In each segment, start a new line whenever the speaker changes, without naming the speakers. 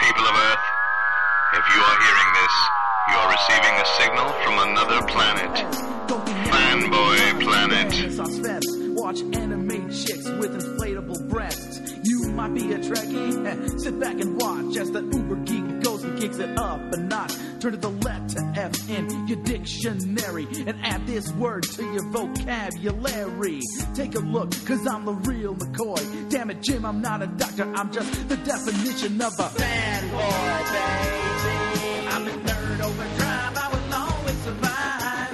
people of Earth, if you are hearing this, you are receiving a signal from another planet. Fanboy Planet.
Sauce fests, watch anime chicks with inflatable breasts. You might be a Trekkie, heh, sit back and watch as the uber geek goes and kicks it up a notch. Turn to the letter F in your dictionary and add this word to your vocabulary. Take a look, cause I'm the real McCoy. Damn it, Jim, I'm not a doctor, I'm just the definition of a fanboy, baby. I'm a nerd overdrive, I will always survive.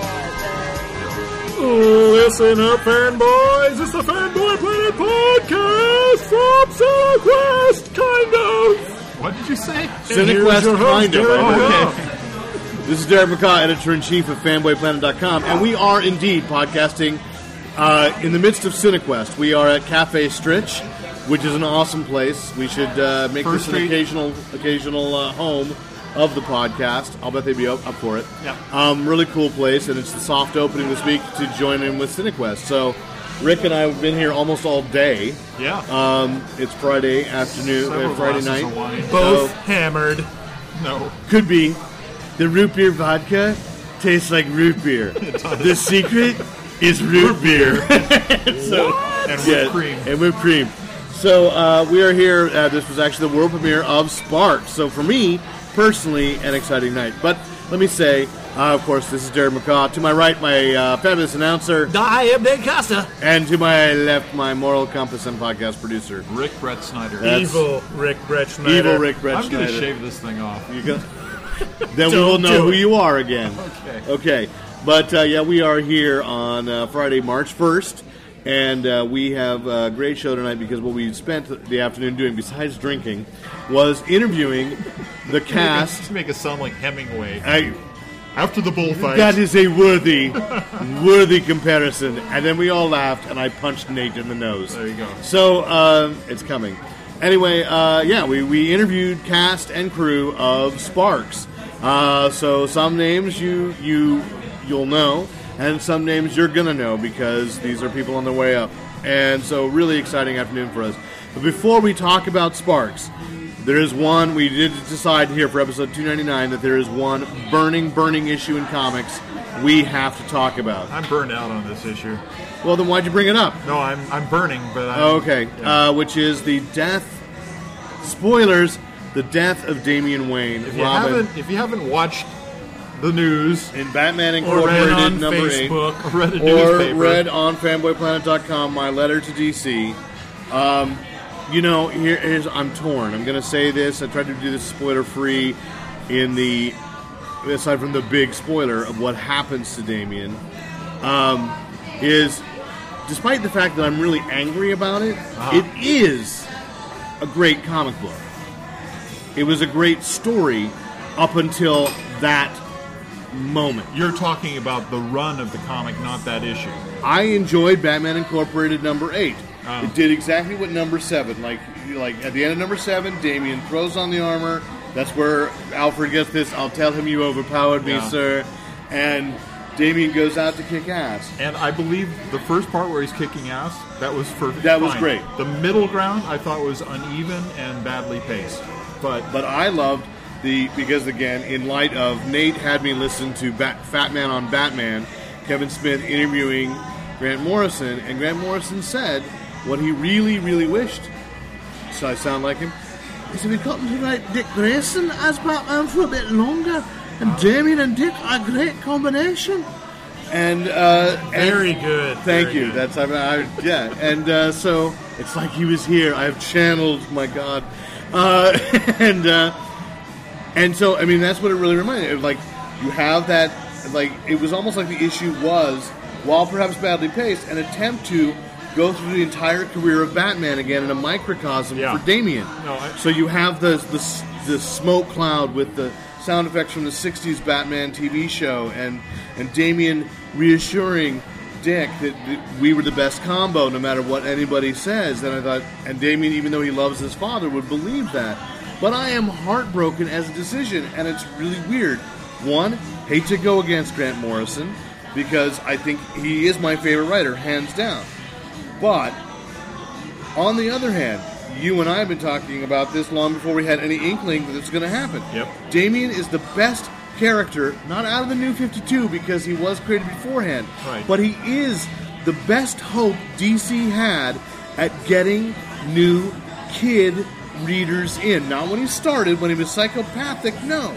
Fanboy, baby.
Listen up, fanboys! It's the Fanboy Planet podcast from CineQuest, kind of. What did you say?
CineQuest, kind of.
Oh, okay.
This is Derek McCaw, editor in chief of FanboyPlanet.com, and we are indeed podcasting uh, in the midst of CineQuest. We are at Cafe Stritch, which is an awesome place. We should uh, make
First
this an
Street.
occasional occasional uh, home of the podcast. I'll bet they'd be up, up for it.
Yep.
Um, really cool place, and it's the soft opening this week to join in with CineQuest. So. Rick and I have been here almost all day.
Yeah.
Um, it's Friday afternoon,
Several
uh, Friday
glasses
night.
of wine.
So-
both hammered.
No.
could be the root beer vodka tastes like root beer. the secret is root beer. so,
And whipped
yeah,
cream.
And whipped cream. So uh, we are here. Uh, this was actually the world premiere of Spark. So for me, personally, an exciting night. But let me say, uh, of course, this is Derek McCaw. To my right, my uh, fabulous announcer,
I am Dan Costa.
and to my left, my moral compass and podcast producer,
Rick Brett Snyder.
That's-
Evil Rick Bretschneider.
evil Rick Brett
I'm going to
Schneider.
shave this thing off.
You go. then we will
Don't
know
do
who
it.
you are again.
Okay.
Okay. But uh, yeah, we are here on uh, Friday, March 1st, and uh, we have a great show tonight because what we spent the afternoon doing, besides drinking, was interviewing the
Just
cast.
make us sound like Hemingway.
I,
After the bullfight.
that is a worthy, worthy comparison. And then we all laughed, and I punched Nate in the nose.
There you go.
So um, it's coming. Anyway, uh, yeah, we, we interviewed cast and crew of Sparks. Uh, so some names you you you'll know, and some names you're gonna know because these are people on their way up. And so really exciting afternoon for us. But before we talk about Sparks, there is one we did decide here for episode 299 that there is one burning burning issue in comics we have to talk about.
I'm burned out on this issue.
Well, then why'd you bring it up?
No, I'm I'm burning, but I'm,
Okay, uh, which is the death. Spoilers: the death of Damian Wayne,
If you
Robin,
haven't, if you haven't watched the news
in Batman
Or
Incorporated,
ran on
number
Facebook.
or read a
eight, or
newspaper,
read on FanboyPlanet.com my letter to DC. Um, you know, here is I'm torn. I'm going to say this. I tried to do this spoiler free in the aside from the big spoiler of what happens to Damien. Um, is despite the fact that I'm really angry about it,
Uh-huh.
it is a great comic book. It was a great story up until that moment.
You're talking about the run of the comic, not that issue.
I enjoyed Batman Incorporated number eight.
Oh.
It did exactly what number seven, like like at the end of number seven, Damien throws on the armor. That's where Alfred gets this. I'll tell him you overpowered me,
Yeah.
sir. And Damien goes out to kick ass.
And I believe the first part where he's kicking ass, that was for
That was great.
The middle ground I thought was uneven and badly paced. But
But I loved the because again, in light of Nate had me listen to Bat, Fat Man on Batman, Kevin Smith interviewing Grant Morrison, and Grant Morrison said what he really, really wished. So I sound like him. Is if we gotten to write Dick Grayson as Batman for a bit longer, and Damien and Dick are a great combination. And uh, and-
Very good.
Thank
very
you.
good.
That's I, I yeah, and uh, so it's like he was here. I've channeled my God, uh, and uh, and so I mean that's what it really reminded. me of. Like you have that like it was almost like the issue was while perhaps badly paced, an attempt to go through the entire career of Batman again in a microcosm
Yeah.
for Damien.
No, I-
so you have the the s- the smoke cloud with the sound effects from the '60s Batman TV show, and and Damien reassuring Dick that th- we were the best combo, no matter what anybody says. And I thought, and Damien, even though he loves his father, would believe that. But I am heartbroken as a decision, and it's really weird. One, hate to go against Grant Morrison because I think he is my favorite writer, hands down. But on the other hand, you and I have been talking about this long before we had any inkling that it's going to happen.
Yep.
Damien is the best character, not out of the new 52 because he was created beforehand,
Right.
but he is the best hope DC had at getting new kid readers in. Not when he started, when he was psychopathic, no.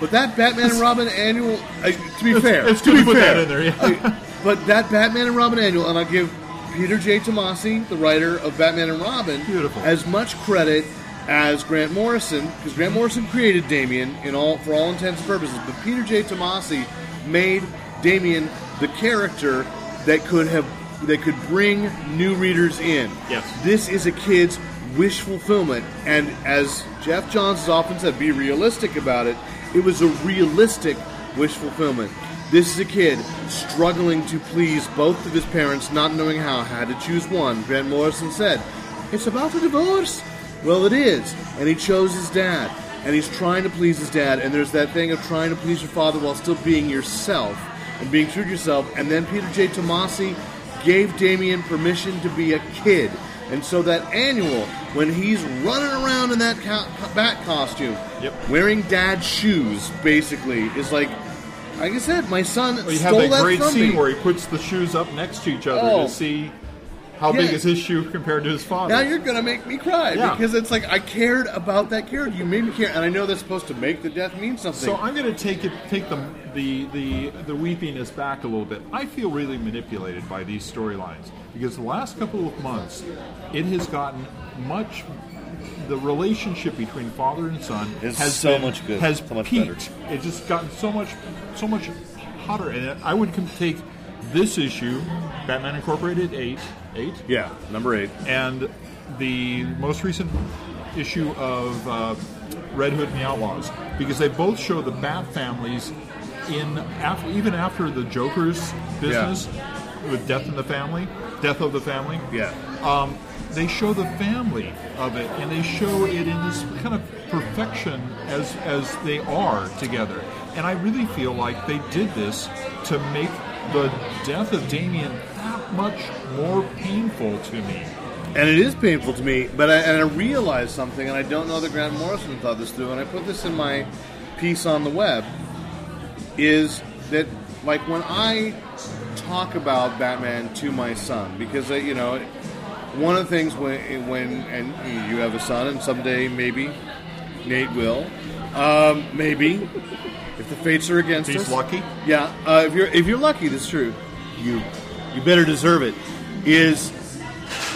But that Batman and Robin annual, uh, to be fair,
it's
to
good
be
to put
fair,
that in there, yeah.
I- but that Batman and Robin annual, and I give Peter J. Tomasi, the writer of Batman and Robin,
Beautiful.
as much credit as Grant Morrison, because Grant Morrison created Damien in all for all intents and purposes. But Peter J. Tomasi made Damien the character that could have that could bring new readers in.
Yes.
This is a kid's wish fulfillment, and as Jeff Johns has often said, be realistic about it. It was a realistic wish fulfillment. This is a kid struggling to please both of his parents, not knowing how, had to choose one. Grant Morrison said, It's about a divorce. Well, it is. And he chose his dad. And he's trying to please his dad. And there's that thing of trying to please your father while still being yourself and being true to yourself. And then Peter J. Tomasi gave Damien permission to be a kid. And so that annual, when he's running around in that co- bat costume,
Yep.
wearing dad's shoes, basically, is like, like I said, my son
Well, you have
stole
that
that
great
from
scene
me.
where he puts the shoes up next to each other
Oh.
to see how
Yeah.
big is his shoe compared to his father.
Now you're gonna make me cry
Yeah.
because it's like I cared about that character. You made me care, and I know that's supposed to make the death mean something.
so I'm going to take it, take the, the the the weepiness back a little bit. I feel really manipulated by these storylines because the last couple of months, it has gotten much. The relationship between father and son
It's
has
so
been-
much good,
Has
so much better.
peaked. It's just gotten so much, so much hotter. And I would com- take this issue, Batman Incorporated eight, eight,
yeah, number eight.
and the most recent issue of uh, Red Hood and the Outlaws, because they both show the Bat families in af even after the Joker's business with Death in the Family, Death of the Family.
Yeah.
Um, they show the family of it, and they show it in this kind of perfection as as they are together. And I really feel like they did this to make the death of Damien that much more painful to me.
And it is painful to me, but I, and I realized something, and I don't know that Grant Morrison thought this through, and I put this in my piece on the web, is that, like, when I talk about Batman to my son, because, uh, you know, one of the things when, when and you have a son, and someday maybe Nate will, um, maybe, if the fates are against
He's
us.
lucky.
Yeah, uh, if you're if you're lucky, that's true. You you better deserve it. Is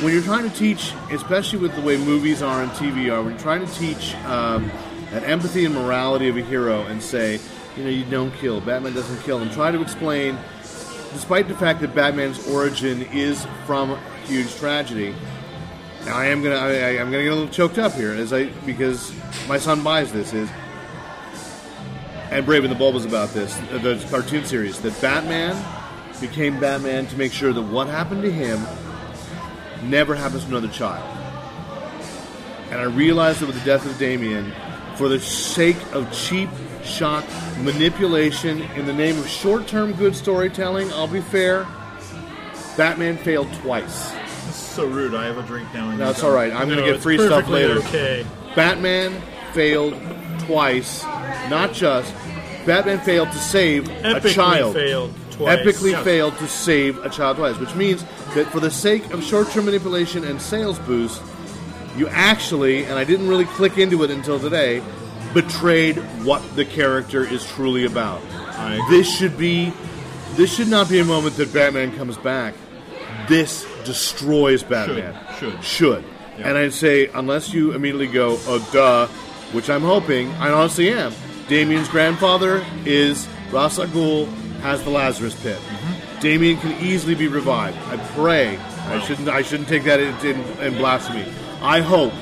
when you're trying to teach, especially with the way movies are and TV are, when you're trying to teach um, an empathy and morality of a hero, and say, you know, you don't kill. Batman doesn't kill, and try to explain, despite the fact that Batman's origin is from huge tragedy. Now I am gonna I, I- I'm gonna get a little choked up here as I because my son buys this is and Brave and the Bulb was about this, uh, the cartoon series, that Batman became Batman to make sure that what happened to him never happens to another child. And I realized that with the death of Damien, for the sake of cheap shock manipulation in the name of short term good storytelling, I'll be fair, Batman failed twice.
This is so rude. I have a drink now. and
No,
you
it's
don't.
all right. I'm
No,
going to get
it's
free stuff
perfectly
later.
Okay.
Batman failed twice, not just. Batman failed to save
Epically
a child.
failed twice.
Epically
Yes.
failed to save a child twice, which means that for the sake of short-term manipulation and sales boost, you actually, and I didn't really click into it until today, betrayed what the character is truly about.
I agree.
This should be, this should not be a moment that Batman comes back. This destroys Batman.
should.
Should.
Yeah.
And I'd say, unless you immediately go, oh, duh, which I'm hoping, I honestly am. Damien's grandfather is Ras Al Ghul, has the Lazarus pit.
Mm-hmm.
Damien can easily be revived. I pray. I shouldn't. I shouldn't take that in, in, in blasphemy. I hope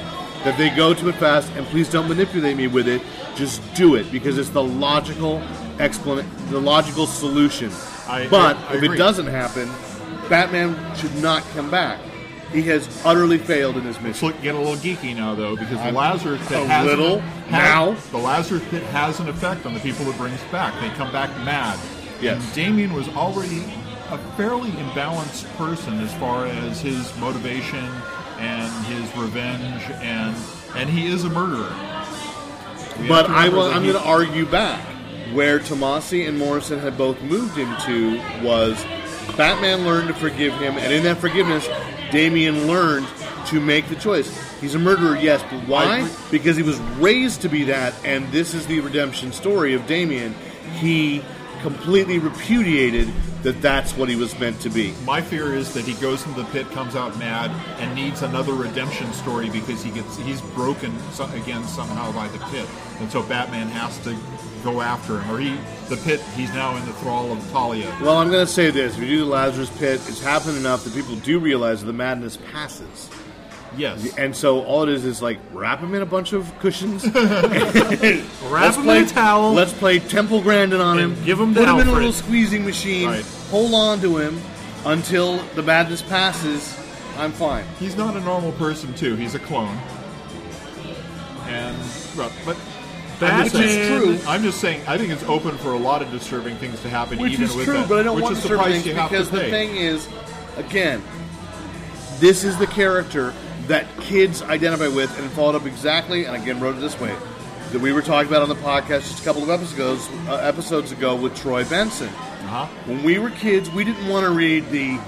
that they go to it fast, and please don't manipulate me with it. Just do it because it's the logical explan the logical solution.
I-
but
I- I
if it
agree.
doesn't happen, Batman should not come back. He has utterly failed in his
It's
mission.
look- get a little geeky now, though, because the
I'm
Lazarus pit
a
has
little
has-
now.
The Lazarus pit has an effect on the people it brings back. They come back mad.
Yes.
And Damien was already a fairly imbalanced person as far as his motivation and his revenge, and and he is a murderer. We have
But
to
I
remember
will,
that
I'm
he-
going to argue back. Where Tomasi and Morrison had both moved him to was Batman learned to forgive him, and in that forgiveness, Damien learned to make the choice. He's a murderer, yes, but why? Because he was raised to be that, and this is the redemption story of Damien. He completely repudiated that that's what he was meant to be.
My fear is that he goes into the pit, comes out mad, and needs another redemption story because he gets he's broken so, again somehow by the pit, and so Batman has to go after him, or he the pit he's now in the thrall of Talia.
Well, I'm going to say this: if you do the Lazarus Pit, it's happened enough that people do realize that the madness passes.
Yes,
And so all it is is like wrap him in a bunch of cushions. wrap
Wrap him in a towel.
Let's play Temple Grandin on
And
him.
give him to
put him in a
Alfred.
little squeezing machine.
Right.
Hold on to him until the madness passes. I'm fine.
he's not a normal person too. He's a clone, and well, but. I'm just
Batman-
saying-
Which is true.
I'm just saying. I think it's open for a lot of disturbing things to happen,
Which
even
is
with
true,
that.
but I don't
which
want
is
to
the price
things
you have
because
to
the
pay.
thing is, again, this is the character that kids identify with and followed up exactly. And again, wrote it this way that we were talking about on the podcast just a couple of episodes uh, episodes ago with Troy Benson.
uh-huh.
When we were kids, we didn't want to read the.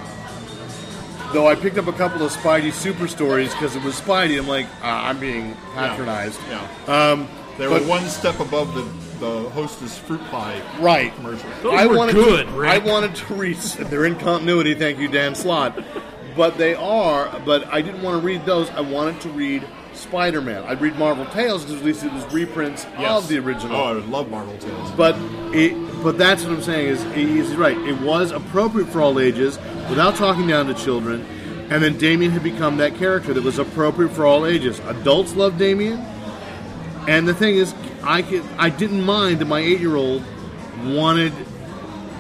Though I picked up a couple of Spidey super stories because it was Spidey. I'm like, ah, I'm being patronized.
Yeah.
Um,
They were
but-
one step above the, the hostess fruit pie
Right.
commercial.
Those were
wanted
good,
To,
Rick.
I wanted to read. They're in continuity. Thank you, Dan Slott. But they are. But I didn't want to read those. I wanted to read Spider-Man. I'd read Marvel Tales because at least it was reprints
Yes.
of the original.
Oh, I love Marvel Tales.
But it. But that's what I'm saying is he's right. It was appropriate for all ages without talking down to children. And then Damien had become that character that was appropriate for all ages. Adults love Damien. And the thing is, I could, I didn't mind that my eight year old wanted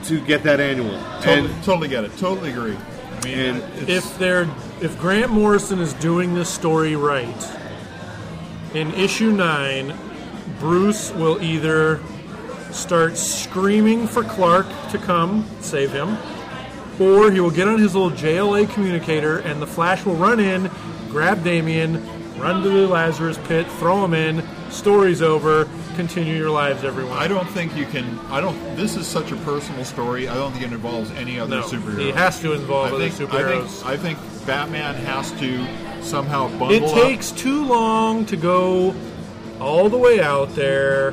to get that annual.
totally,
And
totally get it. Totally agree. I mean,
And
it's,
if they're if Grant Morrison is doing this story right, in issue nine, Bruce will either start screaming for Clark to come save him, or he will get on his little JLA communicator and the Flash will run in, grab Damien, run to the Lazarus pit, throw him in, story's over, continue your lives, everyone.
I don't think you can. I don't. This is such a personal story. I don't think it involves any other
no,
superhero.
he has to
I
involve other
think,
superheroes.
I think. I think Batman has to somehow bundle
It
up-
takes too long to go all the way out there.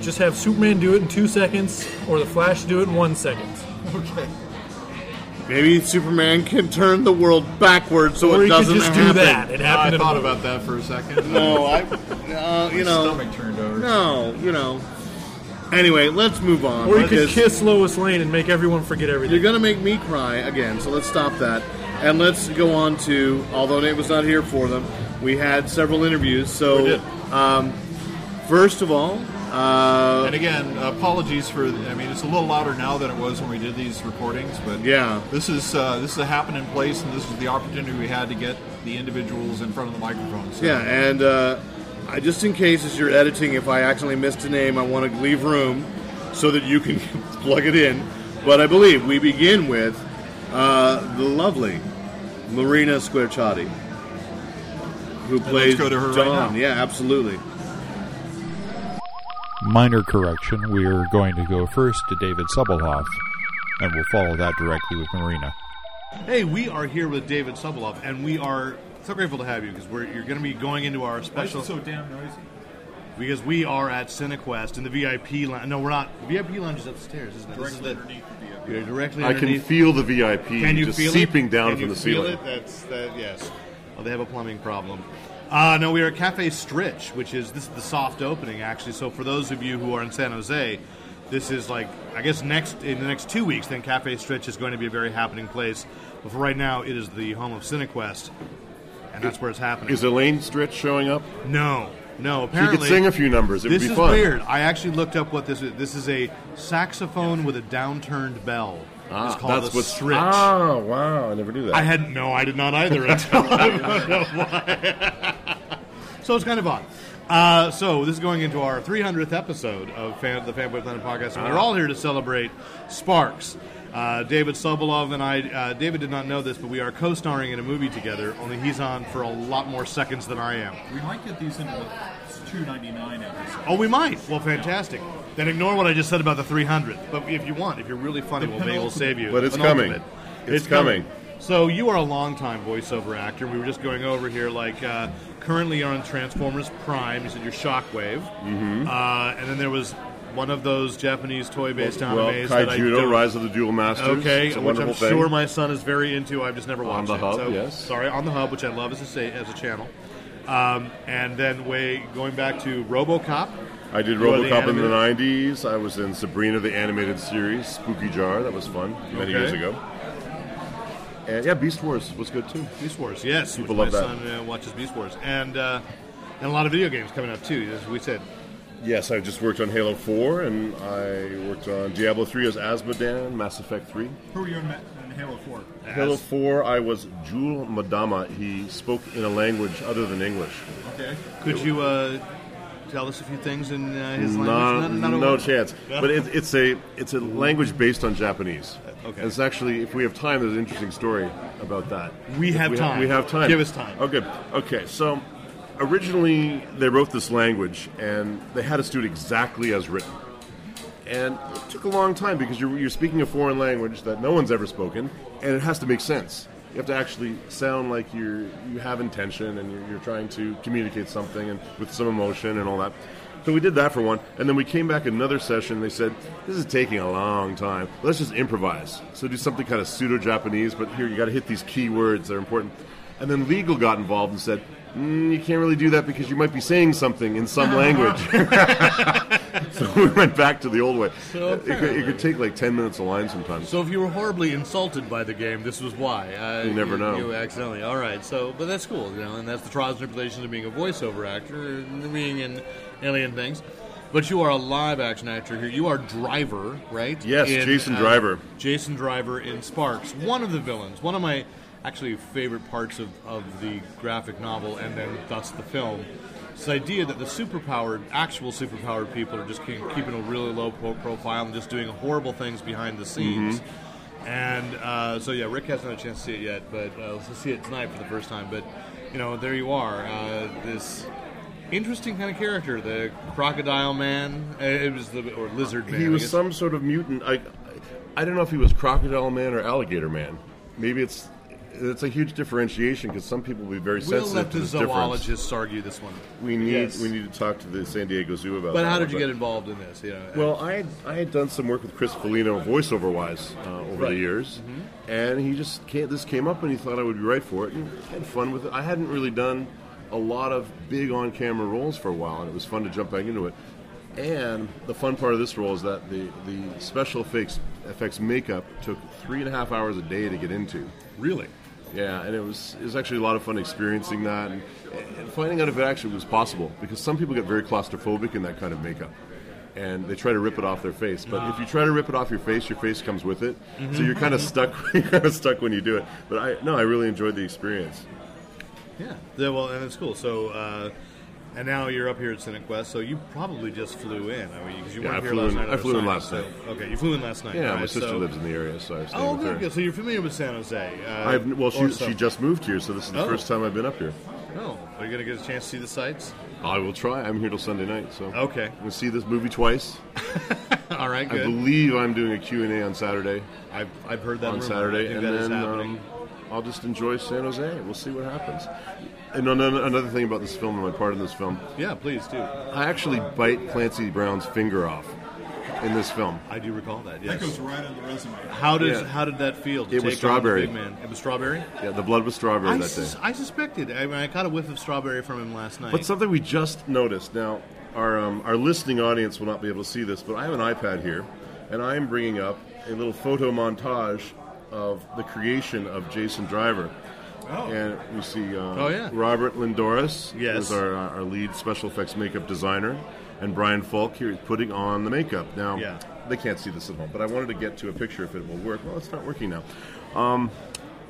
Just have Superman do it in two seconds, or the Flash do it in one second.
Okay.
maybe Superman can turn the world backwards so
or
it
you could
doesn't
just
happen.
do that. It happened.
I
in
thought
a-
about that for a second.
No, I, uh,
My
you know,
stomach turned over.
no, you know. Anyway, let's move on.
Or you could
because-
kiss Lois Lane and make everyone forget
You're
everything.
gonna make me cry again, so let's stop that. And let's go on to, although Nate was not here for them, we had several interviews. So,
We did.
Um, first of all, uh,
And again, apologies for. I mean, it's a little louder now than it was when we did these recordings, but
Yeah.
this is uh, this is a happening place, and this was the opportunity we had to get the individuals in front of the microphone. So
yeah, and uh, I, just in case as you're editing, if I accidentally missed a name, I want to leave room so that you can plug it in. But I believe we begin with uh, the lovely Marina Squarciati, who plays
go to her right
Dawn.
now.
Yeah, absolutely.
Minor correction, we are going to go first to David Subblehoff, and we'll follow that directly with Marina.
Hey, we are here with David Sobolov, and we are so grateful to have you because we're you're going to be going into our
Why is
special
it so damn noisy?
because we are at CineQuest in the VIP lounge. No, we're not. The VIP lounge is upstairs, isn't it? This is the- You're directly
I can
underneath.
feel the VIP
Can you
just
feel it?
seeping
Can
down from
you
the
feel
ceiling.
it? That's that. Yes. Oh, they have a plumbing problem. Uh, no, we are at Cafe Stritch, which is this is the soft opening actually. So for those of you who are in San Jose, this is like I guess next in the next two weeks, then Cafe Stritch is going to be a very happening place. But for right now, it is the home of CineQuest, and that's where it's happening.
Is Elaine Stritch showing up?
no, no.
She could
Apparently,
sing a few numbers. It
this
would be
is
fun.
weird. I actually looked up what this is. This is a saxophone with a downturned bell.
Ah,
it's called
that's
a
what's-
Stritch.
Oh wow! I never knew that.
I hadn't. No, I did not either. Until I found out why. so it's kind of odd. Uh, so this is going into our 300th episode of Fan, the Fanboy Planet podcast, and we're all here to celebrate Sparks. Uh, David Sobolov and I. Uh, David did not know this, but we are co-starring in a movie together. Only he's on for a lot more seconds than I am.
We might get these into the two ninety nine episode.
Oh, we might. Well, fantastic. Then ignore what I just said about the 300th. But if you want, if you're really funny, we'll maybe we'll save you.
But it's
An
coming.
ultimate.
It's coming.
So you are a longtime voiceover actor. We were just going over here, like uh, currently you're on Transformers Prime. You said your Shockwave, mm-hmm. uh, and then there was one of those Japanese toy-based
Well,
animes that I
Kaijudo,
don't-
Rise of the Duel Masters.
Okay,
it's a
which
wonderful
I'm
thing.
sure my son is very into. I've just never watched
the
it.
Hub,
so,
yes.
Sorry, on the hub, which I love as a sa- as a channel. Um, and then way going back to RoboCop.
I did
You are the
RoboCop in the
animated-
'90s. I was in Sabrina the animated series, Spooky Jar. That was fun many
Okay.
years ago. And yeah, Beast Wars was good too.
Beast Wars, yes.
People
which my
love that.
son uh, watches Beast Wars, and uh, and a lot of video games coming up too. As we said,
Yes, I just worked on Halo 4, and I worked on Diablo 3 as Asmodan, Mass Effect 3.
Who are you in, Ma- in Halo Four?
Halo 4, I was Jewel Madama. He spoke in a language other than English.
Okay.
could you uh, tell us a few things in uh, his
No,
language? a
no
word?
chance. But it, it's a it's a language based on Japanese.
Okay.
It's actually, if we have time, there's an interesting story about that.
We
If
have time.
we have time.
Give us time.
Okay. Okay. So, originally they wrote this language, and they had us do it exactly as written. And it took a long time because you're, you're speaking a foreign language that no one's ever spoken, and it has to make sense. You have to actually sound like you're you have intention and you're, you're trying to communicate something and with some emotion and all that. So we did that for one, and then we came back another session. And they said this is taking a long time. Let's just improvise. So do something kind of pseudo Japanese, but here you got to hit these key words. They're important. And then legal got involved and said. Mm, you can't really do that because you might be saying something in some language. So we went back to the old way.
So
it, could, it could take like 10 minutes a line sometimes.
So if you were horribly insulted by the game, this was why. Uh,
You never know.
You accidentally. All right. So, but that's cool, you know, and that's the trials and tribulations of being a voiceover actor, and being in alien things. But you are a live action actor here. You are Driver, right? uh,
Yes, Jason Driver.
Jason Driver in Sparks, one of the villains, one of my actually favorite parts of, of the graphic novel, and then thus the film. This idea that the superpowered, actual superpowered people are just keep- keeping a really low pro- profile and just doing horrible things behind the scenes. And uh, so, yeah, Rick hasn't had a chance to see it yet, but uh, let's see it tonight for the first time. But, you know, there you are. Uh, this interesting kind of character, the crocodile man. Uh, It was the, or lizard man.
he
I
was
guess.
some sort of mutant. I, I don't know if he was Crocodile Man or Alligator Man. Maybe it's it's a huge differentiation because some people will be very
We'll
sensitive
let
to
the
this difference.
zoologists argue this one.
We need
Yes.
we need to talk to the San Diego Zoo about.
But
that
how
one,
did you get involved in this? You know,
Well, I had, I had done some work with Chris Foligno voiceover wise uh, over the
Right. Mm-hmm.
years, and he just came, this came up and he thought I would be right for it and had fun with it. I hadn't really done a lot of big on camera roles for a while, and it was fun to jump back into it. And the fun part of this role is that the, the special effects, effects makeup took three and a half hours a day to get into.
really?
Yeah, and it was it was actually a lot of fun experiencing that and, and finding out if it actually was possible because some people get very claustrophobic in that kind of makeup. And they try to rip it off their face, but
Ah.
if you try to rip it off your face, your face comes with it.
Mm-hmm.
So you're kind of stuck. You're kind of stuck when you do it. But I no, I really enjoyed the experience.
Yeah. Yeah, well, and it's cool. So, uh, and now you're up here at CineQuest, so you probably just flew in. I mean, because you
Yeah,
weren't
I
here
flew
last
in-
night.
I
at the
flew in
signing,
last
so-
night.
Okay, you flew in last night.
Yeah,
right,
my sister
so-
lives in the area, so I stayed
Oh,
with
good,
her.
good. So you're familiar with San Jose? Uh,
I've, well,
or
she,
so.
she just moved here, so this is the
Oh.
first time I've been up here.
No, are you gonna get a chance to see the sights?
I will try. I'm here till Sunday night, so
Okay.
I'm gonna see this movie twice.
All right,
I
good.
believe I'm doing a Q and A on Saturday.
I've, I've heard that
on
rumor. I
Saturday,
think
and
that is
then
happening.
um, I'll just enjoy San Jose. We'll see what happens. And an- an- another thing about this film and my part in this film,
yeah, please do.
I actually bite Clancy Brown's finger off in this film.
I do recall that.
That goes
Yes.
right on the resume.
How did
Yeah.
how did that feel? to
It was
take on the
strawberry.
big man? It was strawberry.
Yeah, the blood was strawberry
I,
that day.
sus- I suspected. I mean, I caught a whiff of strawberry from him last night.
But something we just noticed now, our um, our listening audience will not be able to see this, but I have an iPad here, and I'm bringing up a little photo montage of the creation of Jason Driver.
Oh.
And we see uh,
Oh, yeah.
Robert Lindoris
Yes.
is our, uh, our lead special effects makeup designer, and Brian Falk here is putting on the makeup. Now,
Yeah.
they can't see this at home, but I wanted to get to a picture if it will work. Well, it's not working now. Um,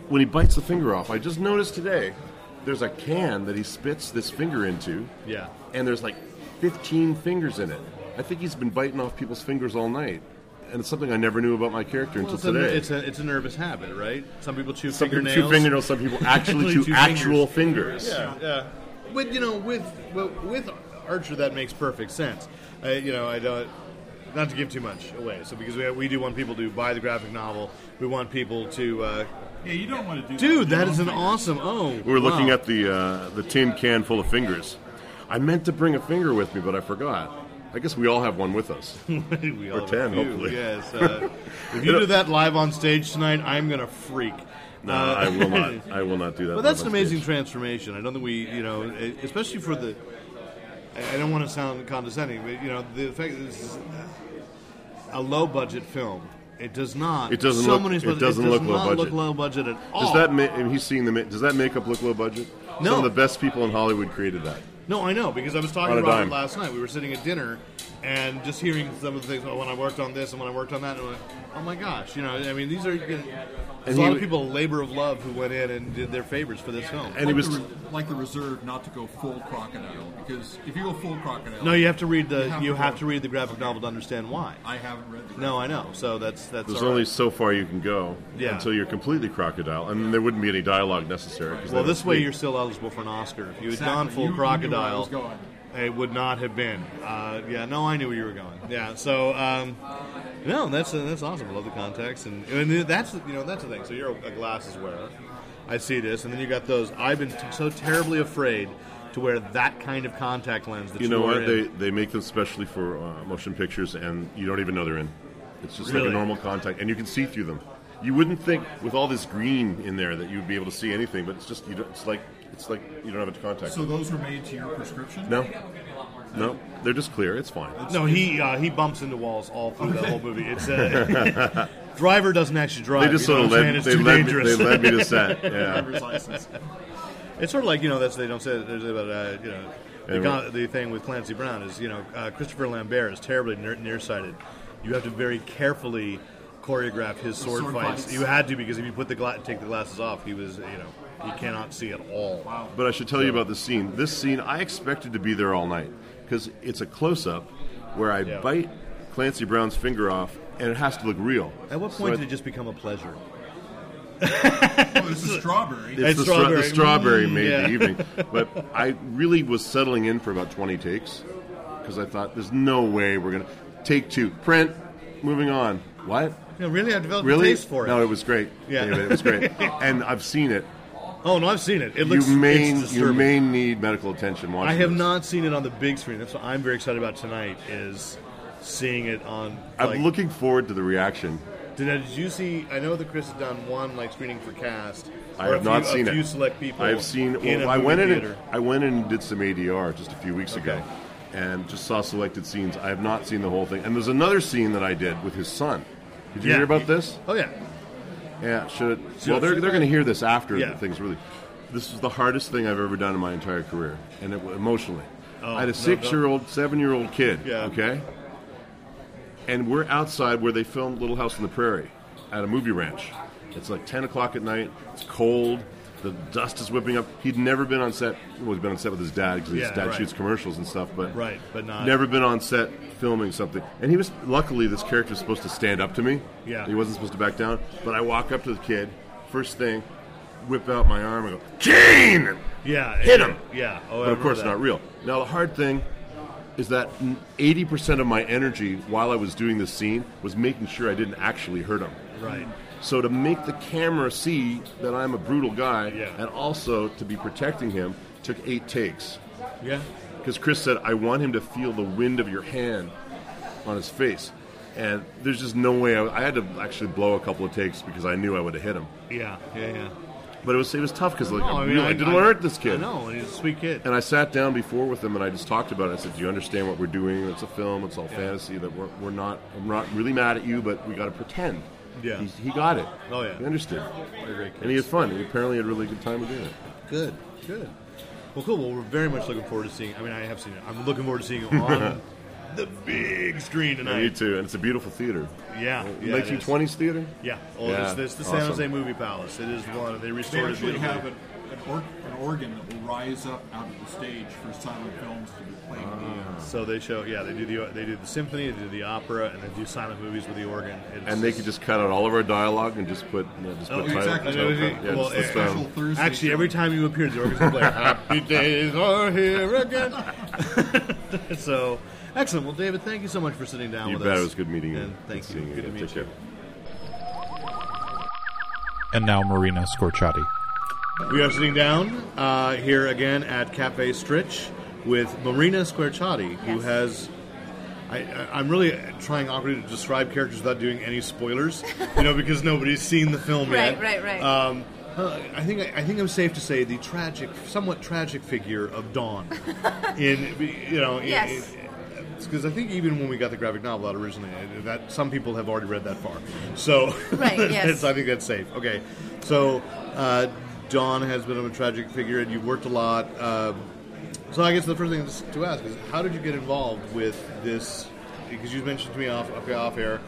when he bites the finger off, I just noticed today there's a can that he spits this finger into,
Yeah.
and there's like 15 fingers in it. I think he's been biting off people's fingers all night, and it's something I never knew about my character
Well,
until
it's, a,
today.
it's, a, it's a nervous habit, right? Some people chew
some people
fingernails.
chew fingernails, some people actually chew
Two
actual fingers.
Yeah, yeah. But you know, with well, with Archer, that makes perfect sense. I, you know, I don't. Not to give too much away, so because we, we do want people to buy the graphic novel, we want people to. Uh,
Yeah, you don't want to do
dude, that is an awesome. Oh,
We were looking
wow.
at the uh, the tin can full of fingers. I meant to bring a finger with me, but I forgot. I guess we all have one with us.
we all
Or
have
10,
a few,
hopefully.
Yes. Uh, if you do that live on stage tonight, I'm gonna freak.
No,
Uh,
I will not. I will not do that.
But that's an
on
amazing
stage.
transformation. I don't think we, you know, e- especially for the. I I don't want to sound condescending, but you know, the fact that this is a low budget film, it does not.
It doesn't
so
look-
many
it
supposed-
doesn't
it does
look low
not
budget.
low budget at all.
Does that ma- and he's seeing the ma- does that makeup look low budget?
No.
Some of the best people in Hollywood created that.
No, I know because I was talking
On a
to Robert
dime.
last night. We were sitting at dinner and just hearing some of the things. Oh, when I worked on this and when I worked on that, and I went, oh my gosh, you know, I mean, these are you know, there's
And
a lot
he-
of people, labor of love, who went in and did their favors for this film.
And he was
the, re- like the reserve not to go full crocodile because if you go full crocodile,
No, you have to read the you
have
have,
to
to,
go-
read the graphic novel to understand why.
I haven't read the
No, I know. So that's that's
there's
all
only
right.
so far you can go
Yeah.
until you're completely crocodile, and there wouldn't be any dialogue necessary. 'cause
well.
they
This
would
way,
speak.
you're still eligible for an Oscar. If you had
Exactly.
gone
You-
full
you knew where I
crocodile,
was going.
it would not have been. Uh, yeah, no, I knew where you were going. Yeah, so um, no, that's uh, that's awesome. I love the context, and, and that's you know that's the thing. So you're a glasses wearer. I see this, and then you got those. I've been t- so terribly afraid to wear that kind of contact lens. That
You know
are
what?
in.
They they make them specially for uh, motion pictures, and you don't even know they're in. It's just like
Really?
a normal contact, and you can see through them. You wouldn't think with all this green in there that you'd be able to see anything, but it's just you don't, it's like it's like you don't have a contact.
So those were made to your prescription.
no, no, they're just clear. It's fine.
No, he uh, he bumps into walls all through the whole movie. It's uh, driver doesn't actually drive.
They just
you
sort
know
of
what I'm saying? It's
led, they
too
led, me,
dangerous.
they led me to set. Yeah.
Driver's license.
it's sort of like you know that's they don't say there's about uh, you know the,
Yeah,
con-
right.
the thing with Clancy Brown is you know uh, Christopher Lambert is terribly near- nearsighted. You have to very carefully choreograph his sword,
sword
fights.
fights.
You had to because if you put the gla- take the glasses off, he was you know he cannot see at all.
But I should tell you about this scene. This scene, I expected to be there all night because it's a close up where I
Yeah.
bite Clancy Brown's finger off, and it has to look real.
At what
So
point
I-
did it just become a pleasure?
Oh, it's a strawberry.
It's
It's
the, strawberry. the
strawberry.
strawberry
Mm,
made
yeah.
the evening. But I really was settling in for about 20 takes because I thought, there's no way we're going to. Take two. Print. Moving on. What?
You know, really, I've developed
Really?
a taste for it.
No, it was great.
Yeah.
David, it was great. and I've seen it.
oh no, I've seen it. It looks
you may
it's
you
disturbing.
may need medical attention. Watching
I have
this.
not seen it on the big screen. That's what I'm very excited about tonight is seeing it on.
I'm
like-
looking forward to the reaction.
Did, did you see? I know that Chris has done one like screening for cast.
I
or a
have not
few,
seen
a
it.
few select people.
I have seen.
In
Well,
a
I
movie
went in.
theater.
And, I went in and did some ADR just a few weeks ago,
Okay.
and just saw selected scenes. I have not seen the whole thing. And there's another scene that I did with his son. Did you
Yeah.
hear about this?
Oh yeah.
Yeah. Should it,
Should-
well, they're
should
they're
I-
going to hear this after
Yeah.
the things really. This is the hardest thing I've ever done in my entire career, and it, emotionally. I had
Oh, no,
a six-year-old, seven-year-old kid.
Yeah.
Okay. And we're outside where they filmed Little House on the Prairie at a movie ranch. It's like 10 o'clock at night. It's cold. The dust is whipping up. He'd never been on set. Well, he's been on set with his dad because his
Yeah,
dad
right.
shoots commercials and stuff. But
Right, but not-
never been on set filming something. And he was luckily this character was supposed to stand up to me.
Yeah.
he wasn't supposed to back down. But I walk up to the kid. First thing, whip out my arm and go, Gene.
Yeah.
Hit
it-
him!
Yeah. Oh, I
But of
remember
course,
that.
not real. Now the hard thing is that 80% of my energy while I was doing this scene was making sure I didn't actually hurt him.
Right.
So to make the camera see that I'm a brutal guy,
Yeah.
and also to be protecting him, took eight takes.
Yeah.
Because Chris said, "I want him to feel the wind of your hand on his face," and there's just no way. I, I had to actually blow a couple of takes because I knew I would have hit him.
Yeah. Yeah. Yeah.
But it was it was tough because like,
No,
I, really didn't want to hurt this
I
kid.
know. He's a sweet kid.
And I sat down before with him, and I just talked about it. I said, "Do you understand what we're doing? It's a film. It's all fantasy. That we're, we're not. I'm not really mad at you, but we got to pretend."
Yeah.
He, he got it.
Oh, yeah.
He understood,
They're great kids.
and he had fun. He apparently had a really good time with doing it.
Good, good. Well, cool. Well, we're very much looking forward to seeing. I mean, I have seen it. I'm looking forward to seeing it on the big screen
Me
tonight.
too. And it's a beautiful theater.
Yeah, yeah, it is.
1920s theater.
Yeah. Oh,
Yeah,
It's, it's the San
awesome.
Jose Movie Palace. It is one. They
They
restored it.
actually
beautifully.
have an, an, or, an organ that will rise up out of the stage for silent films to be played.
Uh-huh. Ah.
So they show, yeah, they do the they do the symphony, they do the opera, and they do silent movies with the organ. It's
And they
just-
could just cut out all of our dialogue and just put, you know, just put
Oh,
title-
exactly.
title-
Well,
yeah,
well,
just,
yeah.
um,
Thursday
Actually,
show.
every time you appear, the organ's gonna play "Happy Days Are Here Again." so, excellent. Well, David, thank you so much for sitting down
You
with
bet
us.
it was good meeting you.
And thank you. Good
Seeing
to
again.
meet
Take
you.
care.
And now Marina Scorchati.
We are sitting down uh, here again at Cafe Stritch with Marina Squarciati, who
Yes.
has. I, I, I'm really trying awkwardly to describe characters without doing any spoilers, you know, because nobody's seen the film
Right,
yet.
right, right.
Um, uh, I think I think I'm safe to say the tragic, somewhat tragic figure of Dawn, in you know,
Yes.
because I think even when we got the graphic novel out originally, I- that some people have already read that far, so
Right, yes.
so I think that's safe. Okay, so uh, Dawn has been a tragic figure, and you've worked a lot. Um, so I guess the first thing is to ask is, how did you get involved with this? Because you mentioned to me off okay, off air,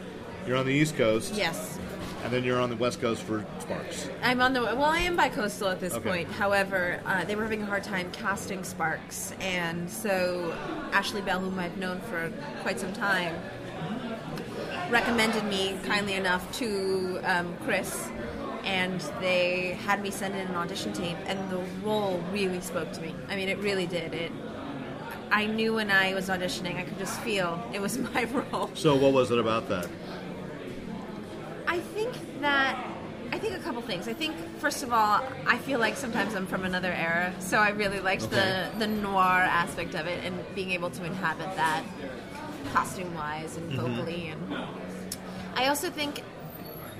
you're on the East Coast,
Yes.
and then you're on the West Coast for Sparks.
I'm on the well. I am bi-coastal at this
Okay.
point. However, uh, they were having a hard time casting Sparks, and so Ashley Bell, whom I've known for quite some time, recommended me kindly enough to um, Chris, and they had me send in an audition tape. And the role really spoke to me. I mean, it really did. It. I knew when I was auditioning, I could just feel it was my role.
So what was it about that?
I think that I think a couple things. I think first of all, I feel like sometimes I'm from another era, so I really liked
Okay.
the the noir aspect of it and being able to inhabit that costume wise and
Mm-hmm.
vocally and I also think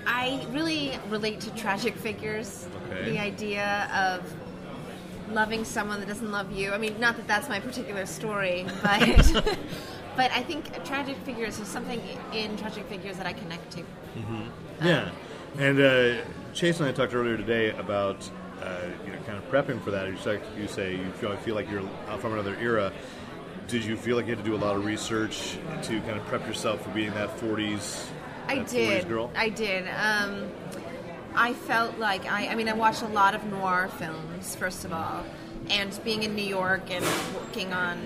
I really relate to tragic figures.
Okay.
The idea of loving someone that doesn't love you. I mean, not that that's my particular story, but but I think tragic figures is something in tragic figures that I connect to.
Yeah, and uh, Chase and I talked earlier today about uh, you know kind of prepping for that. You say you, say you feel, I feel like you're uh, from another era. Did you feel like you had to do a lot of research to kind of prep yourself for being that '40s?
I
that 40s
did.
girl?
I did. Um, I felt like I. I mean, I watched a lot of noir films first of all, and being in New York and working on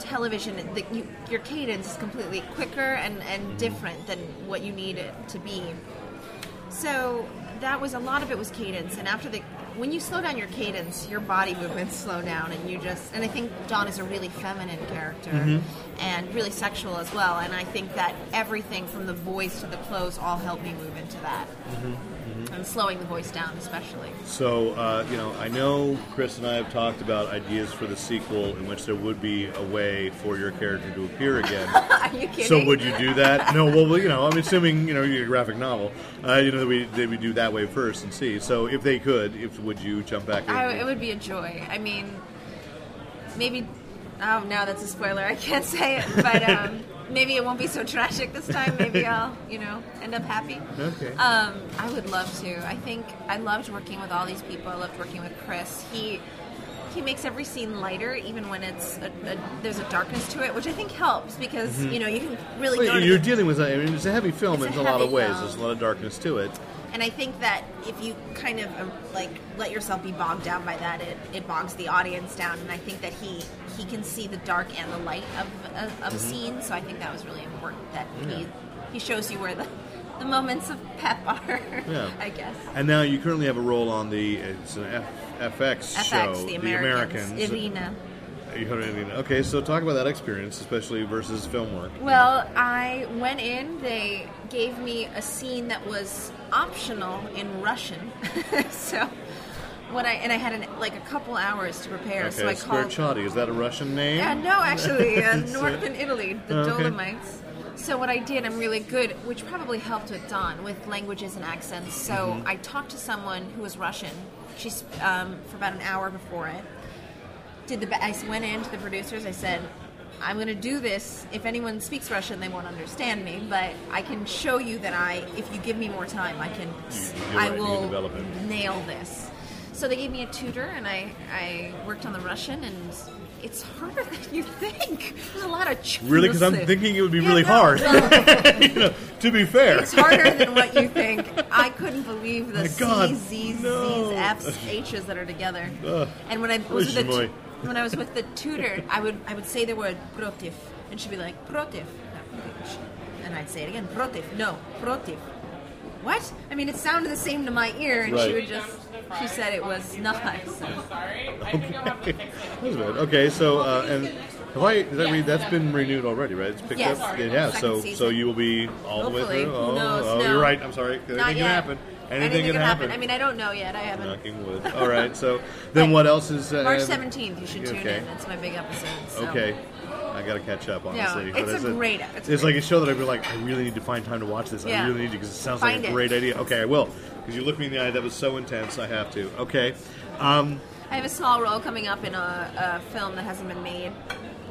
television, the, you, your cadence is completely quicker and,
Mm-hmm.
and different than what you need it to be. So that was a lot of it was cadence, and after the when you slow down your cadence, your body movements slow down, and you just and I think Dawn is a really feminine character
Mm-hmm.
and really sexual as well, and I think that everything from the voice to the clothes all helped me move into that, and slowing the voice down especially.
So uh, you know, I know Chris and I have talked about ideas for the sequel in which there would be a way for your character to appear again.
Are you kidding?
So would you do that? No, well, well, you know, I'm assuming you know your graphic novel. Uh, you know, that we that we do that way first and see. So if they could, if would you jump back?
I, it would be a joy. I mean, maybe. Oh no, that's a spoiler. I can't say it, but um, maybe it won't be so tragic this time. Maybe I'll, you know, end up happy.
Okay.
Um, I would love to. I think I loved working with all these people. I loved working with Chris. He he makes every scene lighter, even when it's a, a, there's a darkness to it, which I think helps because you know you can really. go
Mm-hmm. Well,
to
you're
the-
dealing with. I mean, it's a heavy film
It's a
in a, lot of
heavy
ways.
film.
There's a lot of darkness to it.
And I think that if you kind of um, like let yourself be bogged down by that, it, it bogs the audience down. And I think that he he can see the dark and the light of of, of a scene. So I think that was really important that he he shows you where the the moments of pep are.
Yeah.
I guess.
And now you currently have a role on the it's an F, FX,
FX,
show,
the Americans, Irina.
You heard Irina. Okay, so talk about that experience, especially versus film work.
Well, I went in. They gave me a scene that was optional in Russian, so when I and I had an, like a couple hours to prepare.
Okay,
so I called.
Squarciati, is that a Russian name?
Yeah, no, actually, uh,
So-
northern Italy,
Oh,
the
Okay.
Dolomites. So what I did, I'm really good, which probably helped with Don with languages and accents. So
Mm-hmm.
I talked to someone who was Russian. She's um, for about an hour before it. Did the ba- I s- went in to the producers. I said, "I'm going to do this. If anyone speaks Russian, they won't understand me, but I can show you that I, if you give me more time, I can, s-
Mm, you're
I
right, you can
will
develop it.
nail this." So they gave me a tutor, and I I worked on the Russian and. it's harder than you think. There's a lot of choices.
Really? Because I'm thinking it would be really
no,
hard.
no.
you know, to be fair.
It's harder than what you think. I couldn't believe
Oh
the
My God,
C's, Z's,
no.
Z's, F's, H's that are together. and when I
oy
was with the,
vey.
tu- when I was with the tutor, I would I would say the word protiv, and she'd be like protiv, No, protiv." and I'd say it again protiv, no protiv. What? I mean, it sounded the same to my ear, and she
Right.
would just she said it was not. So.
Sorry, I think I'll have to fix it.
That's bad. Okay, so uh, and have I? Does that mean that's been renewed already? Right? It's picked
Yes.
up. It has.
Second
So
season.
so you will be all the way
Hopefully.
through.
Who
Oh,
knows?
oh,
No.
you're right. I'm sorry. Anything
Not
can
yet.
happen. Anything,
Anything
can happen.
I mean, I don't know yet. I haven't.
Knocking wood. All right. So then, what else is uh,
March 17th, you should tune
Okay.
in. That's my big episode. So.
Okay. I gotta catch up, honestly.
it's
But
a
it-
great-
It's,
it's
like
great.
a show that I'd be like, I really need to find time to watch this. I
Yeah.
really need to because it sounds
Find
like a
it.
great idea. Okay, I will. Because you looked me in the eye, that was so intense. I have to. Okay. Um,
I have a small role coming up in a, a film that hasn't been made,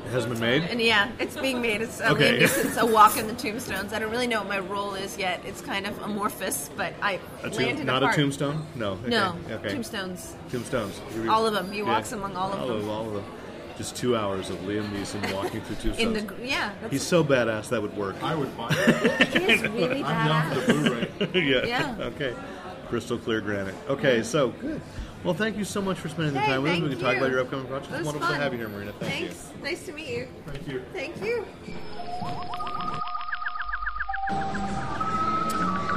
it hasn't been made.
and yeah, it's being made. It's uh,
Okay.
Liam Neeson's A Walk in the Tombstones. I don't really know what my role is yet. It's kind of amorphous, but I
A tomb-
landed
not
part.
a tombstone. No. Okay.
No,
Okay.
tombstones.
Tombstones.
All of 'em. He walks among all of them.
all of them. Just two hours of Liam Neeson walking through tombstones.
In the gr- yeah, that's,
He's so badass that would work.
I would buy it.
he is really
I'm down for the
badass.
Blu-ray.
yeah.
Yeah.
Okay. Crystal clear granite. Okay, so good. Well, thank you so much for spending the
Hey,
time with us. We
thank
can talk
you.
about your upcoming projects.
It was
wonderful
fun.
to have you here, Marina. Thank
Thanks. Nice to meet you.
Thank you.
Thank you.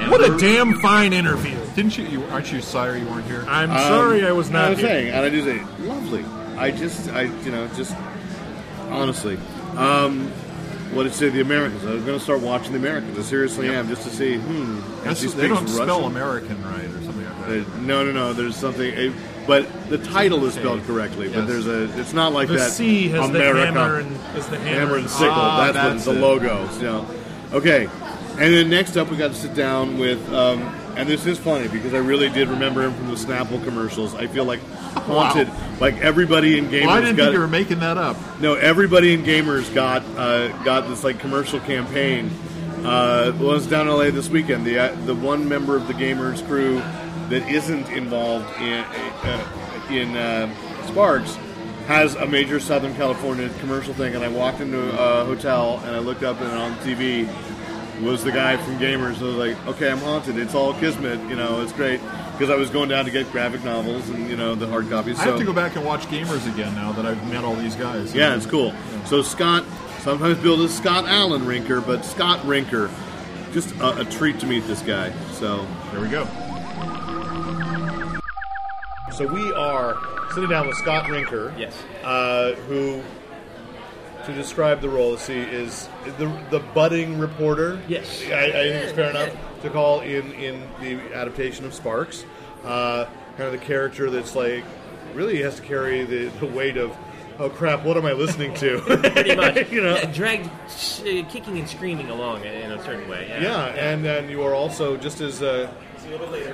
And
What a
we're-
damn fine interview.
Didn't you, you? Aren't you sorry you weren't here?
I'm
Um,
you.
sorry I was not
Um, I was
here.
saying, and I do say, lovely. I just, I, you know, just honestly, um, what it said, the Americans. I was going to start watching the Americans. I seriously am, just to see. Hmm. if
That's-
she
they
speaks
don't spell
Russian.
American right or something like that.
Uh, no, no, no. There's something, eh, but the title is spelled
Okay.
correctly.
Yes.
But there's a. It's not like
The
that.
C has
America.
the hammer and is the hammer,
hammer and sickle.
Ah,
that's,
that's
what
it.
the logo. You know. Okay, and then next up we got to sit down with, um, and this is funny because I really did remember him from the Snapple commercials. I feel like haunted, like everybody in gamers
Well, I didn't
got
think you were making that up.
no, everybody in gamers got uh, got this like commercial campaign. Uh, well, it's down in LA this weekend. The uh, the one member of the gamers crew that isn't involved in uh, in uh, Sparks has a major Southern California commercial thing. And I walked into a hotel and I looked up and on TV was the guy from Gamers. I was like, okay, I'm haunted. It's all kismet. You know, it's great because I was going down to get graphic novels and you know the hard copies.
I
so-
have to go back and watch Gamers again now that I've met all these guys.
yeah, it's cool. So Scott, sometimes billed as Scott Allen Rinker, but Scott Rinker, just a, a treat to meet this guy. So
There we go.
So we are sitting down with Scott Rinker.
Yes.
Uh, who, to describe the role, let's see, is the, the budding reporter.
Yes.
I, I think it's fair enough to call in, in the adaptation of Sparks. Uh, kind of the character that's like, really has to carry the, the weight of, oh crap, what am I listening to?
Pretty much,
You know?
Yeah, dragged, s- uh, kicking and screaming along in, in a certain way. Yeah.
Yeah, and then you are also just as uh,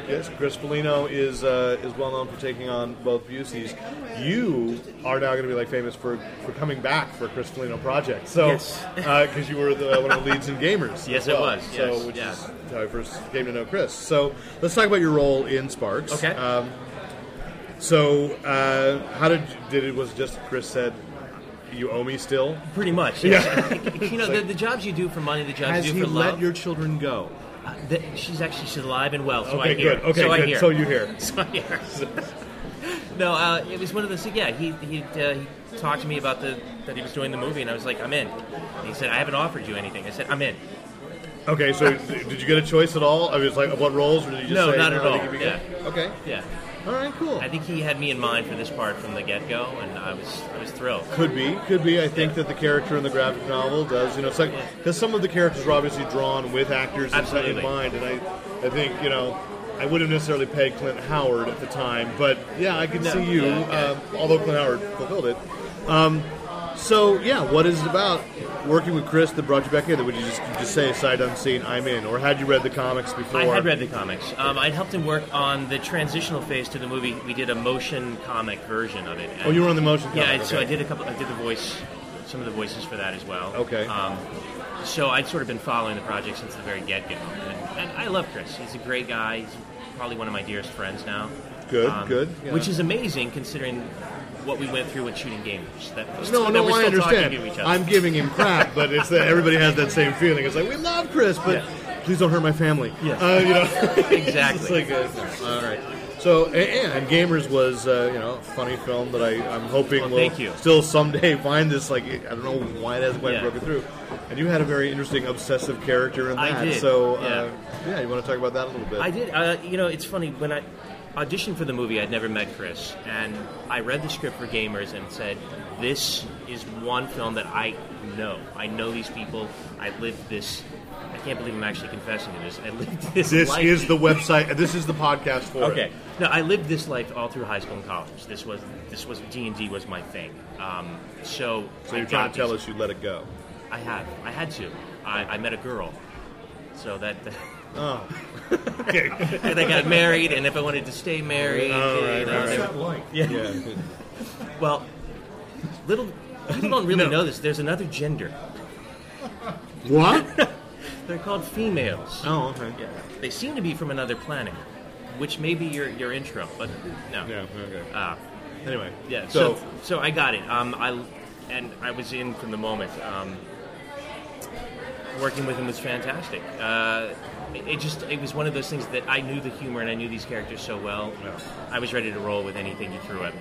yes, Chris Foligno is uh, is well known for taking on both Buseys. You are now going to be like famous for, for coming back for a Chris Foligno project. So
Yes.
because you were the, uh, one of the leads in Gamers.
Yes,
as
it
well.
was,
So
yes,
which
yeah.
is how I first came to know Chris. So let's talk about your role in Sparks.
Okay.
Um, so uh, how did did it was it just Chris said you owe me still?
Pretty much. Yes. you know, the, the jobs you do for money, the jobs
Has
you do
he
for
let
love.
your children go?
uh, th- she's actually she's alive and well, so
okay,
I hear.
good. Okay,
so
good.
I hear.
So you hear.
So I hear. no, uh, it was one of those. Yeah, he he, uh, he talked to me about the that he was doing the movie, and I was like, I'm in. And he said, I haven't offered you anything. I said, I'm in.
Okay, so did you get a choice at all? I mean, it's like what roles, or did you just
No,
say,
not at
I think
all.
it'd be good"? Okay,
Yeah.
all right, cool.
I think he had me in mind for this part from the get go, and I was I was thrilled.
could be, could be. I think that the character in the graphic novel does, you know, it's like because some of the characters are obviously drawn with actors in- in
Absolutely.
mind, and I, I think you know, I wouldn't necessarily pay Clint Howard at the time, but yeah, I could
No,
see you.
yeah, yeah.
Um, although Clint Howard fulfilled it. Um, so yeah, what is it about working with Chris that brought you back here? That would you just just say sight unseen, I'm in, or had you read the comics before?
I had read the comics. Um, I helped him work on the transitional phase to the movie. We did a motion comic version of it.
Oh, you were on the motion.
Yeah,
comic,
and so
okay.
I did a couple. I did the voice, some of the voices for that as well.
Okay.
Um, so I'd sort of been following the project since the very get go, and, and I love Chris. He's a great guy. He's probably one of my dearest friends now. Um,
Good, good, yeah.
Which is amazing considering what we went through with shooting Game Watch. That, was-
No,
that
no,
we're
I
still
understand.
Talking to each other.
I'm giving him crap, but it's that everybody has that same feeling. It's like we love Chris, but please don't hurt my family.
Yeah.
Uh, you know,
Exactly.
It's like, uh, all right. So a- and, and Gamers was uh, you know a funny film that I I'm hoping
Well,
will
thank you.
still someday find this like I don't know why it hasn't quite
Yeah.
broken through. And you had a very interesting obsessive character in
I
that.
did,
So
yeah.
uh, yeah, you want to talk about that a little bit?
I did. Uh, you know, it's funny when I auditioned for the movie, I'd never met Chris, and I read the script for Gamers and said, "This is one film that I know. I know these people. I lived this. I can't believe I'm actually confessing to this. I lived this.
This
life.
is the website. This is the podcast for it.
Okay. No, I lived this life all through high school and college. This was this was D and D was my thing. Um, so
So
I
you're trying
got
to tell
these-
us you let it go.
I had I had to. I, I met a girl, so that.
Oh.
and I got married, and if I wanted to stay married,
Oh,
you
right,
know,
right,
they-
right.
Yeah.
Yeah.
Well, little people don't really know this. There's another gender.
What?
They're called females.
Oh, okay.
Yeah. They seem to be from another planet, which may be your your intro, but no.
Yeah. Okay.
Uh,
Anyway.
yeah.
So,
So, so I got it. Um, I and I was in from the moment. Um, working with him was fantastic. Uh, it it just it was one of those things that I knew the humor and I knew these characters so well.
Yeah.
I was ready to roll with anything he threw at me.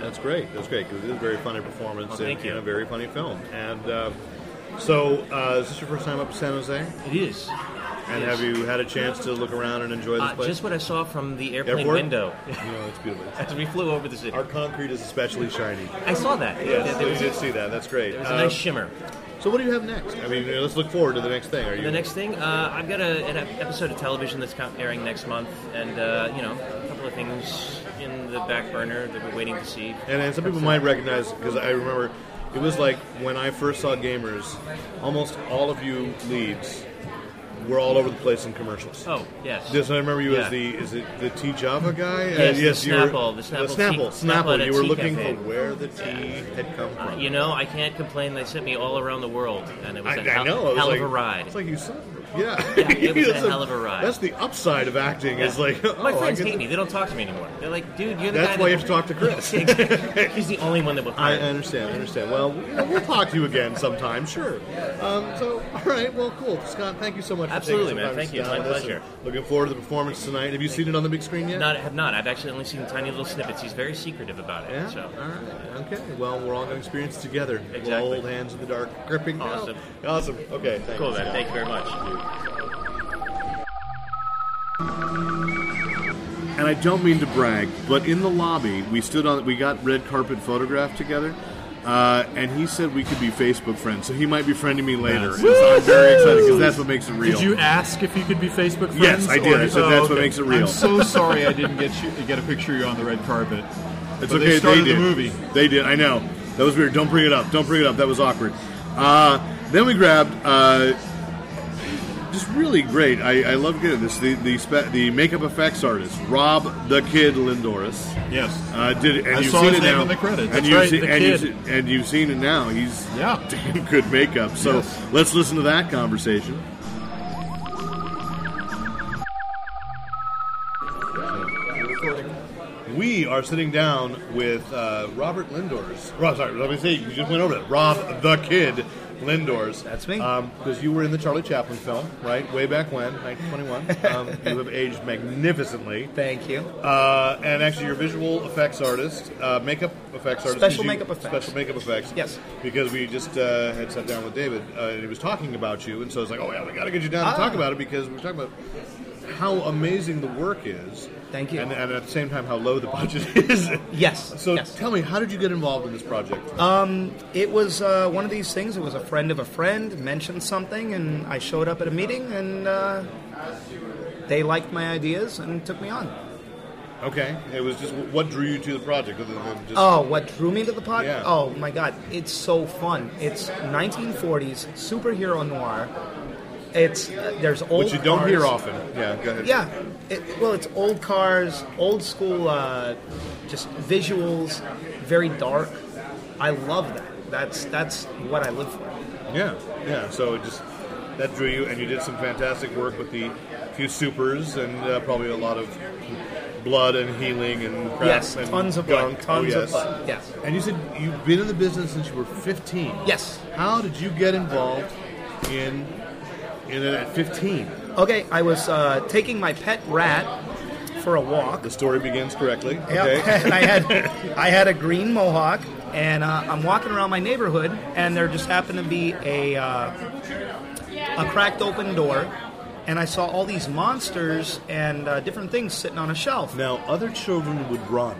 that's great. That's great. 'cause it is a very funny performance.
Well, thank
in,
you.
in a very funny film. And uh, so, uh, is this your first time up to San Jose?
It is.
And
Yes.
have you had a chance to look around and enjoy this
Uh,
place?
just what I saw from the airplane
Airport?
window
you know, it's beautiful.
as we flew over the city.
Our concrete is especially shiny.
I saw that. there,
Yes,
there
we
was,
did see that. That's great.
there was
Uh,
a nice shimmer.
so, what do you have next? I mean, you know, let's look forward to the next thing. Are you
The next thing, uh, I've got a, an ep- episode of television that's com- airing next month, and uh, you know, a couple of things in the back burner that we're waiting to see.
And, and some people might recognize because I remember it was like when I first saw Gamers, almost all of you leads were all over the place in commercials.
Oh yes,
This I remember you
Yeah.
as the is it the tea Java guy? Uh,
Yes, the
you were-
Snapple, the Snapple
uh, Snapple,
tea-
Snapple.
Snapple at a
You were
tea
looking
cafe.
for where the tea had come from.
Uh, you know, I can't complain. They sent me all around the world, and it was
I,
a
I
hell,
know. It was
hell
like,
of a ride.
It's like you saw. Yeah,
Yeah, it was a
That's
hell of a ride.
That's the upside of acting. Is like oh,
My
I
friends
get
hate
the-
me. They don't talk to me anymore. They're like, dude, you're the
That's
guy. that-
why you have to talk to Chris.
He's the only one that would
I
hire. me.
understand. I understand. Well, you know, we'll talk to you again sometime, sure. Um, so, all right. Well, cool, Scott. Thank you so much.
Absolutely,
for taking
man. Thank
some time to
you.
sit
It's
down
my
with us
pleasure.
and Looking forward to the performance tonight. Have you seen it on the big screen yet?
Not have not. I've actually only seen tiny little snippets. He's very secretive about it.
Yeah.
So.
All right. Okay. Well, we're all going to experience it together. We'll
Exactly.
hold hands in the dark, gripping.
Awesome.
Awesome. Okay. Thank
Cool,
you,
man.
Scott.
Thank you very much.
And I don't mean to brag, but in the lobby, we stood on, we got red carpet photographed together, uh, and he said we could be Facebook friends, so he might be friending me later. And so I'm very excited because that's what makes it real.
Did you ask if you could be Facebook friends?
Yes, I did.
or-
I said
oh,
that's what
okay.
makes it real.
I'm so sorry I didn't get you get a picture of you on the red carpet.
It's
But
okay.
They started
did.
the movie.
They did. I know. That was weird. Don't bring it up. Don't bring it up. That was awkward. Uh, then we grabbed uh, just really great. I, I love getting this. The the, spe- the makeup effects artist Rob the Kid Lindoris.
Yes.
Uh, did and
I
you've
saw
seen
his
it
name
now.
in the credits.
And
That's
you've
right,
seen,
the
and, you've
kid.
seen- and you've seen it now. He's
Yeah.
damn good makeup. So
Yes.
let's listen to that conversation.
We are sitting down with uh, Robert Lindors. Rob, sorry, let me say, you just went over that. Rob the Kid Lindors.
That's me.
Because you were in the Charlie Chaplin film, right? Way back when, 1921. Um, you have aged magnificently.
Thank you.
Uh, and actually, you're a visual effects artist, uh, makeup effects artist. 'cause
Special
you-
makeup effects.
Special makeup effects.
Yes.
Because we just uh, had sat down with David, uh, and he was talking about you, and so I was like, oh, yeah, we got to get you down to talk
Ah.
about it because we were talking about how amazing the work is.
Thank you.
And, and at the same time, how low the budget is.
Yes.
So
yes. Um,
tell me, how did you get involved in this project?
it was uh, one of these things. It was a friend of a friend mentioned something, and I showed up at a meeting, and uh, they liked my ideas and took me on.
okay. It was just what drew you to the project other than just.
Oh, what drew me to the podcast?
Yeah.
Oh my god, it's so fun! It's 1940s superhero noir. It's uh, there's old
which you don't hear
cars.
often. Yeah, go ahead.
Yeah, it, well, it's old cars, old school, uh, just visuals, very dark. I love that. That's that's what I live for.
Yeah, yeah. So it just that drew you, and you did some fantastic work with the few supers, and uh, probably a lot of blood and healing and crap
Yes,
and
tons of blood,
gunk.
tons
oh,
of
yes.
blood, yes.
And you said you've been in the business since you were 15.
Yes.
How did you get involved in in it at 15?
Okay, I was uh, taking my pet rat for a walk.
The story begins correctly.
Yep.
Okay.
and I had I had a green mohawk, and uh, I'm walking around my neighborhood, and there just happened to be a uh, a cracked open door, and I saw all these monsters and uh, different things sitting on a shelf.
Now other children would run.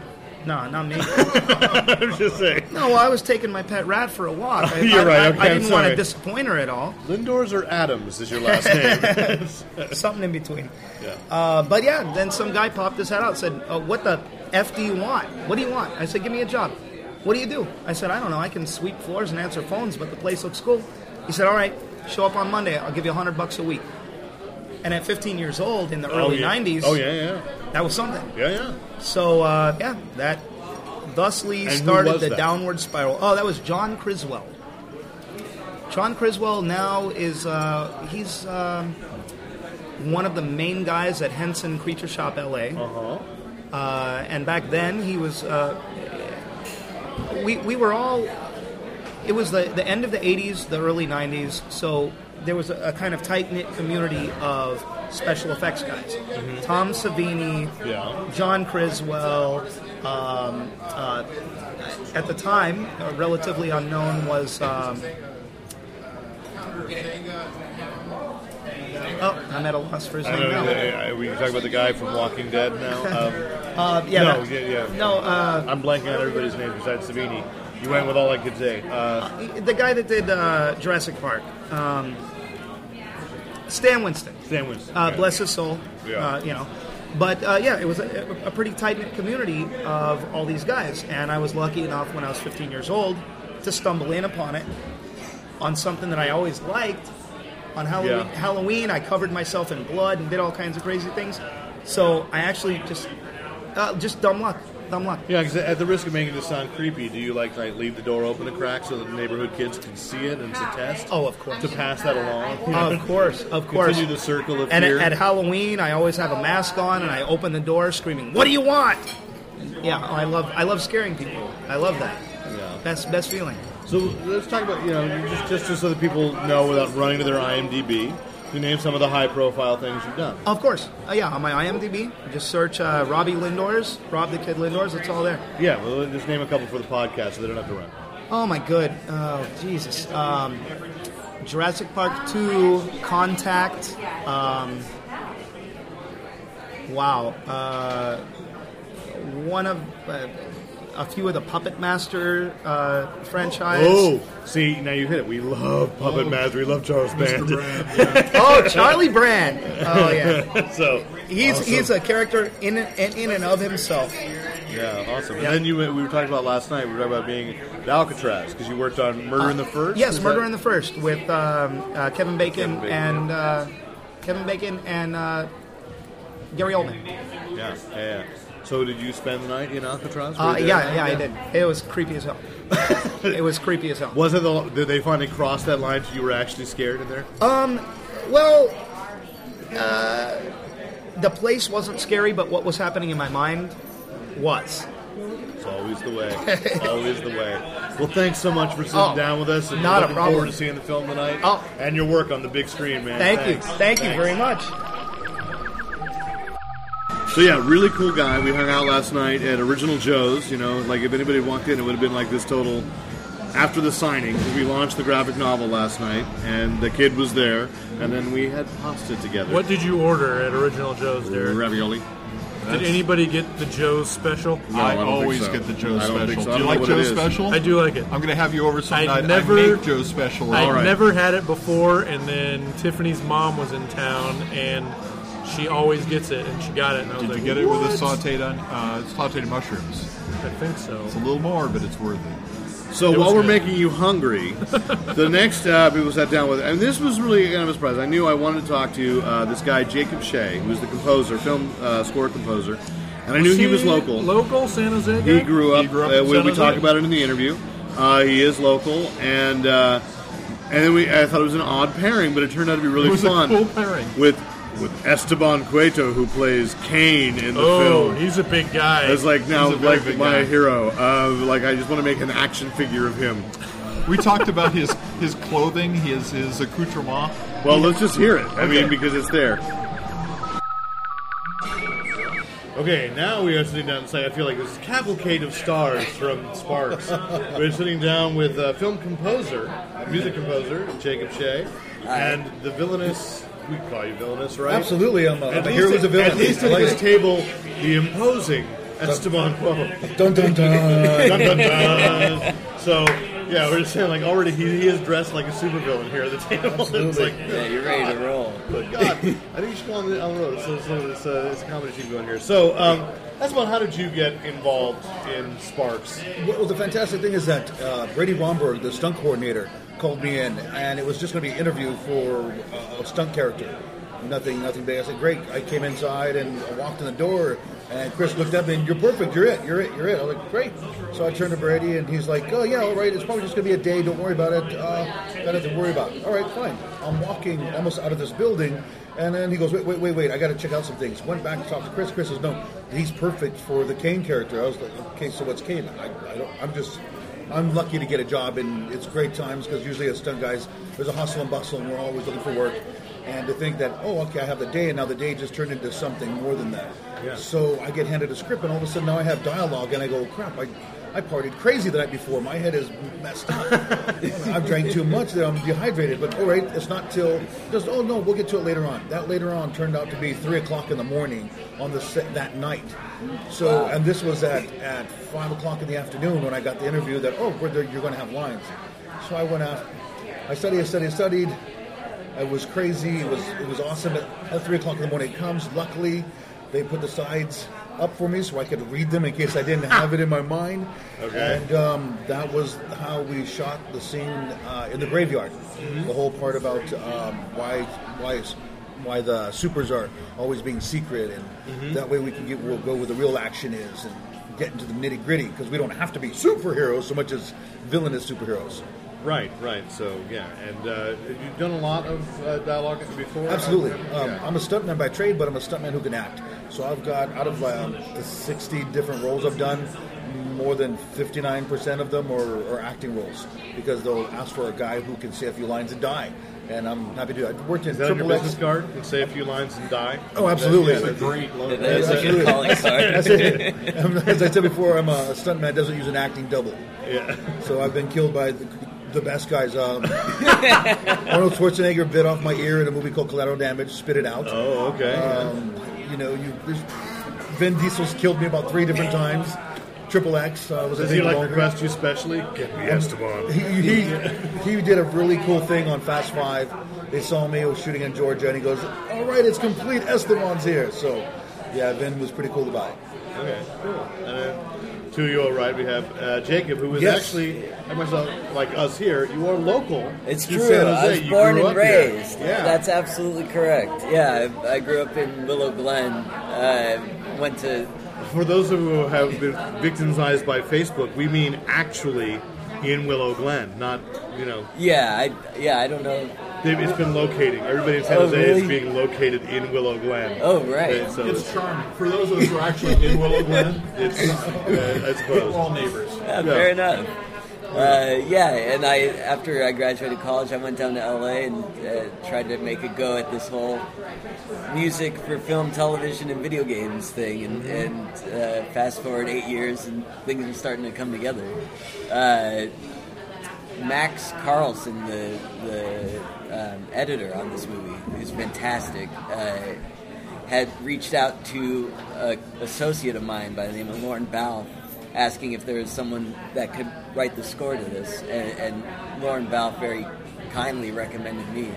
No, not me.
I'm just saying.
No, well, I was taking my pet rat for a walk. I,
You're
I-
right,
I-
okay,
I
I'm
didn't want
sorry.
to disappoint her at all.
Lindors or Adams is your last name.
Something in between.
Yeah.
Uh, but yeah, then some guy popped his head out and said, uh, What the F do you want? What do you want? I said, Give me a job. What do you do? I said, I don't know. I can sweep floors and answer phones, but the place looks cool. He said, All right, show up on Monday. I'll give you 100 bucks a week. And at 15 years old in the
Oh,
early
yeah.
90s,
Oh, yeah, yeah.
that was something.
Yeah, yeah.
So uh, yeah, that thusly
And who
started
was
the
that?
downward spiral. Oh, that was John Criswell. John Criswell now is uh, he's um, one of the main guys at Henson Creature Shop LA. Uh-huh. and back then he was uh, we we were all it was the, the end of the 80s, the early 90s, so there was a, a kind of tight knit community of special effects guys.
Mm-hmm.
Tom Savini, John Criswell, um, uh, at the time, uh, relatively unknown was. Um, oh, I'm at a loss for his
I
name
don't
now.
know. We can talk about the guy from Walking Dead now. Um,
Uh, yeah,
no,
that-
yeah, yeah.
no, uh,
I'm blanking on everybody's name besides Savini. You went with all I could say. Uh,
the guy that did uh, Jurassic Park, um, Stan Winston.
Stan Winston,
Uh,
okay.
Bless his soul.
Yeah.
Uh, you know. But uh, yeah, it was a, a pretty tight knit community of all these guys, and I was lucky enough when I was 15 years old to stumble in upon it on something that I always liked. On Halloween,
Yeah.
Halloween, I covered myself in blood and did all kinds of crazy things. So I actually just, uh, just dumb luck, dumb luck.
yeah, 'cause at the risk of making this sound creepy, do you like like leave the door open a crack so that the neighborhood kids can see it and it's a test?
Oh, of course.
To pass that along.
Of course, of course.
Continue the circle of
and at-
fear.
At, Halloween, I always have a mask on, and I open the door screaming, "What do you want?" Yeah, oh, I love I love scaring people. I love that.
Yeah.
Best best feeling.
So let's talk about you know just just just so that people know without running to their IMDb. You name some of the high profile things you've done.
Of course, uh, yeah. On my IMDb, just search uh, Robbie Lindors, Rob the Kid Lindors. It's all there.
Yeah, well, just name a couple for the podcast so they don't have to run.
Oh my good, oh Jesus! Um, Jurassic Park Two, Contact. Um, wow, uh, one of uh, a few of the Puppet Master uh, franchise.
Oh, see, now you hit it. We love Puppet Master. We love Charles Band.
Oh, Charlie Brand. Oh yeah,
so
he's
awesome.
he's a character in and in and of himself.
yeah, awesome. And then you we were talking about last night. We were talking about being at Alcatraz because you worked on Murder in the First.
Uh, Yes,
Is
Murder
that-
in the First with um, uh, Kevin, Bacon
Kevin Bacon.
and uh, Kevin Bacon and uh, Gary Oldman.
Yeah, yeah. yeah. So did you spend the night in Alcatraz?
Uh,
Were you
yeah,
there?
yeah, I did. It was creepy as hell. it was creepy as hell.
Was it? The, did they finally cross that line? So you were actually scared in there?
Um, well, uh, the place wasn't scary, but what was happening in my mind was.
It's always the way. always the way. Well, thanks so much for sitting
Oh,
down with us. And
not a
looking
problem.
Forward to seeing the film tonight.
Oh.
and your work on the big screen, man.
Thank
Thanks.
you, thank you very much.
So yeah, really cool guy. We hung out last night at Original Joe's. You know, like if anybody walked in, it would have been like this total. After the signing, 'cause we launched the graphic novel last night, and the kid was there, and then we had pasta together.
What did you order at Original Joe's, Derek?
Ravioli.
Did anybody get the Joe's special?
No, I I don't think
always so. get the Joe's I don't think special. so. I
Do
don't
you
know
like
what it
Joe's
is.
special? I do like it.
I'm going to have you over some night. I make Joe's special.
I
All right.
never had it before, and then Tiffany's mom was in town, and she always gets it, and she got it. And I was
Did
like,
you get it with the
"What?"
sautéed on uh, sautéed mushrooms?
I think so.
It's a little more, but it's worth it.
So
It was
while we're
good.
making you hungry, the next uh, people sat down with, and this was really kind of a surprise. I knew I wanted to talk to uh, this guy Jacob Shea, who's the composer, film uh, score composer, and I knew he was local.
Local San Jose.
He
guy?
grew up. uh,
in
we
San
we
Jose.
talk about it in the interview. Uh, he is local, and uh, and then we I thought it was an odd pairing, but it turned out to be really
It was a
fun
cool pairing.
with
with Esteban Cueto, who plays Kane in the
oh,
film.
he's a big guy.
It's like now,
He's a very
like
big
my
guy.
hero. Uh, like I just want to make an action figure of him.
We talked about his his clothing, his his accoutrement.
Well, let's just hear it. I mean,
Okay.
because it's there.
Okay, now we are sitting down and say, I feel like this is cavalcade of stars from Sparks. We're sitting down with uh, film composer, music composer, Jacob Shea, and the villainous, we call you villainous, right?
Absolutely, I'm a- I'm a hero who's a villain.
At least
I
at
like
this
it.
table, the imposing Esteban Cuomo.
Dun, dun, dun.
Dun, dun, dun. So, yeah, we're just saying, like, already he, he is dressed like a supervillain here at the table. it's
Absolutely.
like,
Yeah, you're ready to roll.
Good God. I think you should go on the, on the road. So, so it's, uh, it's a comedy team going here. So, um, that's about how did you get involved in Sparks?
Well, the fantastic thing is that uh, Brady Romberg, the stunt coordinator, called me in, and it was just going to be an interview for uh, a stunt character. Nothing, nothing big. I said, "Great." I came inside and I walked in the door, and Chris looked at me and, "You're perfect. You're it. You're it. You're it." I was like, "Great." So I turned to Brady, and he's like, "Oh yeah, all right. It's probably just going to be a day. Don't worry about it. Uh, got nothing to worry about. All right, fine." I'm walking almost out of this building, and then he goes, "Wait, wait, wait, wait. I got to check out some things." Went back to talk to Chris. Chris says, "No, he's perfect for the Kane character." I was like, "Okay, so what's Kane?" I, I don't. I'm just. I'm lucky to get a job, and it's great times because usually as stunt guys, there's a hustle and bustle, and we're always looking for work. And to think that, oh, okay, I have the day, and now the day just turned into something more than that.
Yeah.
So I get handed a script, and all of a sudden now I have dialogue, and I go, crap, I, I partied crazy the night before. My head is messed up. I've drank too much, that I'm dehydrated. But all right, it's not till just, oh no, we'll get to it later on. That later on turned out to be 3 o'clock in the morning on the set that night. So, and this was at, at 5 o'clock in the afternoon when I got the interview that, oh, we're there, you're going to have lines. So I went out. I studied, I studied, I studied. It was crazy. It was it was awesome. At, at three o'clock in the morning, it comes. Luckily, they put the sides up for me so I could read them in case I didn't have it in my mind.
Okay.
And um, that was how we shot the scene uh, in the graveyard.
Mm-hmm.
The whole part about um, why why why the supers are always being secret, and
Mhm.
that way we can get we'll go where the real action is and get into the nitty gritty because we don't have to be superheroes so much as villainous superheroes.
Right, right. So, yeah. And uh, you've done a lot of uh, dialogue before?
Absolutely. Um,
Yeah.
I'm a stuntman by trade, but I'm a stuntman who can act. So I've got out of um, the 60 different roles I've done, more than 59% of them are, are acting roles because they'll ask for a guy who can say a few lines and die. And I'm happy to do that. I worked in
Is that on your
Triple X.
business card? And say a few lines and die?
Oh, absolutely.
That's, yeah, that's a great logo.
Absolutely. That's it. Um, As I said before, I'm a stuntman that doesn't use an acting double.
Yeah.
So I've been killed by the, the best guys. Um, Arnold Schwarzenegger bit off my ear in a movie called Collateral Damage, spit it out.
Oh, okay.
Um, you know, you, there's, Vin Diesel's killed me about three different times. Triple X. Uh, was
Does
I
he
think,
like
longer.
request you specially? Get me Esteban.
He, he, he did a really cool thing on Fast Five. They saw me, I was shooting in Georgia, and he goes, All right, it's complete. Esteban's here. So, yeah, Vin was pretty cool about it.
Okay, cool. And then to your right, we have uh, Jacob, who is
Yes.
actually, like myself, like us here, you are local.
It's
to
True.
San
I
Jose.
was
You
born
grew
and
up here.
raised.
Yeah.
That's absolutely correct. Yeah, I, I grew up in Willow Glen. Uh, went to.
For those of you who have been victimized by Facebook, we mean actually in Willow Glen, not, you know.
Yeah, I yeah I don't know.
They've, it's been locating. Everybody in San
Oh,
Jose is
really?
being located in Willow Glen.
Oh, right.
And so
It's charming for those of us who are actually in Willow Glen.
It's uh, I suppose
all neighbors.
Yeah, fair enough. Uh, yeah, and I after I graduated college, I went down to LA and uh, tried to make a go at this whole music for film, television, and video games thing. And, and
Mm-hmm.
uh, fast forward eight years, and things are starting to come together. Uh, Max Carlson, the the um, editor on this movie, who's fantastic. Uh, had reached out to an associate of mine by the name of Lauren Ball, asking if there was someone that could write the score to this, and, and Lauren Ball very kindly recommended me.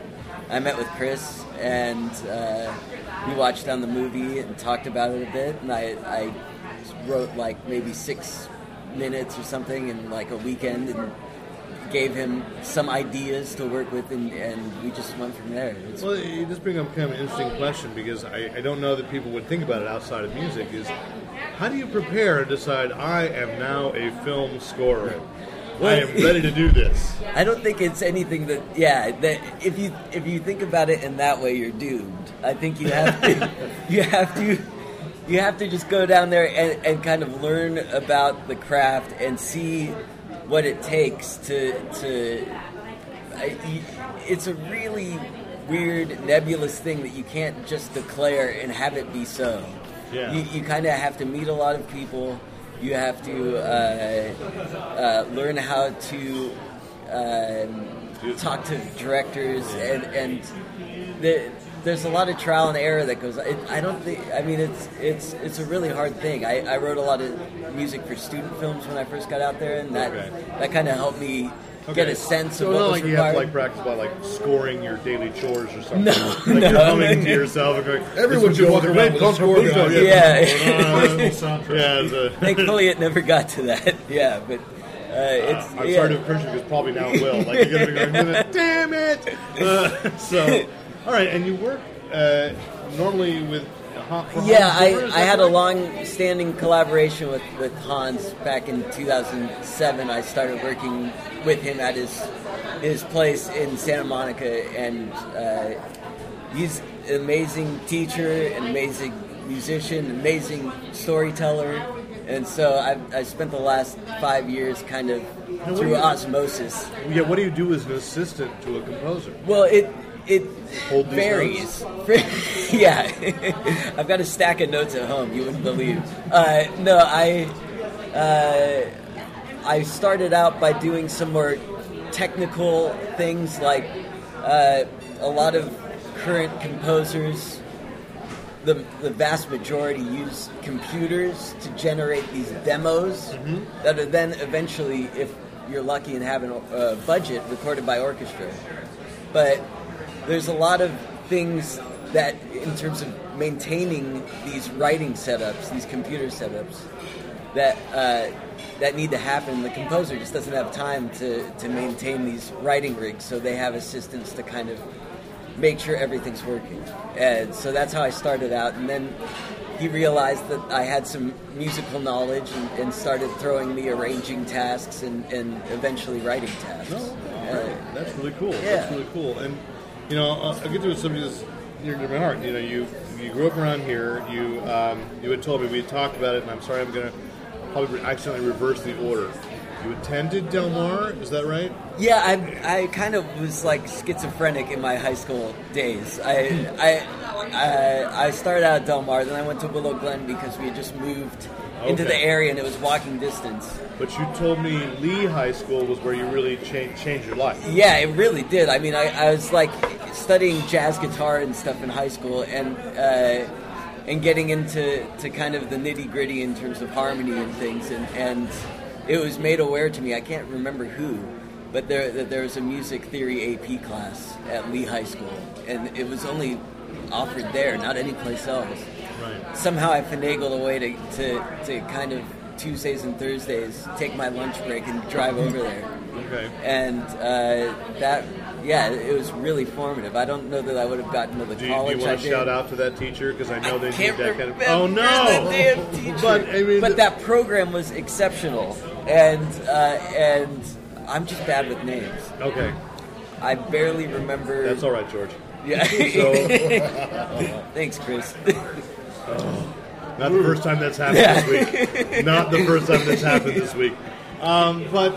I met with Chris, and uh, we watched on the movie and talked about it a bit, and I, I wrote like maybe six minutes or something in like a weekend, and gave him some ideas to work with, and, and we just went from there. It's-
Well, you just bring up kind of an interesting question because I, I don't know that people would think about it outside of music. Is how do you prepare and decide I am now a film scorer? I am ready to do this.
I don't think it's anything that yeah that if you if you think about it in that way you're doomed. I think you have to you have to you have to just go down there and, and kind of learn about the craft and see what it takes to to I- you- it's a really weird nebulous thing that you can't just declare and have it be so.
Yeah.
You, you kind of have to meet a lot of people. You have to uh, uh, learn how to um talk to directors, and and the, there's a lot of trial and error that goes. It, I don't think. I mean, it's it's it's a really hard thing. I, I wrote a lot of music for student films when I first got out there, and that
Okay.
that kind of helped me get a sense
so
of what
not
was
like
required.
you have to like practice by like scoring your daily chores or something.
No,
like
no.
you're humming to yourself. And going,
Everyone
"This
should
would
walk
go
around
great,
with
don't
a
score
score
goals."
guide. Yeah.
yeah. it's a-
Thankfully, it never got to that. Yeah, but uh, it's.
I'm
yeah.
sorry to encourage you because probably now it will. Like you're gonna be going, damn it! Uh, so, all right, and you work uh, normally with. Hon- for
Yeah,
Hans Zimmer, is
I, I
that
had a
correct?
long-standing collaboration with, with Hans back in 2007. I started working with him at his his place in Santa Monica, and uh, he's an amazing teacher, an amazing musician, an amazing storyteller, and so I, I spent the last five years kind of
do
through
you-
osmosis.
Yeah, what do you do as an assistant to a composer?
Well, it it
Hold these
varies. yeah, I've got a stack of notes at home. You wouldn't believe. Uh, no, I uh, I started out by doing some more technical things, like uh, a lot of current composers. The, the vast majority use computers to generate these demos that are then eventually, if you're lucky and have a budget, recorded by orchestra but there's a lot of things that in terms of maintaining these writing setups these computer setups that uh, that need to happen the composer just doesn't have time to, to maintain these writing rigs so they have assistants to kind of make sure everything's working and so that's how i started out and then he realized that i had some musical knowledge and, and started throwing me arranging tasks and, and eventually writing tasks Uh,
Right. That's really cool.
Yeah.
That's really cool. And you know, I'll, I'll get to somebody that's near to my heart. You know, you you grew up around here. You um, you had told me we had talked about it, and I'm sorry, I'm gonna probably accidentally reverse the order. You attended Del Mar, is that right?
Yeah, I, I kind of was like schizophrenic in my high school days. I I I, I started out at Del Mar, then I went to Willow Glen because we had just moved into the
Okay.
area and it was walking distance.
But you told me Lee High School was where you really cha- changed your life.
Yeah, it really did. I mean, I, I was like studying jazz guitar and stuff in high school, and uh, and getting into to kind of the nitty gritty in terms of harmony and things, and and it was made aware to me. I can't remember who, but there that there was a music theory AP class at Lee High School, and it was only offered there, not anyplace else.
Right.
Somehow I finagled a way to, to, to kind of Tuesdays and Thursdays take my lunch break and drive over there
Okay.
and uh, that yeah it was really formative i don't know that i would have gotten to the
Do you, do
college
you
I
want to
did.
shout out to that teacher because I know they
can't
need that kind of.
remember
Oh no!
the damn teacher.
But I mean,
But that program was exceptional and uh, and i'm just bad with names
okay
i barely remember
that's all right, George.
yeah
So-
thanks chris
Not the first time that's happened
Yeah.
this week. Not the first time that's happened this week. Um, but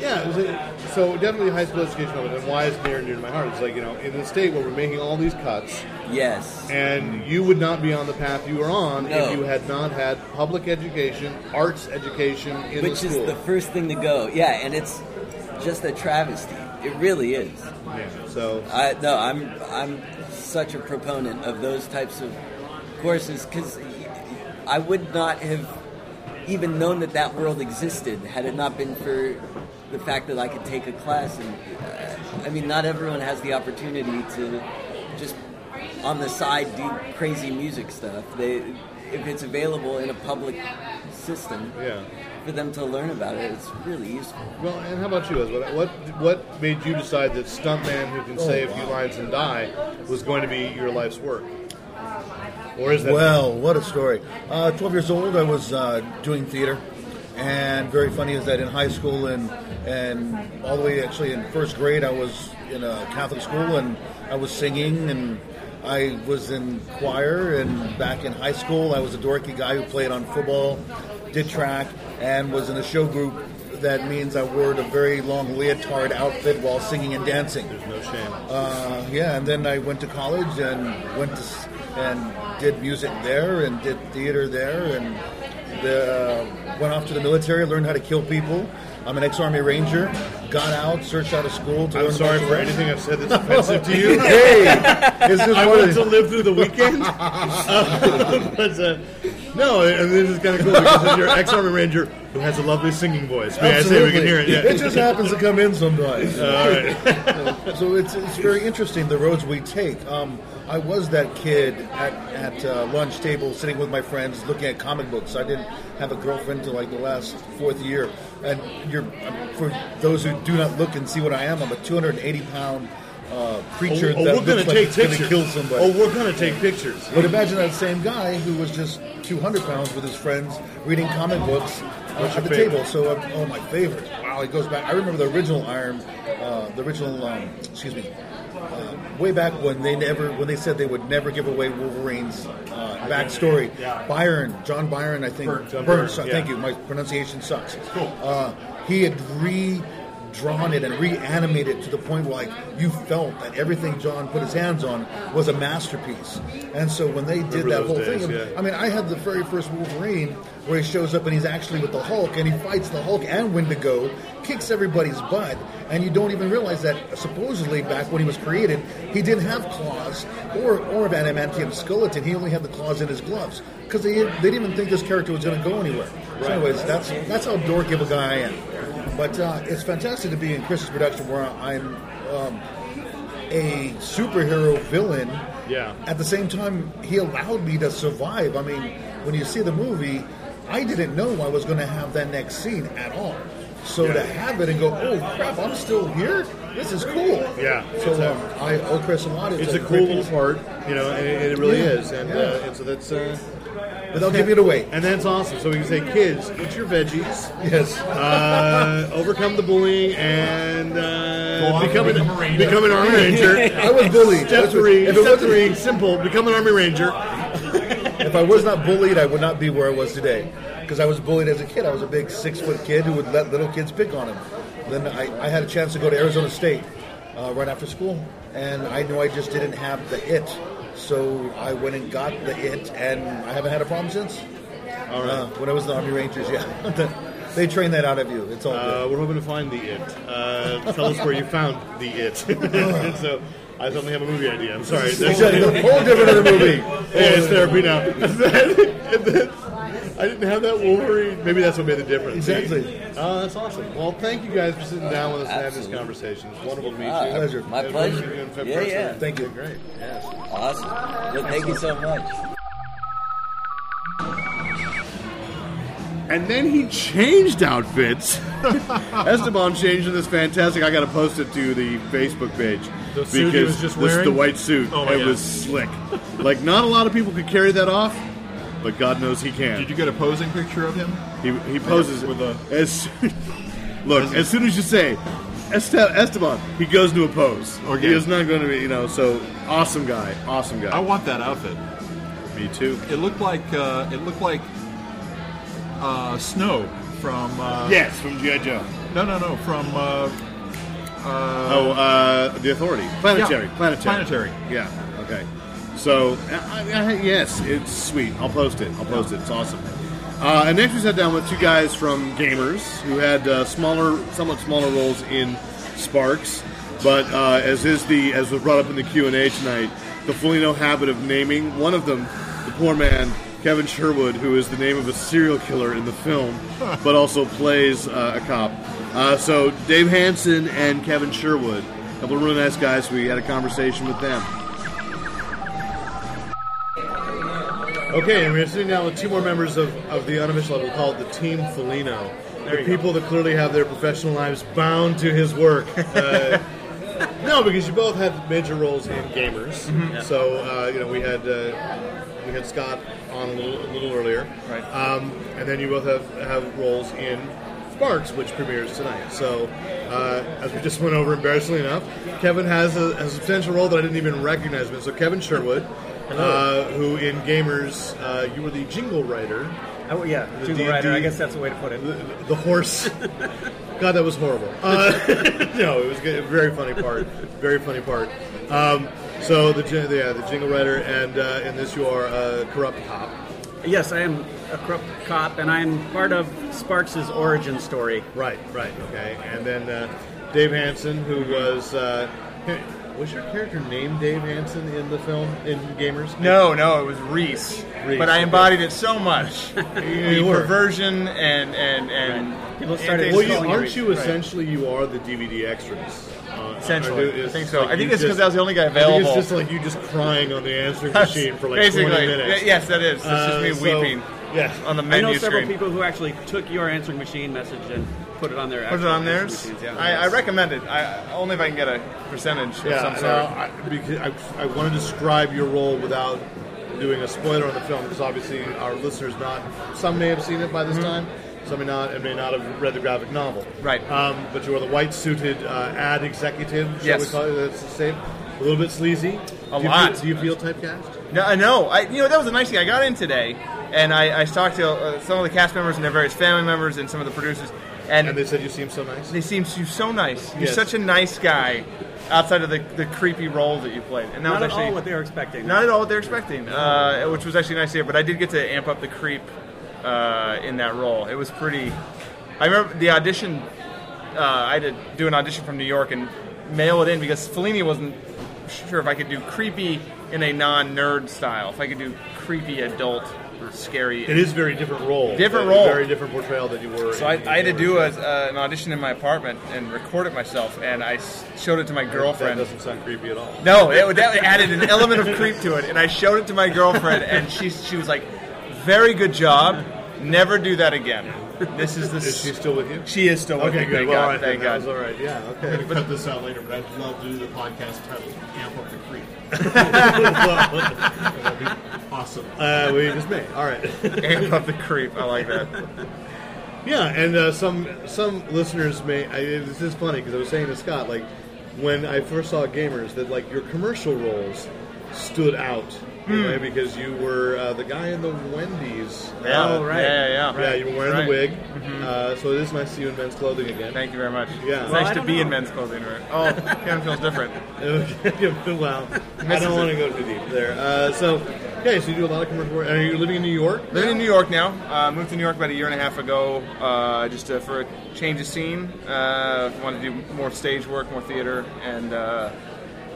yeah, it was a- so definitely high school education moment, and why it's near and dear to my heart. It's like you know, in the state where we're making all these cuts.
Yes.
And you would not be on the path you were on
No.
if you had not had public education, arts education in
which
the
is
school.
the first thing to go yeah and it's just a travesty it really is
so
I, no, I'm I'm such a proponent of those types of courses because I would not have even known that that world existed had it not been for the fact that I could take a class. And uh, I mean, not everyone has the opportunity to just on the side do crazy music stuff. They if it's available in a public system,
Yeah.
for them to learn about it, it's really useful.
Well, and how about you, Ezra? What what made you decide that stuntman who can
Oh,
say a
wow.
few lines and die was going to be your life's work? Or is that
well, what a story. Uh, 12 years old, I was uh, doing theater, And very funny is that in high school and and all the way actually in first grade, I was in a Catholic school and I was singing and I was in choir. And back in high school, I was a dorky guy who played on football, did track, and was in a show group. That means I wore a very long leotard outfit while singing and dancing. There's
no shame.
Uh, yeah, and then I went to college and went to s- and did music there and did theater there and the, uh, went off to the military, learned how to kill people. I'm an ex-army ranger. Got out, searched out of school. To
I'm
learn
sorry
martial
for
arts.
anything I've said that's offensive to you.
hey, is this
I
one
want
of-
to live through the weekend. Uh, but, uh, no, I mean, this is kind of cool because you're an ex-army ranger who has a lovely singing voice. May I say we can hear it? Yeah.
just happens to come in sometimes.
Uh,
so it's, it's very interesting the roads we take. Um, I was that kid at, at uh, lunch table sitting with my friends looking at comic books. I didn't have a girlfriend till like the last fourth year. And you're for those who do not look and see what I am, I'm a 280 pound uh, creature
Oh, oh,
that
we're gonna
looks like
take
it's gonna
pictures.
kill somebody.
Oh, we're gonna take pictures.
But imagine that same guy who was just 200 pounds with his friends reading comic books uh,
What's
at the
your favorite?
table. So, uh, oh, my favorite. Wow, it goes back. I remember the original Iron, uh, the original, um, excuse me, uh, way back when they never, when they said they would never give away Wolverine's uh, backstory.
Yeah.
Byron, John Byron, I think.
Byrne, John
Byrne,
Byrne,
uh, Thank
yeah.
you. My pronunciation sucks. Cool. Uh, he had redrawn it and reanimated it to the point where like you felt that everything John put his hands on was a masterpiece. And so when they did
Remember
that
those
whole
days,
thing,
yeah.
I mean, I had the very first Wolverine where he shows up and he's actually with the Hulk and he fights the Hulk and Wendigo, kicks everybody's butt, and you don't even realize that supposedly back when he was created, he didn't have claws or or an adamantium skeleton. He only had the claws in his gloves because they, they didn't even think this character was going to go anywhere. So,
Right.
anyways, that's that's how dorky of a guy I am. But uh, it's fantastic to be in Chris's production where I'm um, a superhero villain
yeah.
at the same time, he allowed me to survive. I mean, when you see the movie, I didn't know I was going to have that next scene at all. So
Yeah.
to have it and go, oh crap, I'm still here. This is cool.
Yeah.
So
It's a-
um, I owe Chris a lot.
It's a
great
cool little
piece.
part, you know, and it, it really
Yeah.
is. And,
Yeah.
uh, and so that's. Uh,
But they'll give it away.
And that's awesome. So we can say, kids, eat your veggies.
Yes.
Uh, overcome the bullying and
Go
uh,
on,
become,
become a
an,
Marine.
become an Army Ranger.
I was bullied. I
Step
was-
three.
if it
Step
wasn't-
three. Simple. Become an Army Ranger.
if I was not bullied, I would not be where I was today. Because I was bullied as a kid. I was a big six foot kid who would let little kids pick on him. Then I, I had a chance to go to Arizona State uh, right after school, and I knew I just didn't have the it. So I went and got the it, and I haven't had a problem since.
All right.
Uh, when I was in the Army Rangers, yeah. they train that out of you. It's all
Uh,
good.
we're hoping to find the it. Uh, tell us where you found the it. so I suddenly have a movie idea. I'm sorry.
This is a whole different other movie.
Hey, it's therapy now. I didn't have that Wolverine. Maybe that's what made the difference.
Exactly.
Oh, that's awesome. Well, thank you guys for sitting down with us and having this conversation. It's wonderful to meet you.
Ah,
Pleasure.
My
It was
pleasure.
wonderful to meet you in
Yeah,
person.
yeah.
Thank you.
Great. Yes.
Awesome. Well, thank you so much.
And then he changed outfits. Esteban changed to this fantastic. I got to post it to the Facebook page
The suit he was just
this is the
wearing?
white suit.
Oh my
it
God.
was slick. like not a lot of people could carry that off, but God knows he can.
Did you get a posing picture of him?
He, he poses
With a-
as look as soon as you say Este- Esteban, he goes to a pose.
Okay.
He is not going to be, you know. So awesome guy, awesome guy.
I want that outfit.
Me too.
It looked like uh, it looked like uh, snow from. Uh,
Yes, from GI Joe.
No, no, no, from. Uh, uh,
Oh, uh, the Authority, planetary,
Yeah,
planetary,
planetary.
Yeah. Okay. So, I, I, yes, it's sweet. I'll post it. I'll post it. It's awesome. Uh, and next we sat down with two guys from Gamers who had uh, smaller, somewhat smaller roles in Sparks, but uh, as is the as was brought up in the Q and A tonight, the Foligno habit of naming one of them, the poor man Kevin Sherwood, who is the name of a serial killer in the film, but also plays uh, a cop. Uh, so Dave Hansen and Kevin Sherwood, a couple of really nice guys. We had a conversation with them.
Okay, and we're sitting down with two more members of, of the unofficial level called the Team Felino. The people that clearly have their professional lives bound to his work. Uh, no, because you both had major roles in gamers.
Mhm. Yeah.
So uh, you know we had uh, we had Scott
on a little, a little earlier. Right. Um, and then you both have, have roles in Sparks, which premieres tonight. So, uh, as we just went over, embarrassingly enough, Kevin has a, has a substantial role that I didn't even recognize him in. So, Kevin Sherwood,
Hello.
uh, who in Gamers, uh, you were the jingle writer.
Oh, yeah,
The
jingle
D&D
writer. I guess that's the way to put it.
the horse. God, that was horrible. Uh, no, it was good. very funny part. Very funny part. Um, so the jin- yeah, the jingle writer, and uh, in this you are a corrupt cop.
Yes, I am a corrupt cop, and I'm part of Sparks' origin story.
Right, right, okay. And then uh, Dave Hansen, who was uh, was your character named Dave Hansen in the film in Gamers?
No, no, it was Reese.
Reese,
but I
okay.
embodied it so much. the
You were.
perversion and and and and things
Well, you,
calling
aren't
Reese.
you
Right.
essentially you are the DVD extras? Uh,
Essentially.
or do- is-
I think so. I
you
think it's 'cause
just-
I was the only guy
I think
available.
it's just like you just crying on the answering
That's
machine for like
basically-
20 minutes.
y- yes, that is. That's just
Uh,
me
so-
weeping on the
I
menu
know several
screen.
people who actually took your answering machine message and put it on their
Put it
actual
on
answering
theirs.
machines, yeah.
I, I recommend it. I, only if I can get a percentage
Yeah,
of some
now,
sort.
I, because I, I want to describe your role without doing a spoiler on the film, because obviously our listeners not some may have seen it by
Mm-hmm.
this time, some may not, and may not have read the graphic novel. Right. Um, but you are the white-suited uh, ad executive. Shall
Yes.
we call it? That's the same. A little bit sleazy.
A
do you
lot.
Feel, do you feel typecast?
No, I know. I, you know, that was a nice thing. I got in today, and I, I talked to uh, some of the cast members and their various family members and some of the producers. And,
they said you seem so nice.
They seem you so nice. You're
Yes.
such a nice guy, outside of the, the creepy role that you played. And that
Not
was
at all
actually
what they were expecting.
not at all what they're expecting, uh, which was actually nice to hear. But I did get to amp up the creep uh, in that role. It was pretty. I remember the audition. Uh, I had to do an audition from New York and mail it in because Fellini wasn't sure if I could do creepy in a non-nerd style. If I could do creepy adult, scary.
It is a very different role.
Different
A
role.
Very different portrayal that you were.
So I,
in-
I had to
you were
do a,
in.
uh, an audition in my apartment and record it myself, and I s- showed it to my girlfriend.
That doesn't sound creepy at all.
No, it, that added an element of creep to it, and I showed it to my girlfriend, and she she was like, "Very good job. Never do that again." This is the.
Is she still with you?
She is still with
Okay,
me.
good.
Thank
Well, all
God.
right,
thank God.
then, that was all right. Yeah, okay.
But-
cut this out later, but I'd love to do the podcast titled Amp Up the Creep. That'd be awesome. Uh, we just may. All right.
Amp Up the Creep. I like that.
Yeah, and uh, some some listeners may. I, this is funny because I was saying to Scott, like when I first saw Gamers, that like your commercial roles stood out. in a
Hmm.
way, because you were uh, the guy in the Wendy's.
Yeah.
uh,
Oh, right. Yeah, yeah, yeah.
Yeah, you were wearing
Right. Mm-hmm.
the wig. Uh, so it is nice to see you in men's clothing again.
Thank you very much.
Yeah.
It's nice to be in men's clothing. Right? Oh, Ken feels different.
Okay, well, I
Misses
don't want
it.
to go too deep there. Uh, so, okay, so you do a lot of commercial work. Are you living in New York?
Living in New York now. Uh, moved to New York about a year and a half ago, uh, just uh, for a change of scene. Uh, wanted to do more stage work, more theater, and uh,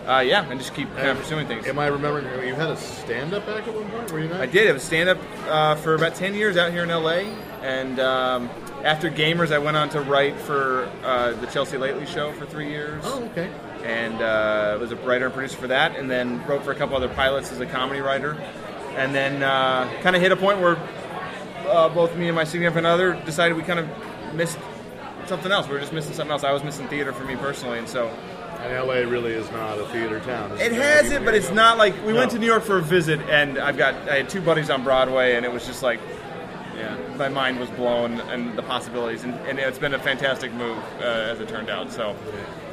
uh, yeah, and just keep kind of pursuing things.
Am I remembering correctly, you had a stand-up act at one point? Were you not?
I did. I was stand up uh, for about 10 years out here in LA. And um, after Gamers, I went on to write for uh, the Chelsea Lately show for three years.
Oh, okay.
And uh, was a writer and producer for that. And then wrote for a couple other pilots as a comedy writer. And then uh, kind of hit a point where uh, both me and my significant other decided we kind of missed something else. We were just missing something else. I was missing theater for me personally. And so.
And LA really is not a theater town.
It has it, but it's not like we went to New York for a visit, and I've got I had two buddies on Broadway, and it was just like, yeah, my mind was blown and the possibilities, and, and it's been a fantastic move uh, as it turned out. So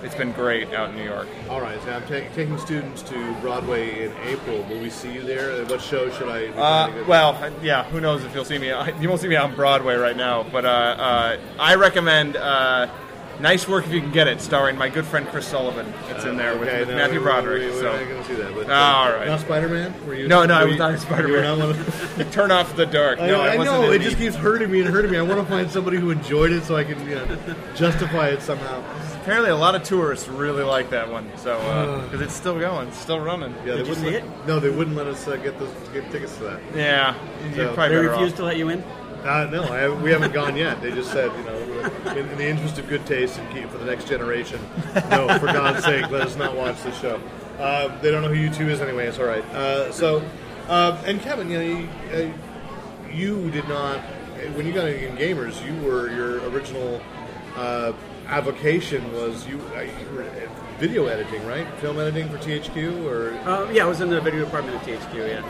it's been great out in New York.
All right, so I'm ta- taking students to Broadway in April. Will we see you there? What show should I?
Uh, well, yeah, who knows if you'll see me? You won't see me on Broadway right now, but uh, uh, I recommend. Uh, Nice work if you can get it, starring my good friend Chris Sullivan. It's in there with,
Uh, okay,
with
no,
Matthew
we-
Broderick.
we- we're
so. Ah,
not gonna see that, but, uh,
all right.
not Spider-Man? Were you-
no, no, I
were
was
you-
not in
you were
Spider-Man.
not
Turn off the dark.
I
no,
know,
I
I
wasn't
know,
in
it
the-
just keeps hurting me and hurting me. I want to find somebody who enjoyed it so I can you know, justify it somehow.
Apparently, a lot of tourists really like that one, so because it's still going, it's still running.
Yeah, they wouldn't let, No, they wouldn't let us uh, get those get tickets to that.
Yeah, you're probably They better refused off. to
let you in.
Uh, no, I, haven't- we haven't gone yet. They just said, you know, in, in the interest of good taste and keep for the next generation. No, for God's sake, let us not watch the show. Uh, they don't know who you two is anyway. It's all right. Uh, so, um, and Kevin, you know, you, uh, you did not when you got in gamers. You were your original uh, avocation was you, uh, you were video editing, right? Film editing for THQ or
Uh, yeah, I was in the video department at THQ. Yeah.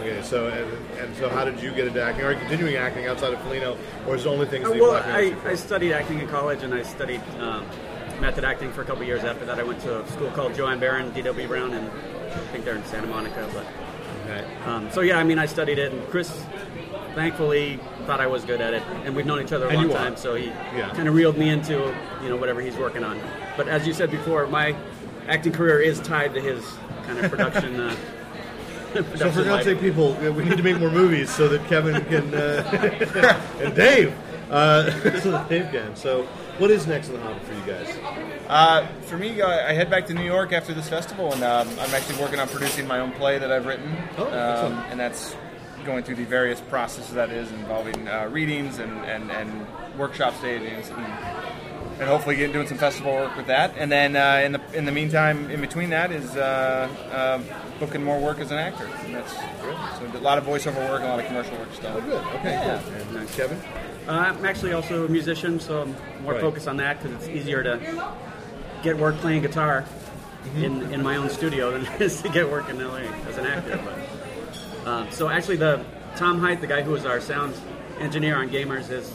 Okay, so and, and so, how did you get into acting? Are you continuing acting outside of Polino, or is the only things
Uh,
that you've
well,
gotten
I,
into?
I studied acting in college, and I studied um, method acting for a couple years. After that, I went to a school called Joanne Barron, D.W. Brown, and I think they're in Santa Monica. But um, so yeah, I mean, I studied it, and Chris, thankfully, thought I was good at it, and we've known each other a
And
long
you are.
time, so he
Yeah.
kind of reeled me into you know whatever he's working on. But as you said before, my acting career is tied to his kind of production. uh,
So
production
for God's
life.
sake, people, uh, we need to make more movies so that Kevin can uh, and Dave, uh, so that Dave can. So, what is next in the hopper for you guys?
Uh, for me, I I head back to New York after this festival, and um, I'm actually working on producing my own play that I've written.
Oh, excellent.
Um, and that's going through the various processes that is involving uh, readings and, and, and workshop stagings, and, and hopefully getting doing some festival work with that. And then uh, in the in the meantime, in between that is uh, uh, booking more work as an actor. And that's good. So a lot of voiceover work, a lot of commercial work stuff.
Oh, good. Okay,
Yeah.
cool. And uh, Kevin,
Uh, I'm actually also a musician, so I'm more
Right.
focused on that because it's easier to get work playing guitar
Mm-hmm.
in, in my own studio than it is to get work in LA as an actor. But, um, so actually, the Tom Height, the guy who was our sound engineer on Gamers, is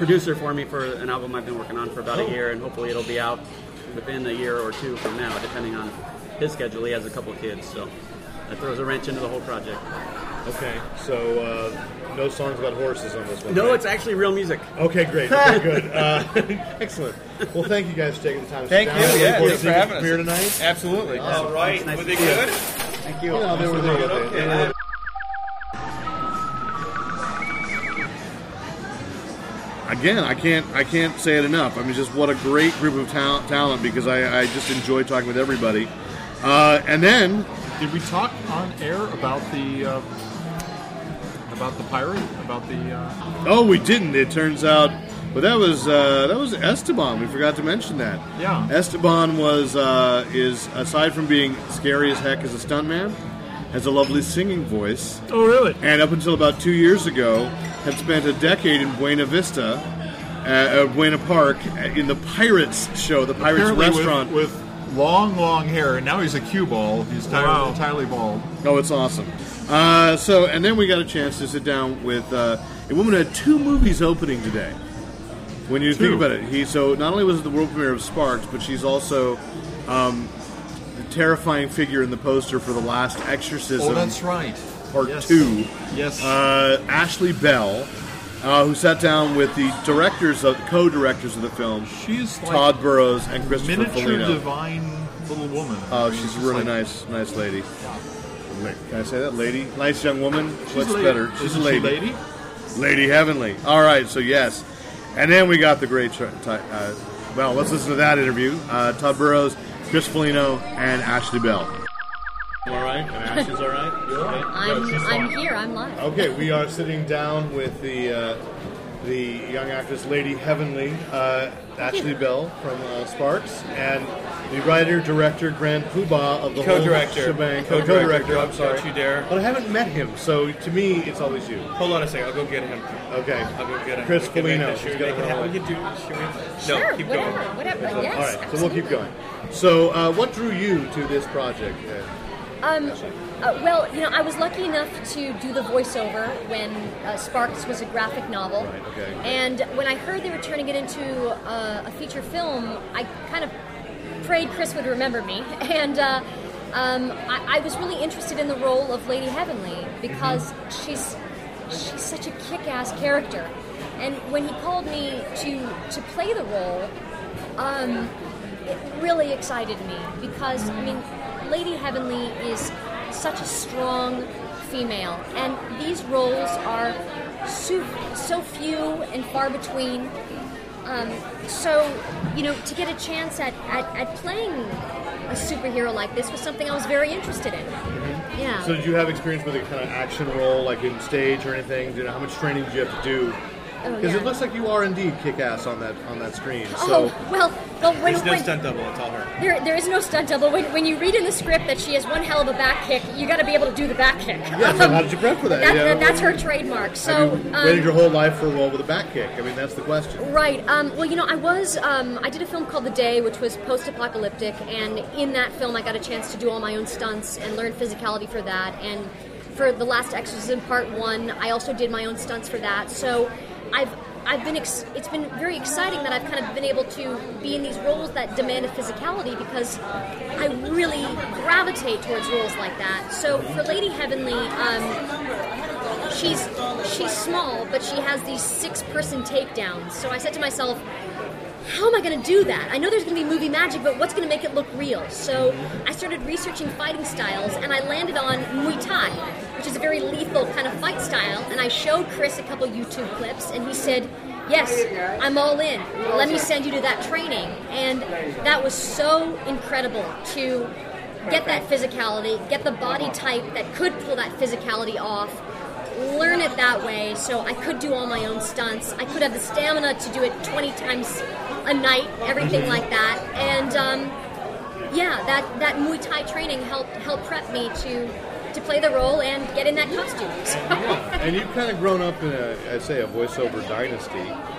producer for me for an album I've been working on for about
Oh.
a year, and hopefully it'll be out within a year or two from now, depending on his schedule. He has a couple of kids, so that throws a wrench into the whole project.
Okay, so uh, no songs about horses on this one.
No,
right?
it's actually real music.
Okay, great. Okay, good. Uh, excellent. Well, thank you guys for taking the time. to
Thank
sit down.
you,
Looking
yeah,
forward to
thanks for
seeing you
having us.
Here tonight.
Absolutely.
Awesome.
All right.
Nice
Were
to
they
see you.
good?
Thank
you. Yeah, they were really good. They were really again, I can't I can't say it enough. I mean, just what a great group of talent, talent because I, I just enjoy talking with everybody. Uh, and then,
Did we talk on air about the uh, about the pirate? About the uh,
oh, we didn't. It turns out, but that was uh, that was Esteban. We forgot to mention that.
yeah.
Esteban was uh, is aside from being scary as heck as a stuntman, has a lovely singing voice.
Oh, really?
And up until about two years ago, had spent a decade in Buena Vista, uh, uh, Buena Park, uh, in the Pirates show, the Pirates
Apparently with-
restaurant.
with, long, long hair, and now he's a cue ball. He's entirely,
Wow.
entirely bald.
Oh, it's awesome. Uh, so, and then we got a chance to sit down with uh, a woman who had two movies opening today. When you think
Two.
about it, he so not only was it the world premiere of Sparks, but she's also um, the terrifying figure in the poster for the Last Exorcism.
Oh, that's right.
um, Part
Yes.
two.
Yes.
Uh, Ashley Bell, uh, who sat down with the directors of co-directors of the film,
She's like
Todd Burrows and Christopher
Miniature
Polino.
divine little woman.
Oh,
I mean,
she's a
just
really
like-
nice, nice lady. La- Can I say that? Lady? Nice young woman?
She's
What's
a lady.
better? She's a
Isn't she
lady. Lady Heavenly. All right, so yes. And then we got the great, tri- ti- uh, well, let's listen to that interview. Uh, Todd Burrows, Chris Foligno, and Ashley Bell. All right, and Ashley's all right. You're all right.
I'm, I'm here. I'm live.
Okay, we are sitting down with the uh, the young actress Lady Heavenly, uh, Ashley Bell from uh, Sparks, and the writer, director, grand poobah of the
Co-director.
whole shebang.
Co-director,
Co-director, I'm
don't-
sorry.
don't you dare.
But I haven't met him, so to me, it's always you.
Hold on a second. I'll go get him.
Okay.
I'll go get him.
Chris
We can make
Foligno.
this- should we
He's
make
gonna
it
run
happen?
away.
We could do- should we-
Sure,
No, keep
whatever,
going.
whatever.
All
Yes,
right, so we'll keep
absolutely.
going. So, uh, what drew you to this project?
Um, uh, well, you know, I was lucky enough to do the voiceover when uh, Sparks was a graphic novel.
Right, okay.
And when I heard they were turning it into uh, a feature film, I kind of prayed Chris would remember me. And uh, um, I, I was really interested in the role of Lady Heavenly because she's she's such a kick-ass character. And when he called me to to play the role, um, it really excited me because I mean, Lady Heavenly is such a strong female, and these roles are so so few and far between. Um, so you know, to get a chance at, at, at playing a superhero like this was something I was very interested in. Yeah.
So, did you have experience with a kind of action role, like in stage or anything? Do you know how much training did you have to do?
Oh,
Because it
yeah.
looks like you are indeed kick-ass on that on that screen. So.
oh well, well when, when,
double. It's all her.
There, there is no stunt double. When, when you read in the script that she has one hell of a back kick, you got to be able to do the back kick. Um,
Yeah. So how did you prep for that?
That-
you know?
that- that's her trademark. So,
Have you
um,
waited your whole life for a role with a back kick. I mean, that's the question.
right. Um, well, you know, I was um, I did a film called The Day, which was post-apocalyptic, and in that film, I got a chance to do all my own stunts and learn physicality for that, and for The Last Exorcism Part One. I also did my own stunts for that. So I've I've been ex- it's been very exciting that I've kind of been able to be in these roles that demand a physicality because I really gravitate towards roles like that. So for Lady Heavenly, um, she's she's small, but she has these six-person takedowns. So I said to myself, how am I going to do that? I know there's going to be movie magic, but what's going to make it look real? So I started researching fighting styles, and I landed on Muay Thai, which is a very lethal kind of fight style. And I showed Chris a couple YouTube clips, and he said, Yes, I'm all in. Let me send you to that training. And that was so incredible to get that physicality, get the body type that could pull that physicality off, learn it that way so I could do all my own stunts. I could have the stamina to do it 20 times a night,
Mm-hmm.
everything like that. And um, yeah, that, that Muay Thai training helped helped prep me to to play the role and get in that costume. So,
And you've kind of grown up in a, I say, a voiceover dynasty.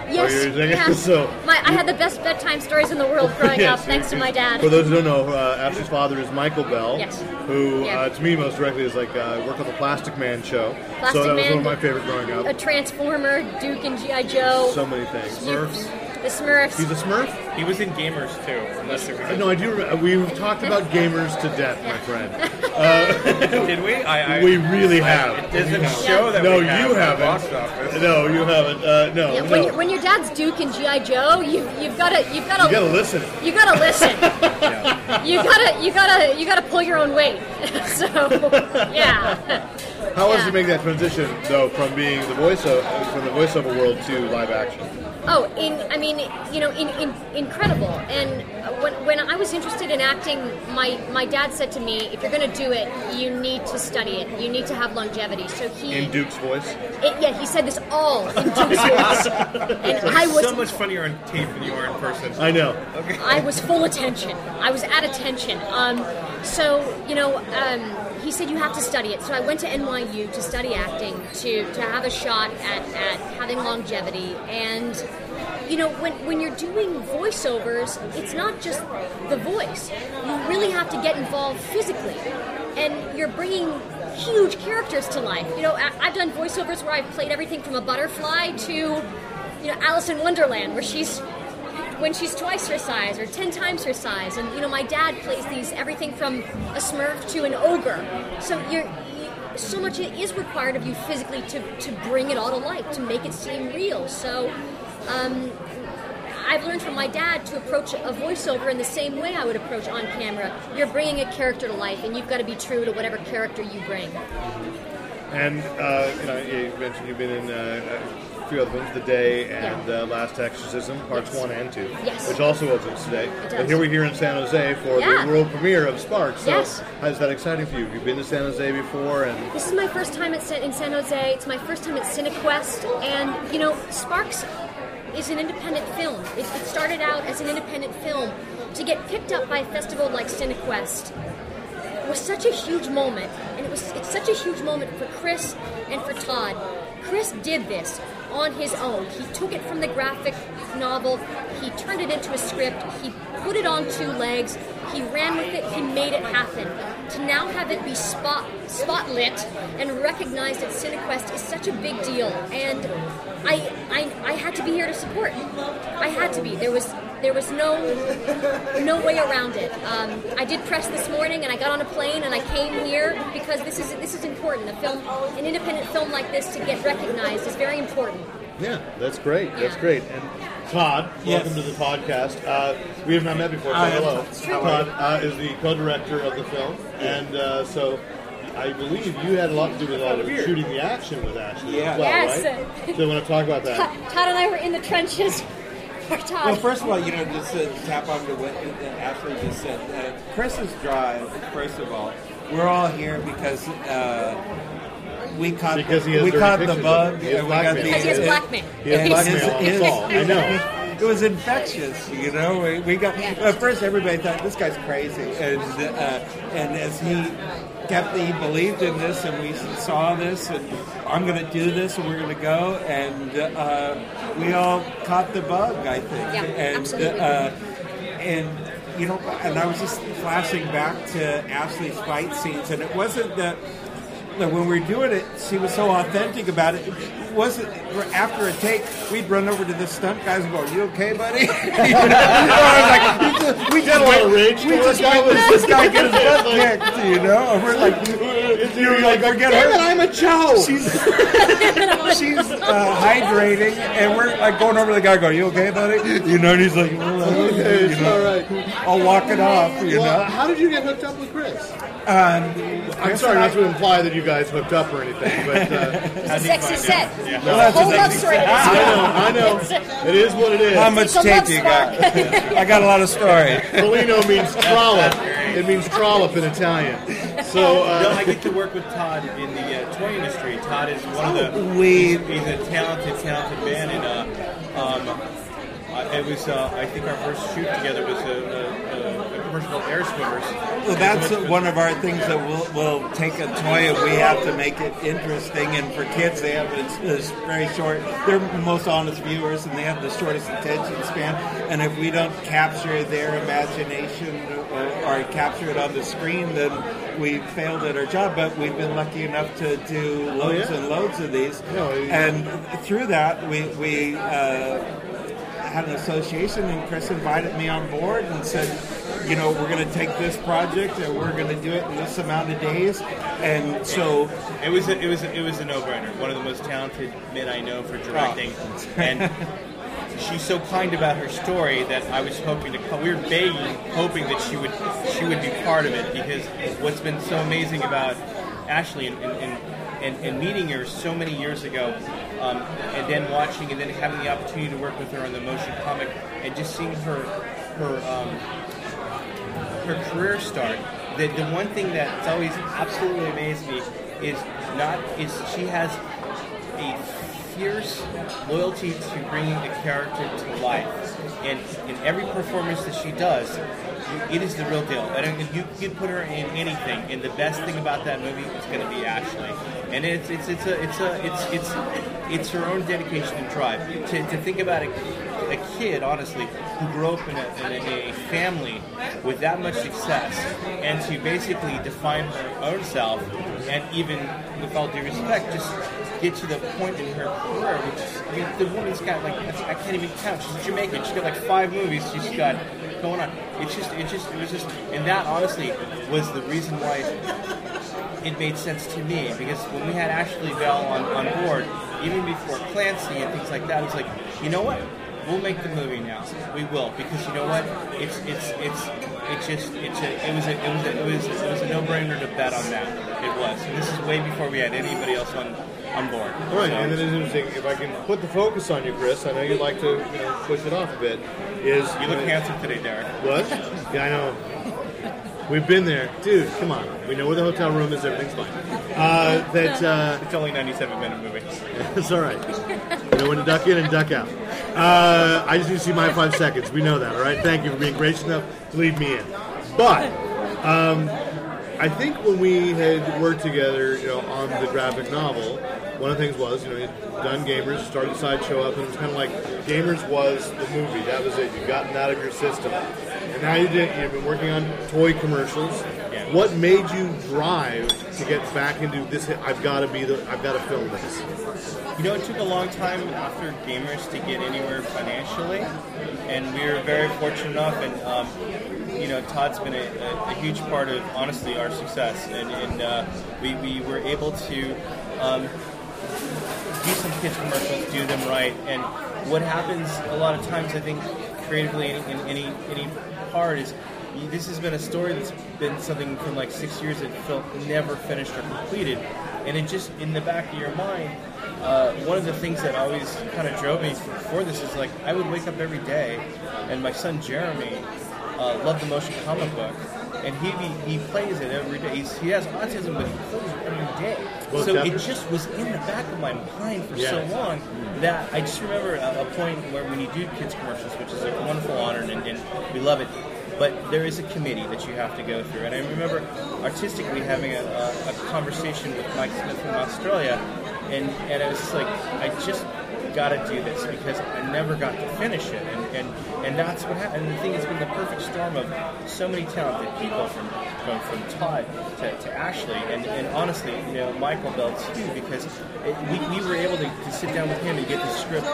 yes,
Oh, you're-
yeah.
so
my, I had the best bedtime stories in the world growing
Yes,
up, thanks to my dad.
For those who don't know, uh, Ashley's father is Michael Bell,
Yes.
who
Yeah.
uh, to me most directly is like uh, worked on the Plastic Man show.
Plastic
so that was
Man,
one of my favorite growing up.
a Transformer, Duke and GI Joe,
so many things.
You-
Smurfs.
the Smurfs.
He's a Smurf.
He was in Gamers too. Unless there
Uh, No, I do. Remember, we've talked about gamers to death, my friend. Uh,
Did we? I, I,
we really have.
It doesn't show that.
No,
we have
you
the
haven't.
box office.
No, you haven't. Uh, no,
Yeah,
no.
when, your- when your dad's Duke and GI Joe, you you've got to you've got to
you gotta listen.
You gotta listen. You gotta you gotta you gotta pull your own weight. so yeah.
How was it to make that transition though from being the voiceover from the voiceover world to live action?
Oh, in I mean, you know, in, in, incredible. And when, when I was interested in acting, my my dad said to me, if you're going to do it, you need to study it. You need to have longevity. So he
In Duke's voice.
it, yeah, he said this all in Duke's voice. And I was
so much funnier on tape than you are in person.
I know.
Okay.
I was full attention. I was at attention. Um, so you know, um, he said you have to study it. So I went to NYU to study acting to to have a shot at, at having longevity. And you know, when when you're doing voiceovers, it's not just the voice. You really have to get involved physically, and you're bringing huge characters to life. You know, I, I've done voiceovers where I've played everything from a butterfly to you know Alice in Wonderland, where she's when she's twice her size or ten times her size. And you know, my dad plays these everything from a Smurf to an ogre. So you're you, so much is required of you physically to to bring it all to life, to make it seem real. So. Um, I've learned from my dad to approach a voiceover in the same way I would approach on camera. You're bringing a character to life, and you've got to be true to whatever character you bring.
And uh, you, know, you mentioned you've been in uh, a few other films, The Day and uh, Last Exorcism, parts
Yes.
one and two,
Yes.
which also opens today.
does.
But here we're here in San Jose for
Yeah.
the world premiere of Sparks. So
Yes.
How's that exciting for you? Have you been to San Jose before? And
This is my first time at San, in San Jose. It's my first time at CineQuest, and you know, Sparks is an independent film. It, it started out as an independent film. To get picked up by a festival like CineQuest was such a huge moment, and it was it's such a huge moment for Chris and for Todd. Chris did this on his own. He took it from the graphic novel, he turned it into a script, he put it on two legs, he ran with it, he made it happen. To now have it be spot spotlit and recognized at CineQuest is such a big deal, and I I, I had to be here to support. I had to be. There was there was no no way around it. Um, I did press this morning, and I got on a plane, and I came here because this is this is important. A film, an independent film like this, to get recognized is very important.
yeah, that's great. That's
Yeah.
great. And Todd, welcome to the podcast. Uh, we have not met before, so
Hi,
hello.
it's true.
Todd uh, is the co-director of the film, and uh, so. I believe you had a lot to do with all of shooting the action with Ashley
Yeah.
as well,
Yes.
right? So I want to talk about that.
Todd Todd and I were in the trenches. For Todd.
Well, first of all, you know, just to tap onto what uh, Ashley just said, uh, Chris's drive, first of all, we're all here because uh, we caught,
Because
the,
he has
we
dirty
caught the
pictures of
bug.
him. He has
and we
blackmail. Because he has
got the, uh, it-
blackmail.
it-
He has
it-
blackmail
it-
on us
it-
all. I know.
It was infectious, you know. We, we got at first everybody thought this guy's crazy, and uh, and as he kept, he believed in this, and we saw this, and I'm going to do this, and we're going to go, and uh, we all caught the bug, I think,
Yeah,
and
absolutely.
Uh, and. You know, and I was just flashing back to Ashley's fight scenes, and it wasn't that like, when we were doing it, she was so authentic about it. It wasn't after a take, we'd run over to the stunt guys and go, "You okay, buddy?" You know, I was like, "We just, we just
Kinda
went-
rage
we
towards
just
that
went
was-
let this guy get his butt kicked," you know. And we're like, "You're like, forget
"Damn
her."
it, I'm
a Joe. She's she's uh, hydrating, and we're like going over to the guy, going, "You okay, buddy?" You know, and he's like, "Oh, okay," you know. I'll walk it off, you
well,
know.
how did you get hooked up with Chris?
Um,
I'm sorry not to imply that you guys hooked up or anything, but uh,
It was a
how'd you
sexy
find out?
set.
Yeah.
Well, that's
Whole
a
love
sexy
story
set.
to this I know, I know. It is what it is.
How much It's a tape love you got? spark. I got a lot of story.
Polino means trollop. It means trollop in Italian. So
No, I
uh,
get to work with Todd in the uh, toy industry. Todd is one of the
We-
he's, he's a talented, talented man, and uh, um, I, it was uh, I think our first shoot together was a, a, a, a commercial called Air Swimmers.
Well, that's one of our things that we'll, we'll take a toy and we have to make it interesting. And for kids, they have it's, it's very short. They're the most honest viewers and they have the shortest attention span. And if we don't capture their imagination or, or capture it on the screen, then we failed at our job. But we've been lucky enough to do
Oh,
loads
yeah.
and loads of these.
Yeah, yeah.
And through that, we, we uh, had an association, and Chris invited me on board and said, you know, we're going to take this project and we're going to do it in this amount of days. And so
it was a, it was a, it was a no-brainer. One of the most talented men I know for directing,
Oh.
and she's so kind about her story that I was hoping to come. We were begging, hoping that she would she would be part of it because what's been so amazing about Ashley and and, and, and, and meeting her so many years ago, um, and then watching and then having the opportunity to work with her on the motion comic and just seeing her her. Um, her career start, the, the one thing that's always absolutely amazed me is not is she has a fierce loyalty to bringing the character to life, and in every performance that she does, it is the real deal. And I mean, you can put her in anything, and the best thing about that movie is going to be Ashley. And it's it's it's a it's a it's it's it's her own dedication and drive to, to think about it a kid, honestly, who grew up in a, in a, a family with that much success, and to basically define her own self, and even with all due respect, just get to the point in her career, which is, I mean, the woman's got like I can't even count. She's Jamaican. She's got like five movies. She's got going on. It's just, it just, it was just, and that honestly was the reason why it made sense to me because when we had Ashley Bell on, on board, even before Clancy and things like that, it was like, you know what? We'll make the movie now. We will because you know what? It's it's it's it's just it's a, it was a, it was a, it was a, it was a no-brainer to bet on that. It was. And this is way before we had anybody else on on board.
all right,
So-
and it is interesting. If I can put the focus on you, Chris, I know you'd like to you know, push it off a bit. Is
You look handsome today, Derek.
What? Yeah, I know. We've been there, dude. Come on, we know where the hotel room is. Everything's fine. Uh, that uh,
it's only 97 minute movie.
It's all right. You know when to duck in and duck out. Uh, I just need to see my five seconds. We know that, all right? Thank you for being gracious enough to leave me in. But um, I think when we had worked together, you know, on the graphic novel, one of the things was, you know, you'd done Gamers, started Sideshow up, and it was kind of like Gamers was the movie. That was it. You'd gotten out of your system. And now you did, you've been working on toy commercials. What made you drive to get back into this? I've got to be the, I've got to film this.
You know, it took a long time after gamers to get anywhere financially, and we were very fortunate enough. And um, you know, Todd's been a, a, a huge part of honestly our success, and, and uh, we, we were able to um, do some kids commercials, do them right. And what happens a lot of times, I think, creatively in, in any any part is you- this has been a story that's been something from like six years that felt never finished or completed, and it just in the back of your mind. Uh, one of the things that always kind of drove me for this is like I would wake up every day, and my son Jeremy uh, loved the motion comic book, and he he, he plays it every day. He's, he has autism, but he plays it every day.
Both
so it
chapters?
just was in the back of my mind for
Yeah.
so long that I just remember a, a point where when you do kids commercials, which is a wonderful honor and, and we love it, but there is a committee that you have to go through. And I remember artistically having a, a, a conversation with Mike Smith from Australia, and, and I was just like, I just got to do this because I never got to finish it. And, and, and that's what happened. And the thing has been the perfect storm of so many talented people from from, from Todd to, to Ashley, and, and honestly, you know, Michael Bell too, because it, we, we were able to, to sit down with him and get the script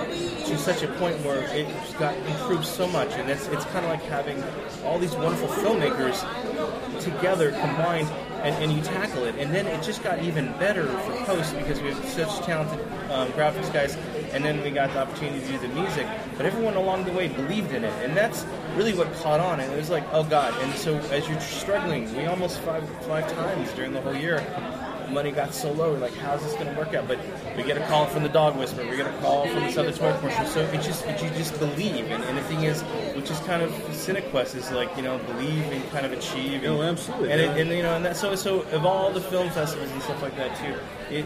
to such a point where it got improved so much, and it's it's kind of like having all these wonderful filmmakers together combined. And, and you tackle it, and then it just got even better for post because we have such talented um, graphics guys, and then we got the opportunity to do the music. But everyone along the way believed in it, and that's really what caught on. And it was like, oh God! And so as you're struggling, we almost five five times during the whole year, money got so low. We're like, how's this going to work out? But we get a call from the dog whisperer. We get a call from this other toy commercial. So it just it, you just believe, and, and the thing is, which is kind of CineQuest is like you know believe and kind of achieve. And,
Oh, absolutely,
And,
yeah.
it, and you know, and that so so of all the film festivals and stuff like that too. It, it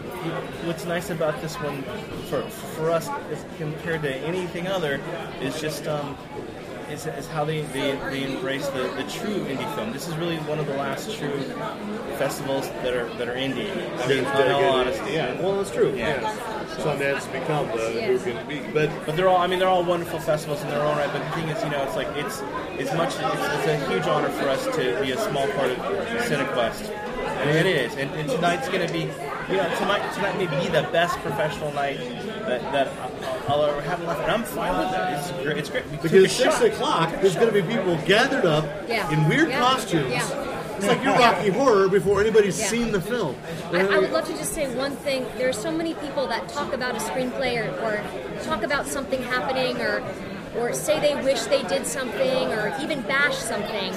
what's nice about this one for for us is compared to anything other is just. Um, is, is how they, they, they embrace the, the true indie film. This is really one of the last true festivals that are that are indie. I mean, in all honesty,
yeah. Well, that's true.
Yeah.
Sundance become the
Yeah.
new going to be.
But but they're all I mean they're all wonderful festivals in their own right. But the thing is, you know, it's like it's as much it's, it's a huge honor for us to be a small part of CineQuest, and it is. And, and tonight's going to be, you know, tonight tonight may be the best professional night that that I'll- I'll ever have left, and I'm fine with that. It's great. It's great. We took a
Because six
shot.
o'clock, there's going to be people gathered up
Yeah.
in weird
Yeah.
costumes.
Yeah.
It's like your Rocky Horror before anybody's
Yeah.
seen the film.
I, I would love to just say one thing. There are so many people that talk about a screenplay or, or talk about something happening or or say they wish they did something or even bash something.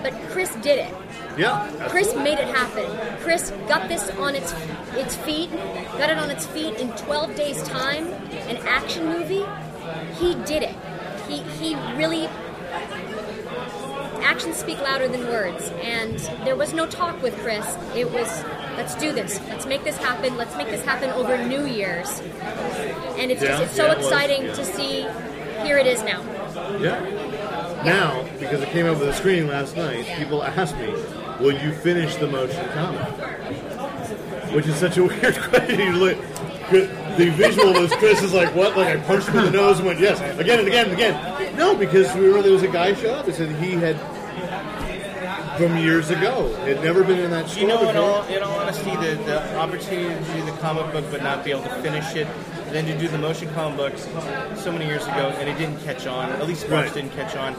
But Chris did it.
Yeah.
Chris made it happen. Chris got this on its its feet, got it on its feet in 12 days' time, an action movie. He did it. He he really actions speak louder than words, and there was no talk with Chris. It was let's do this, let's make this happen, let's make this happen over New Year's, and it's just
Yeah.
it's so
Yeah, it was,
exciting
yeah.
to see. Here it is now.
Yeah. Now, because it came over the screen last night, people asked me, "Will you finish the motion comic?" Which is such a weird question. You look, the visual was Chris is like, "What?" Like I punched him in the nose and went, "Yes," again and again and again. No, because we were, there was a guy showed up and said he had from years ago had never been in that store
You know, in
before.
all, in all honesty, the, the opportunity to do the comic book but not be able to finish it, and then to do the motion comic books so many years ago, and it didn't catch on. At least Sparks
Right.
didn't catch on.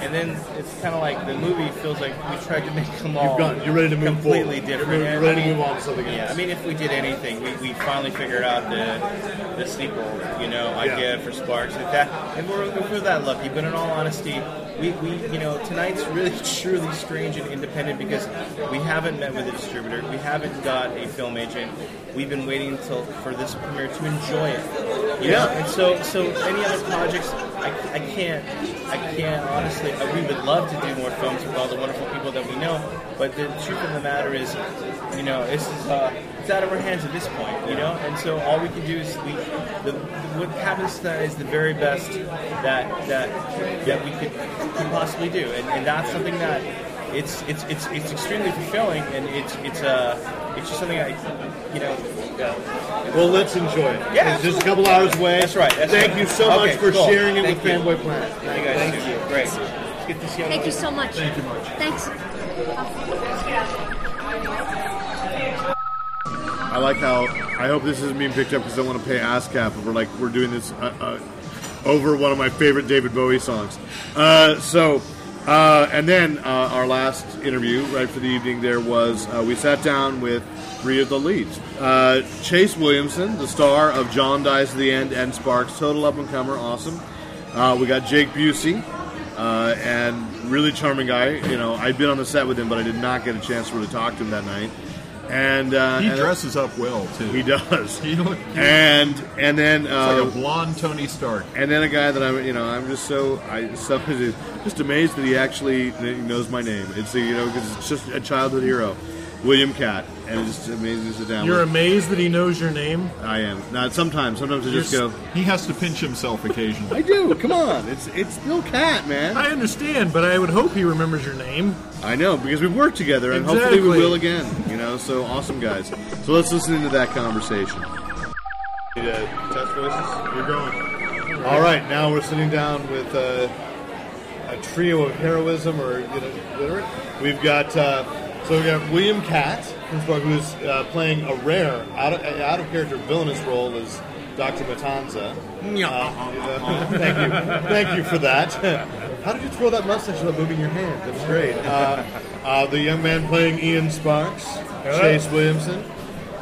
And then it's kind of like the movie feels like we tried to make them all
You've gone. You're ready to move
completely
forward.
different.
You're ready-
And
ready to
I mean,
move on to something
Yeah,
else.
I mean, if we did anything, we, we finally figured out the the sequel, you know, idea for Sparks. If that, and we're, if we're that lucky. But in all honesty, we, we you know tonight's really truly strange and independent because we haven't met with a distributor, we haven't got a film agent. We've been waiting until for this premiere to enjoy it. you know?
Yeah.
And so so any other projects, I, I can't I can't honestly. uh, We would love to do more films with all the wonderful people that we know, but the truth of the matter is, you know, this is uh, it's out of our hands at this point, you know. And so all we can do is we the, what happens to that is the very best that that that we could, could possibly do, and, and that's something that it's it's it's it's extremely fulfilling, and it's it's uh it's just something I you know. Uh,
Well, let's enjoy it.
Yeah,
it's just a couple hours away.
That's right. that's
Thank
right.
you so
Okay,
much for
cool.
sharing it
Thank
with
you.
Fanboy Planet.
Thank you guys. too. Great. Let's get this young
Thank you so much.
Thank you much.
Thanks.
I like how. I hope this isn't being picked up because I want to pay ASCAP. But we're like we're doing this uh, uh, over one of my favorite David Bowie songs. Uh, so, uh, and then uh, our last interview right for the evening there was uh, we sat down with three of the leads: uh, Chase Williamson, the star of John Dies at the End and Sparks, total up and comer, awesome. Uh, we got Jake Busey, uh, and really charming guy. You know, I'd been on the set with him, but I did not get a chance to really talk to him that night. And uh,
He
and-
dresses up well too.
He does.
He look-
and and then uh,
like a blonde Tony Stark.
And then a guy that I'm, you know, I'm just so I so just amazed that he actually knows my name. It's a, you know because it's just a childhood hero, William Cat, and it's just amazing to sit down.
You're
with.
amazed that he knows your name.
I am. Not sometimes. Sometimes I just
You're s-
go.
He has to pinch himself occasionally.
I do. Come on. It's it's still Cat, man.
I understand, but I would hope he remembers your name.
I know because we've worked together, and hopefully we
Exactly.
will again. You know, so awesome guys. So let's listen into that conversation. You're going. All right, now we're sitting down with uh, a trio of heroism, or you know, whatever. We've got uh, So we got William Catt from Spark, who's uh, playing a rare, out of, out of character villainous role as Dr. Matanza.
Yeah.
Uh, thank you, thank you for that. How did you twirl that mustache without moving your hand? That was great. Uh, uh, the young man playing Ian Sparks,
Hello.
Chase Williamson,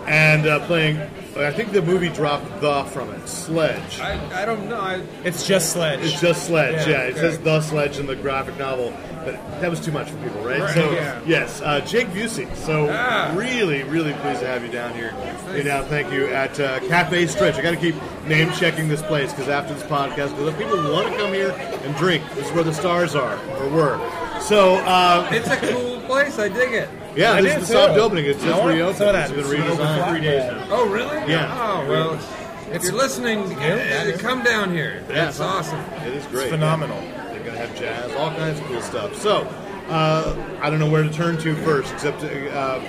and uh, playing. I think the movie dropped the from it. Sledge.
I, I don't know. I,
It's just Sledge. It's just Sledge,
Yeah,
yeah. It
okay.
says The Sledge in the graphic novel. But that was too much for people, right?
Right,
so,
yeah.
yes, uh, Jake Busey. So, really, really pleased to have you down here. You know, thank you. At uh, Cafe Stretch. I got to keep name checking this place because after this podcast, because if people want to come here and drink, this is where the stars are, or were. So, uh,
It's a cool place. I dig it.
Yeah,
I
this
did
is the
too.
soft opening. It's just
I want
reopened.
some of that.
It's been
It's been open
redesigned.
for three days now. Oh, really?
Yeah.
Oh, well, if you're listening, uh, come down here.
Yeah,
It's awesome.
It is great.
It's phenomenal.
Yeah. They're going to have jazz, all kinds of cool stuff. So, uh, I don't know where to turn to first, except uh,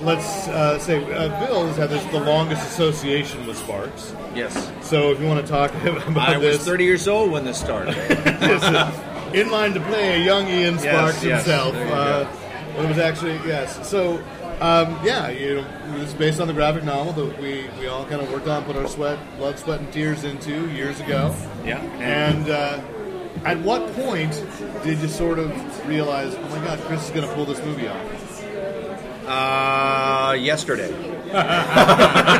let's uh, say uh, Bill has had this, the longest association with Sparks.
Yes.
So, if you want to talk about
I was
this,
30 years old when this started.
this is in line to play a young Ian
Yes,
Sparks
yes,
himself.
there you
Uh, it was actually yes. So um, yeah, you know, it was based on the graphic novel that we, we all kind of worked on, put our sweat, blood, sweat, and tears into years ago.
Yeah.
And uh, at what point did you sort of realize, oh my God, Chris is going to pull this movie off?
Uh, yesterday.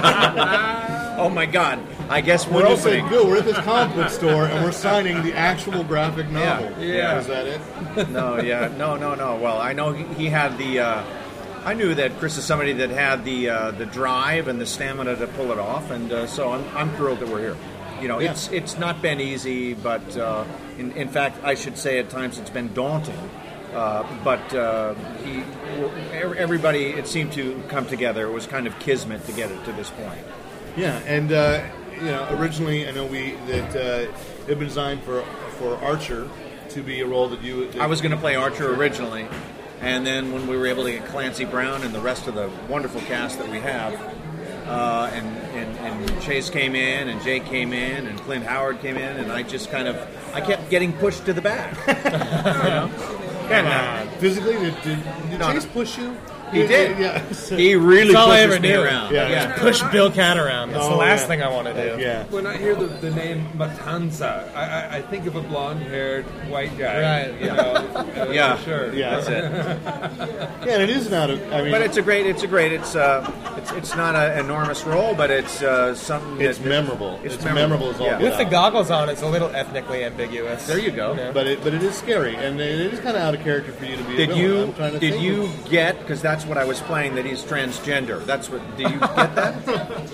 oh my God! I guess
We're
one
also
opening.
good. We're at this comic book store and we're signing the actual graphic novel.
Yeah, yeah.
Is that it?
no, yeah, no, no, no. Well, I know he he had the. Uh, I knew that Chris is somebody that had the uh, the drive and the stamina to pull it off, and uh, so I'm, I'm thrilled that we're here. You know,
Yeah.
it's it's not been easy, but uh, in, in fact, I should say at times it's been daunting. Uh, but uh, he, ev- everybody, it seemed to come together. It was kind of kismet to get it to this point.
Yeah, and uh, you know, originally I know we that uh, it had been designed for for Archer to be a role that you.
I was going to play Archer originally, and then when we were able to get Clancy Brown and the rest of the wonderful cast that we have, uh, and, and and Chase came in, and Jake came in, and Clint Howard came in, and I just kind of I kept getting pushed to the back.
Come on. physically, did, did, did
No,
Chase
no.
push you?
He did.
Yeah.
He really
That's all I
pushes
ever
me
do.
around.
Yeah.
Push
Bill Cat around. That's the
Oh,
last
yeah.
thing I want to do.
Yeah.
When
I
hear
the,
the name
Matanza,
I, I think of a blonde-haired white
guy, Right. you
Yeah.
know,
yeah.
sure.
Yeah. That's it.
Yeah, and it is not. A, I mean,
but it's a great. It's a great. It's uh, it's it's not an enormous role, but it's uh, something.
It's
that-
memorable.
It's,
It's memorable
memorable.
as all
yeah.
get
With the goggles on, it's a little ethnically ambiguous.
There you go.
But it but it is scary, and it is kind of out of character for you to be. a
Did
villain.
you
I'm trying to
did
think
you
of-
get because that's what I was playing that he's transgender. That's what did you get that?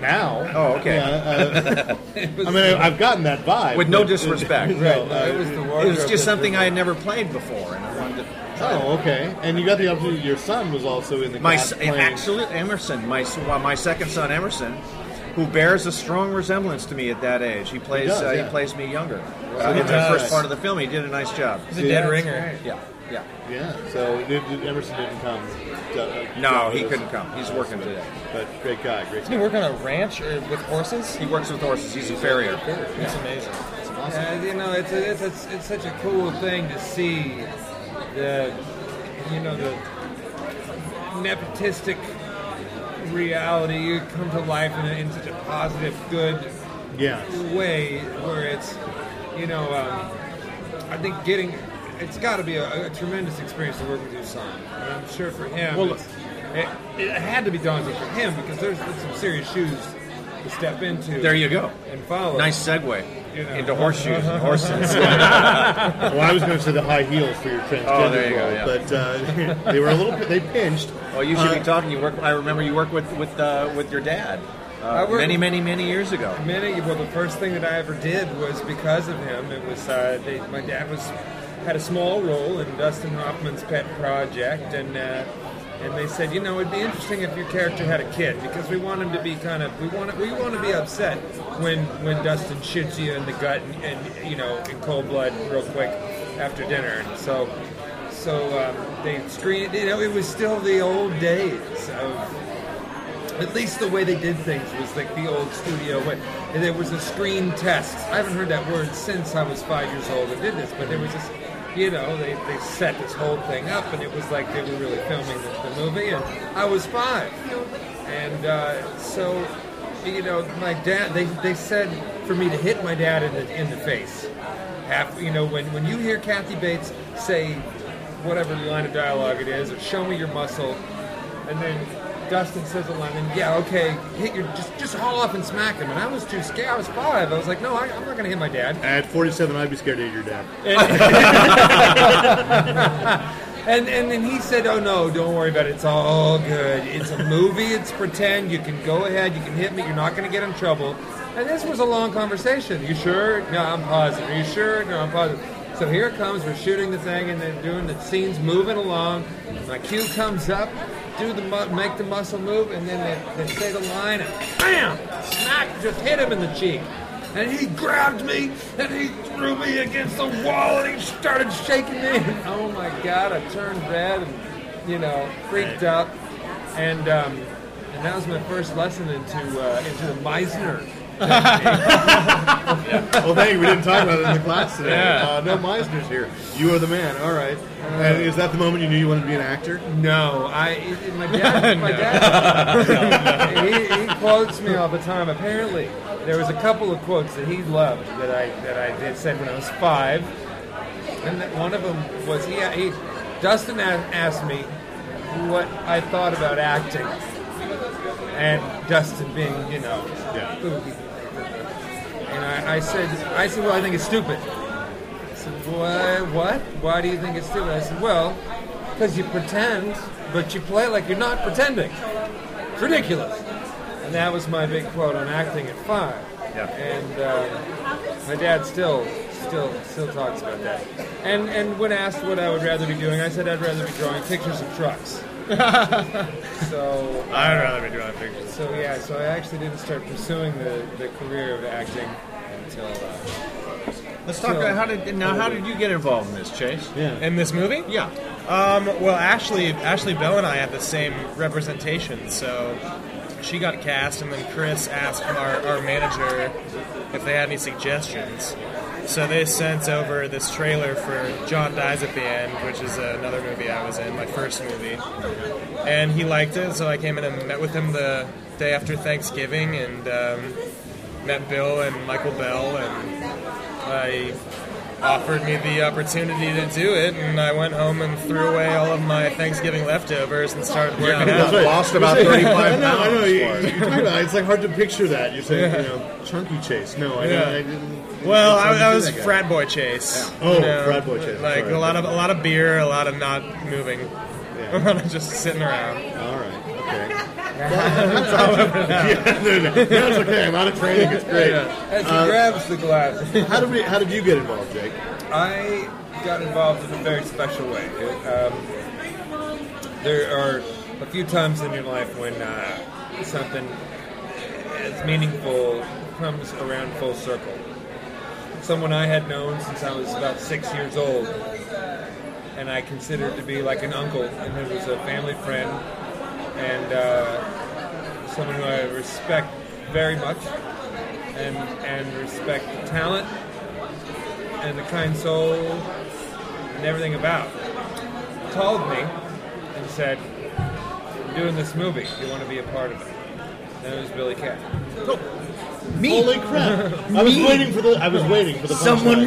now?
Oh, okay.
Yeah, I mean, I- I've gotten that vibe.
With no
but-
disrespect.
No, uh,
It was just something I had never played before, and I wanted to. Try it.
Oh, okay. And you got the opportunity. Your son was also in the
My
cast
s-
playing-
actually Emerson, my s- well, my second son Emerson, who bears a strong resemblance to me at that age. He plays
does,
uh,
yeah.
he plays me younger.
So
uh,
he
in the
does.
first part of the film, he did a nice job.
He's a dead Yeah, ringer. that's
Yeah, yeah.
Yeah. So did, did Emerson didn't come. uh,
No, he couldn't come. He's working today.
But great guy, great.
Does he work on a ranch or with horses?
He works with horses. He's a farrier.
That's amazing.
awesome. Uh, you know,
it's
a, it's, a, it's such a cool thing to see
the, you know, the
nepotistic
reality you come to life in, a, in such a positive, good
Yeah.
way where it's, you know, um, I think getting, it's got to be a, a tremendous experience to work with your son. And I'm sure for him,
Well,
it's- it, it had to be daunting for him because there's some serious shoes to step into.
There you go.
And follow.
Nice segue
You know.
into horseshoes and horses.
well, I was going to say the high heels for your transgender
Oh, there you go,
role,
yeah.
but uh, they were a little bit. They pinched.
Well, you should
Uh,
be talking. You work. I remember you worked with with uh, with your dad
I
uh,
worked
many,
with-
many, many years ago.
Many. Well, the first thing that I ever did was because of him. It was uh, they, my dad was had a small role in Dustin Hoffman's pet project, and uh, and they said, you know, it'd be interesting if your character had a kid because we want him to be kind of we want we want to be upset when when Dustin shoots you in the gut and, and you know in cold blood real quick after dinner. And so so um, they screened. You know, it was still the old days of at least the way they did things was like the old studio way. And there was a screen test. I haven't heard that word since I was five years old and did this, but there was this you know, they, they set this whole thing up, and it was like they were really filming the, the movie, and I was five. And uh, so, you know, my dad, they, they said for me to hit my dad in the, in the face. Half, you know, when, when you hear Kathy Bates say whatever line of dialogue it is, or show me your muscle, and then Dustin says a line, and yeah, okay, hit your, just, just haul off and smack him. And I was too scared. I was five. I was like, no, I, I'm not going to hit my dad.
At 47, I'd be scared to hit your dad.
and and then he said, "Oh no, don't worry about it. It's all good. It's a movie. It's pretend. You can go ahead. You can hit me. You're not going to get in trouble." And this was a long conversation. You sure? No, I'm positive. Are you sure? No, I'm positive. So here it comes. We're shooting the thing and then doing the scenes, moving along. My cue comes up. Do the mu- make the muscle move, and then they, they say the line, and bam, smack, just hit him in the cheek. And he grabbed me and he threw me against the wall and he started shaking me. And, oh my God, I turned red and, you know, freaked out. And, um, and that was my first lesson into, uh, into the Meisner.
well, thank you. oh, We didn't talk about it in the class today.
Yeah.
Uh, no Meisner's here. You are the man. All right. and is that the moment you knew you wanted to be an actor?
No, I. it- My dad, my dad he, he quotes me all the time. Apparently, there was a couple of quotes that he loved that I that I did said when I was five, and that one of them was he. he Dustin a- asked me what I thought about acting, and Dustin being you know, and I, I said I said well I think it's stupid. I said, Why, what? Why do you think it's stupid? I said, well, because you pretend, but you play like you're not pretending. It's ridiculous. And that was my big quote on acting at five.
Yeah.
And uh, my dad still, still, still talks about that. And and when asked what I would rather be doing, I said I'd rather be drawing pictures of trucks. so
I'd rather be drawing pictures.
So yeah, so I actually didn't start pursuing the, the career of acting until. Uh,
Let's talk.
until-
About how did now? How did you get involved in this, Chase? Yeah.
In this movie?
Yeah.
Um, well, Ashley, Ashley Bell and I had the same representation, so she got cast, and then Chris asked our, our manager if they had any suggestions. So they sent over this trailer for John Dies at the End, which is another movie I was in, my first movie. And he liked it, so I came in and met with him the day after Thanksgiving, and um, met Bill and Michael Bell, and I offered me the opportunity to do it, and I went home and threw away all of my Thanksgiving leftovers and started working
Yeah,
out.
that's right. I know, I know. You,
Sorry.
you're talking about it. It's like hard to picture that. You're saying,
Yeah.
you know, chunky chase. No, I,
Yeah.
I didn't.
Well,
How did
I,
you
I
do
was
that guy?
frat boy chase.
Yeah. Oh, frat boy chase,
Like
sorry.
a lot of a lot of beer, a lot of not moving, a lot of just sitting around.
All right. Okay.
it's all over now.
Yeah, no, no, no, it's okay. I'm out of training. It's great.
Yeah.
As he grabs the glass.
How did we? How did you get involved, Jake?
I got involved in a very special way. It, um, there are a few times in your life when uh, something as meaningful comes around full circle. Someone I had known since I was about six years old, and I considered to be like an uncle, and who was a family friend, and uh, someone who I respect very much, and and respect the talent and the kind soul and everything about called me and said, I'm doing this movie. Do you want to be a part of it? And it was Billy Cat. Me.
Holy crap! I was
Me.
waiting for the. I was waiting for the.
Someone
punchline.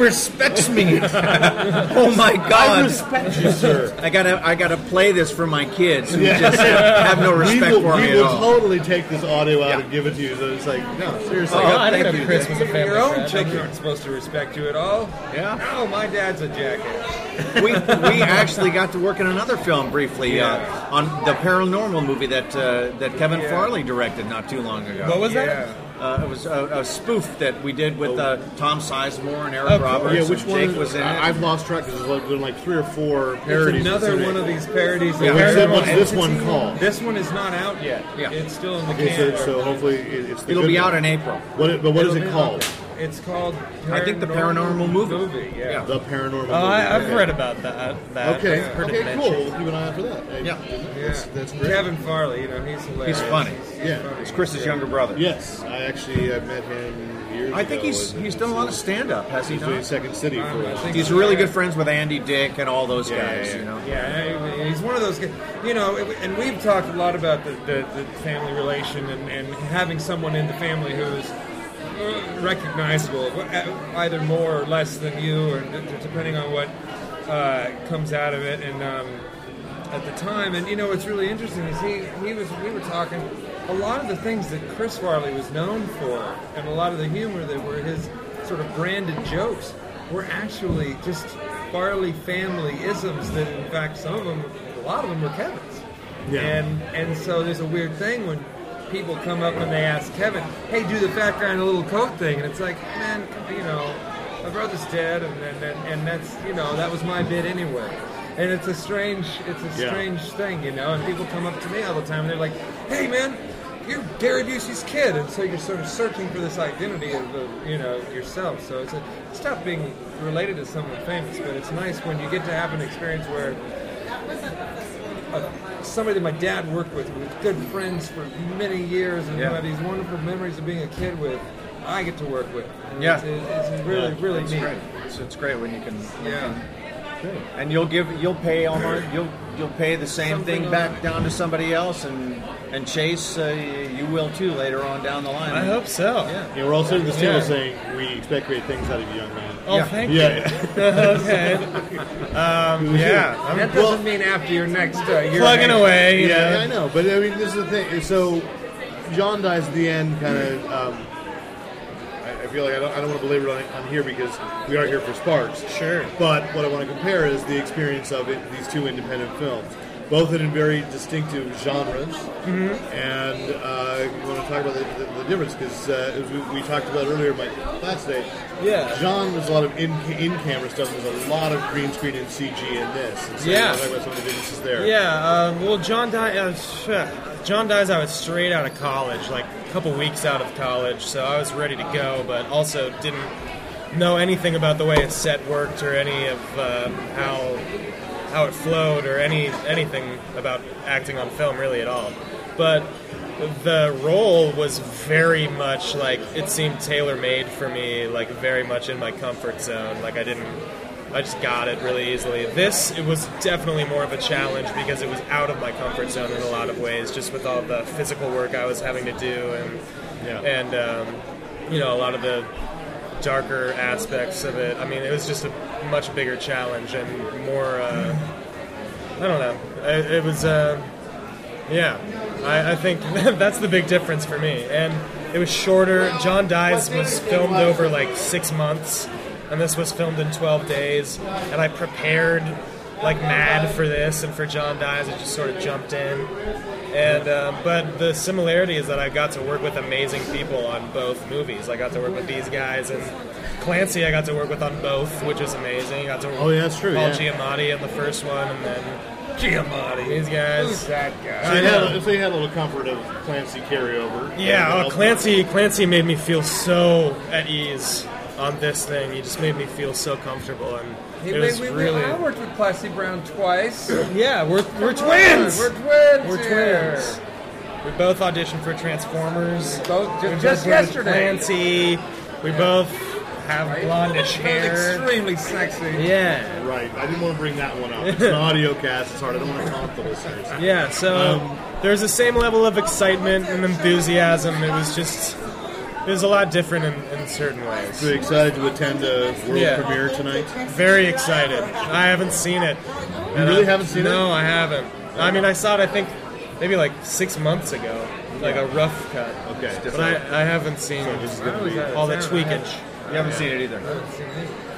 respects me.
Oh my God!
I respect you, sir.
I gotta, I gotta play this for my kids who
Yeah.
just have, have no
We
respect
will-
for me
We
at
will
all.
totally take this audio out and give it to you. So it's like, no, seriously.
Oh, I
thank
didn't
you.
know Chris was a
Thank you.
family Your own friend. children aren't supposed to respect you at all. Yeah. No, my dad's a jackass.
we, we actually got to work in another film briefly
Yeah.
uh, on the paranormal movie that uh, that Kevin
Yeah.
Farley directed not too long ago.
What was that? Yeah.
Uh, it was a, a spoof that we did with uh, Tom Sizemore and Eric
Oh, cool.
Roberts.
Oh. Yeah, which
and
one
Jake
is-
was in
I-
it.
I've lost track because there's been like three or four parodies.
another
this
one of
week.
these parodies.
Yeah.
of
What's that- what's
Paranormal
this one
Entity.
called?
This one is not out yet. Yeah. It's still in the
Okay,
can.
so, so hopefully it, it's the
It'll
good
be
one.
out in April.
What, it- but what is
It'll
it
be
called?
out. It's called.
I think the paranormal movie.
yeah.
The paranormal.
Oh, I,
movie.
I've
Okay.
read about that. that.
Okay.
I've heard it
Okay. Cool.
mentioned.
We'll keep an eye out for that. Hey,
Yeah.
That's, that's great.
Kevin Farley, you know, he's hilarious.
He's funny. Yeah.
funny.
It's Chris's younger brother.
Yes, I actually I met him years
I think
ago
he's
and
he's done a lot of stand up, has he
He's
not?
doing Second City for
Um,
a while.
He's really good friends with Andy Dick and all those
Yeah,
guys,
yeah,
you know.
Yeah, I mean, he's one of those. guys. You know, and we've talked a lot about the, the, the family relation and, and having someone in the family who's uh, recognizable, uh, either more or less than you, or d- depending on what uh, comes out of it. And um, at the time, and you know, what's really interesting is he he was we were talking a lot of the things that Chris Farley was known for, and a lot of the humor that were his sort of branded jokes were actually just Farley family isms that, in fact, some of them, a lot of them were Kevin's.
Yeah.
And and so there's a weird thing when people come up and they ask Kevin, "Hey, do the fat guy in a little coat thing," and it's like, man, you know, my brother's dead, and and, and, and that's you know that was my bit anyway. And it's a strange, it's a
Yeah.
strange thing, you know. And people come up to me all the time, and they're like, "Hey, man, you're Gary Busey's kid," and so you're sort of searching for this identity of, of you know yourself. So it's a, it's tough being related to someone famous, but it's nice when you get to have an experience where uh, somebody that my dad worked with, we were good friends for many years, and
Yeah.
who have these wonderful memories of being a kid with. I get to work with. And
Yeah.
it's, it's, it's really,
Yeah,
really
it's
neat.
Great. It's, it's great when you can.
Yeah.
And you'll give, you'll pay almost, you'll you'll pay the same
Something
thing
on
back
it.
down to somebody else, and and Chase, uh, you will too later on down the line.
I
hope so.
Yeah.
Yeah, we're all sitting at this table
Yeah.
saying we expect great things out of you, young man.
Oh, thank
yeah.
you. okay. Um, yeah.
I mean,
that doesn't
well-
mean after your next uh, year.
Yeah, I know. But I mean, this is the thing. So John dies at the end, kind of. Um, I, I feel like I don't, I don't want to belabor it on, on here because we are here for Sparks. Sure. But what I want to compare is the experience of it, these two independent films, both in very distinctive genres.
Mhm.
And uh, we want to talk about the, the, the difference because uh, as we, we talked about earlier in my class today.
Yeah.
John was a lot of in, in camera stuff. There's a lot of green screen and CG in this. And so
Yeah.
I want to talk about some of the differences there.
Yeah, um, well, John died. Uh, phew. John dies. I was straight out of college, like a couple weeks out of college, so I was ready to go, but also didn't know anything about the way its set worked or any of uh, how how it flowed or any anything about acting on film really at all. But the role was very much like it seemed tailor made for me, like very much in my comfort zone. Like I didn't I just got it really easily. This it was definitely more of a challenge because it was out of my comfort zone in a lot of ways, just with all the physical work I was having to do and
Yeah.
and um, you know a lot of the darker aspects of it. I mean, it was just a much bigger challenge and more. Uh, I don't know. It, it was. Uh, yeah, I, I think that's the big difference for me. And it was shorter. John Dies was filmed over like six months, and this was filmed in 12 days. And I prepared like mad for this and for John Dies. I just sort of jumped in. And uh, but the similarity is that I got to work with amazing people on both movies. I got to work with these guys and Clancy. I got to work with on both, which was amazing. I got to work
Oh, yeah,
with
that's true,
Paul
yeah.
Giamatti in the first one, and then
Giamatti.
These guys.
Who's that
guy?
So
I
you,
know.
had, so you had a little comfort of Clancy carryover. And uh,
Yeah, oh,
also-
Clancy. Clancy made me feel so at ease on this thing. He just made me feel so comfortable, and
He
it
made-
was
we- we-
really.
I worked with Plasty Brown twice.
Yeah, we're
Come
we're
on,
twins.
We're twins.
We're
here.
twins. We both auditioned for Transformers.
Both ju-
We both
just
were
yesterday.
Clancy. We both have blondish
Both
hair.
Extremely sexy.
Yeah.
Right. I didn't want to bring that one up. It's an audio cast. It's hard. I don't want to taunt the listeners. Um,
Yeah, so there's the same level of excitement and enthusiasm. It was just, it was a lot different in, in certain ways.
So excited to attend a world premiere tonight?
Very excited. I haven't seen it.
You really haven't seen it?
No, I haven't. I mean, I saw it. I think maybe like six months ago, like a rough cut.
Okay.
but I, I haven't seen all the tweakage.
You haven't seen it either.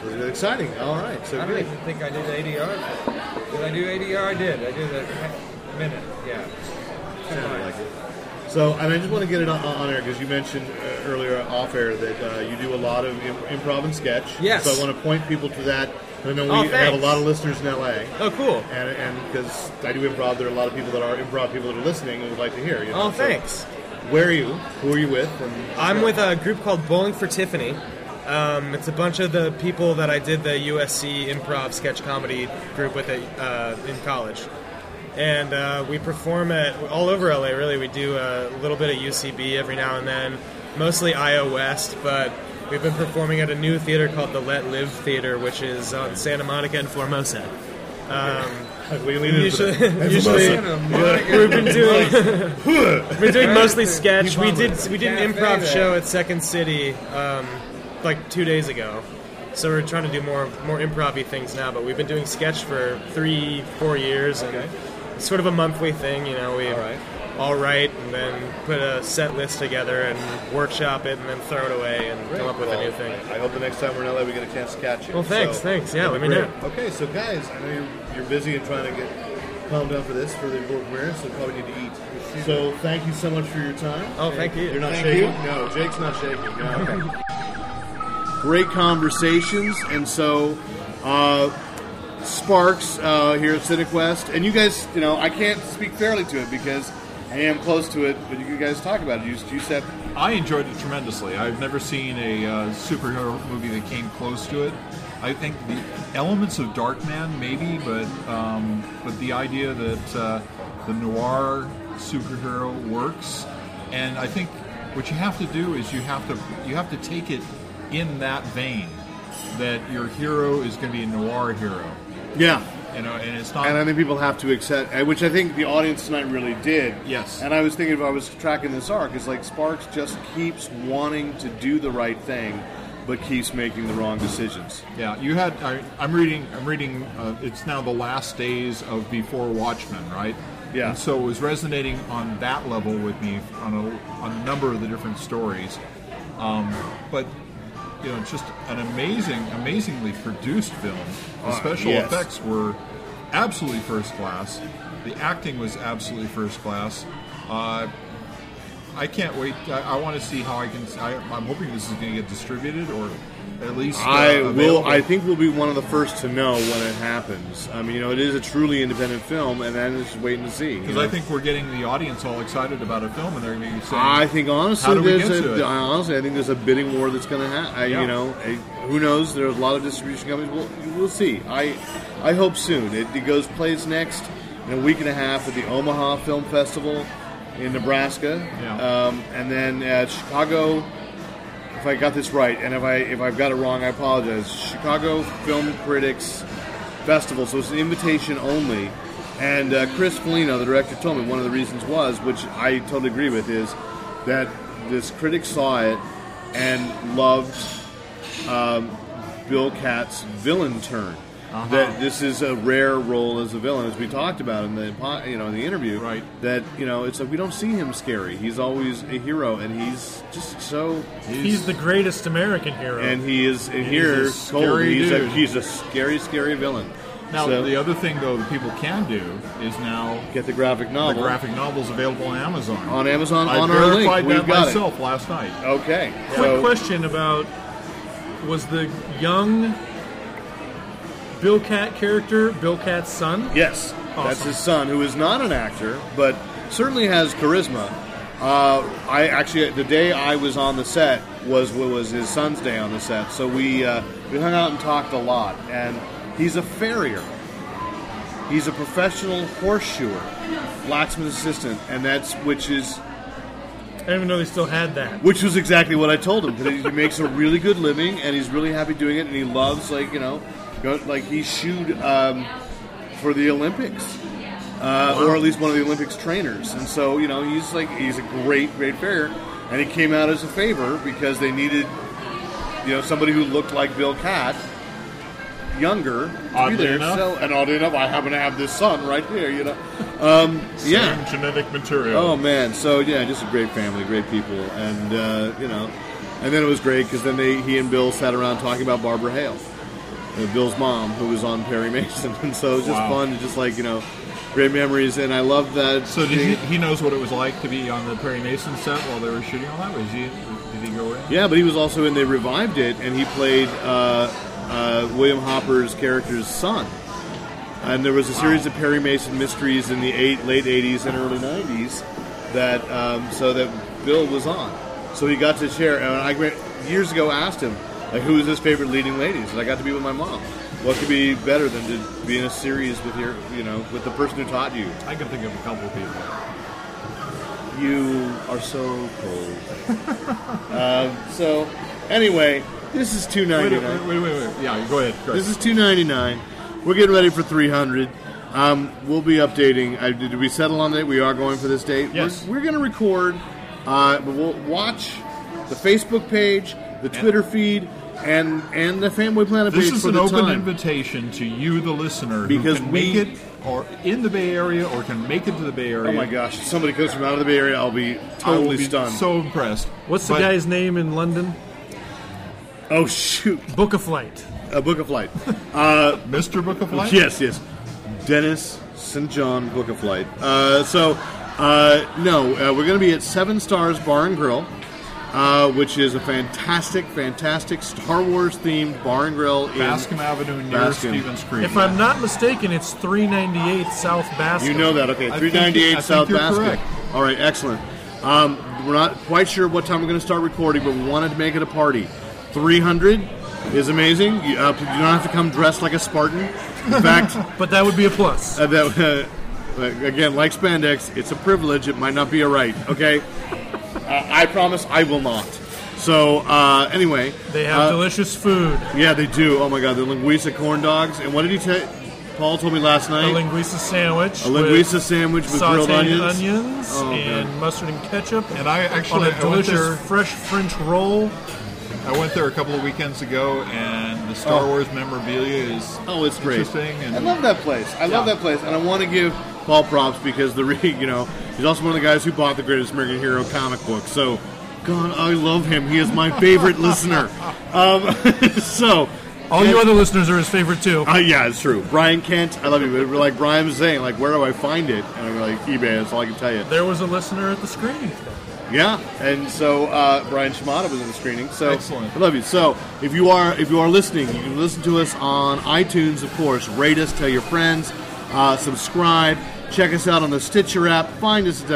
Really exciting. All right. So
I don't
good.
even think I did ADR. Did I do ADR? I did. I did a he- minute. Yeah.
Sounded like it. So, and I just want to get it on, on air because you mentioned uh, earlier off air that uh, you do a lot of Im- improv and sketch.
Yes.
So I want to point people to that. I know we
Oh,
have a
thanks.
lot of listeners in LA.
Oh, cool.
And and because I do improv, there are a lot of people that are improv people that are listening and would like to hear. You know?
Oh,
So
thanks.
Where are you? Who are you with? And
I'm with a group called Bowling for Tiffany. Um, it's a bunch of the people that I did the USC improv sketch comedy group with at, uh, in college. And uh, we perform at all over LA, really. We do a little bit of UCB every now and then, mostly IO West, but we've been performing at a new theater called the Let Live Theater, which is on Santa Monica and Formosa. Um,
We lean into
usually,
that. And
usually
Formosa. Monica
we've been
and
doing
Formosa.
we're doing mostly sketch.
You
We
probably-
did we did an
Cafe
improv
there.
show at Second City um, like two days ago, so we're trying to do more more improv things now. But we've been doing sketch for three four years, and it's sort of a monthly thing. You know, we all right. and then put a set list together and workshop it, and then throw it away and come up with a new thing.
I hope the next time we're in LA we get a chance to catch you.
Well, thanks,
So,
thanks. Yeah,
that'd
let
be
me know.
great. Okay, so guys, I know you're, you're busy and trying to get calmed down for this for the important career, so you probably need to eat. So thank you so much for your time.
Oh, thank you.
You're not
Thank
shaking.
you.
No, Jake's not shaking. No.
Okay. great conversations, and so uh, sparks uh, here at CineQuest. And you guys, you know, I can't speak fairly to it because I am close to it, but you guys talk about it. You, you said
I enjoyed it tremendously. I've never seen a uh, superhero movie that came close to it. I think the elements of Darkman, maybe, but um, but the idea that uh, the noir superhero works, and I think what you have to do is you have to you have to take it in that vein that your hero is going to be a noir hero.
Yeah.
you know, and it's not.
And I think people have to accept, uh, which I think the audience tonight really did. Yes. And I was thinking if I was tracking this arc, is like Sparks just keeps wanting to do the right thing, but keeps making the wrong decisions.
Yeah, you had. I, I'm reading. I'm reading. Uh, it's now the last days of Before Watchmen, right?
Yeah.
And so it was resonating on that level with me on a, on a number of the different stories, um, but you know, just an amazing, amazingly produced film. The
Uh,
special
yes.
effects were absolutely first class. The acting was absolutely first class. Uh, I can't wait. I, I want to see how I can. I, I'm hoping this is going to get distributed or at least. uh,
I will.
available.
I think we'll be one of the first to know when it happens. I mean, you know, it is a truly independent film, and then it's just waiting to see. you
Because
know?
I think we're getting the audience all excited about a film, and they're going to be saying,
I think honestly,
how do we
there's
get to
a,
it?
I honestly, I think there's a bidding war that's going to happen.
Yeah.
You know, I- who knows? There's a lot of distribution companies. We'll, we'll see. I, I hope soon. It, it goes plays next in a week and a half at the Omaha Film Festival in Nebraska, um, and then at Chicago. If I got this right, and if I if I've got it wrong, I apologize. Chicago Film Critics Festival, so it's an invitation only. And uh, Chris Polino, the director, told me one of the reasons was, which I totally agree with, is that this critic saw it and loved um, Bill Katz's villain turn.
Uh-huh.
That this is a rare role as a villain, as we talked about in the po- you know in the interview. Right. That you know it's like we don't see him scary. He's always a hero, and he's just so
He's the greatest American hero.
and he is and
He's a
here Cole,
scary
he's a
dude.
he's a scary scary villain.
Now,
So-
the other thing, though, that people can do is now
get the graphic novel.
The graphic novel's available on Amazon.
On Amazon,
I
on our
verified
link.
that
We've got it.
myself last night.
Okay.
Quick question about was the young Bill Cat character Bill Cat's son?
Yes, that's
Awesome.
his son, who is not an actor, but certainly has charisma. Uh, I actually, the day I was on the set was was his son's day on the set, so we uh, we hung out and talked a lot. And he's a farrier. He's a professional horseshoer, blacksmith assistant, and that's which is
I didn't even know they still had that.
which was exactly what I told him. 'cause he makes a really good living, and he's really happy doing it, and he loves like you know, go, like he shooed um, for the Olympics, uh, or at least one of the Olympics trainers. And so you know, he's like he's a great, great fair, and he came out as a favor because they needed you know somebody who looked like Bill Cat, younger, to be
Oddly
there.
enough.
So, and oddly enough, I happen to have this son right there. You know, um, yeah,
genetic material.
Oh man, so yeah, just a great family, great people, and uh, you know, and then it was great because then they he and Bill sat around talking about Barbara Hale, uh, Bill's mom, who was on Perry Mason, and so it was just
Wow.
fun, just like you know, great memories, and I love that.
So did he, he knows what it was like to be on the Perry Mason set while they were shooting all that? Was he? Did he go in?
Yeah, but he was also in. They revived it, and he played uh, uh, William Hopper's character's son. And there was a series of Perry Mason mysteries in the eight, late '80s and early '90s that um, so that Bill was on. So he got to share. And I re- years ago asked him, Like, who is his favorite leading ladies? And I got to be with my mom. What could be better than to be in a series with your, you know, with the person who taught you?
I can think of a couple people.
You are so cold. um, so, anyway, this is two ninety nine.
Wait, wait, wait, wait. Yeah, go ahead. Go ahead.
This is two ninety nine. We're getting ready for three hundred. Um, we'll be updating. Uh, did we settle on it? We are going for this date.
Yes.
We're, we're going to record. Uh, but we'll watch the Facebook page, the Twitter feed, and and the Fanboy Planet
This
page
is
for
an
the
open
time.
invitation to you, the listener,
Because
who can
we-
make it or in the Bay Area or can make it to the Bay Area.
Oh my gosh! If somebody comes from out of the Bay Area, I'll be totally
I will be
stunned.
So impressed.
What's the
But-
guy's name in London?
Oh shoot!
Book a flight.
A book of flight. Uh,
Mr. Book of Flight?
Yes, yes. Dennis St. John Book of Flight. Uh, so, uh, no, uh, we're going to be at Seven Stars Bar and Grill, uh, which is a fantastic, fantastic Star Wars themed bar and grill in
Bascom Avenue near
Bascom.
Stevens Creek.
If I'm not mistaken, it's 398 South Basket.
You know that, okay? Three ninety eight South Basket. All right, excellent. Um, we're not quite sure what time we're going to start recording, but we wanted to make it a party. Three hundred is amazing. You, uh, you don't have to come dressed like a Spartan. In fact,
but that would be a plus.
Uh, that, uh, again, like spandex, it's a privilege. It might not be a right. Okay, uh, I promise I will not. So uh, anyway,
They have
uh,
delicious food.
Yeah, they do. Oh my God, the linguiça corn dogs. And what did he tell? Paul told me last
A
night.
linguica sandwich.
A linguiça
with
sandwich with grilled
sauteed
onions.
onions
Oh, God.
and mustard and ketchup.
And I actually-
on
I
a
went
delicious
there-
fresh French roll.
I went there a couple of weekends ago, and the Star
Oh.
Wars memorabilia is
oh, it's great.
interesting. And
I love that place. I love that place, and I want to give Paul props because the re- you know he's also one of the guys who bought the Greatest American Hero comic book. So, God, I love him. He is my favorite listener. Um, so,
All you other listeners are his favorite too.
Uh, yeah, it's true. Brian Kent, I love you, but like Brian was saying, like where do I find it? And I'm like eBay. That's all I can tell you.
There was a listener at the screening.
Yeah, and so uh, Brian Shimada was in the screening. So
Excellent.
I love you. So if you are if you are listening, you can listen to us on iTunes, of course. Rate us, tell your friends, uh, subscribe. Check us out on the Stitcher app. Find us at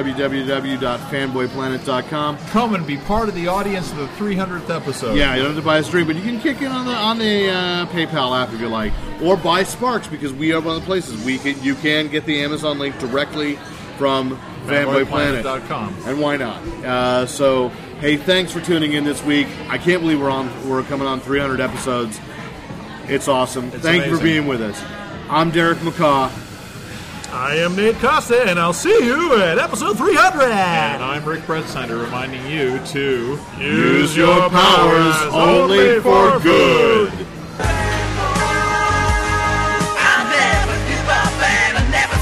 www.fanboyplanet.com.
Come and be part of the audience of the 300th episode.
Yeah, you don't have to buy a drink, but you can kick in on the on the uh, PayPal app if you like, or buy Sparks because we are one of the places we can you can get the Amazon link directly from
FanboyPlanet.com.
FanboyPlanet.com, and why not? Uh, so hey, thanks for tuning in this week. I can't believe we're on we're coming on 300 episodes. It's awesome. Thank you for
amazing.
being with us. I'm Derek McCaw.
I am Nate Costa, and I'll see you at episode 300.
And I'm Rick Bretsteiner reminding you to
Use your powers only for good.
I'll never give up and I never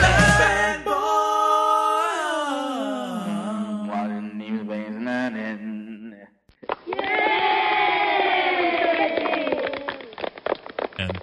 surrender.
And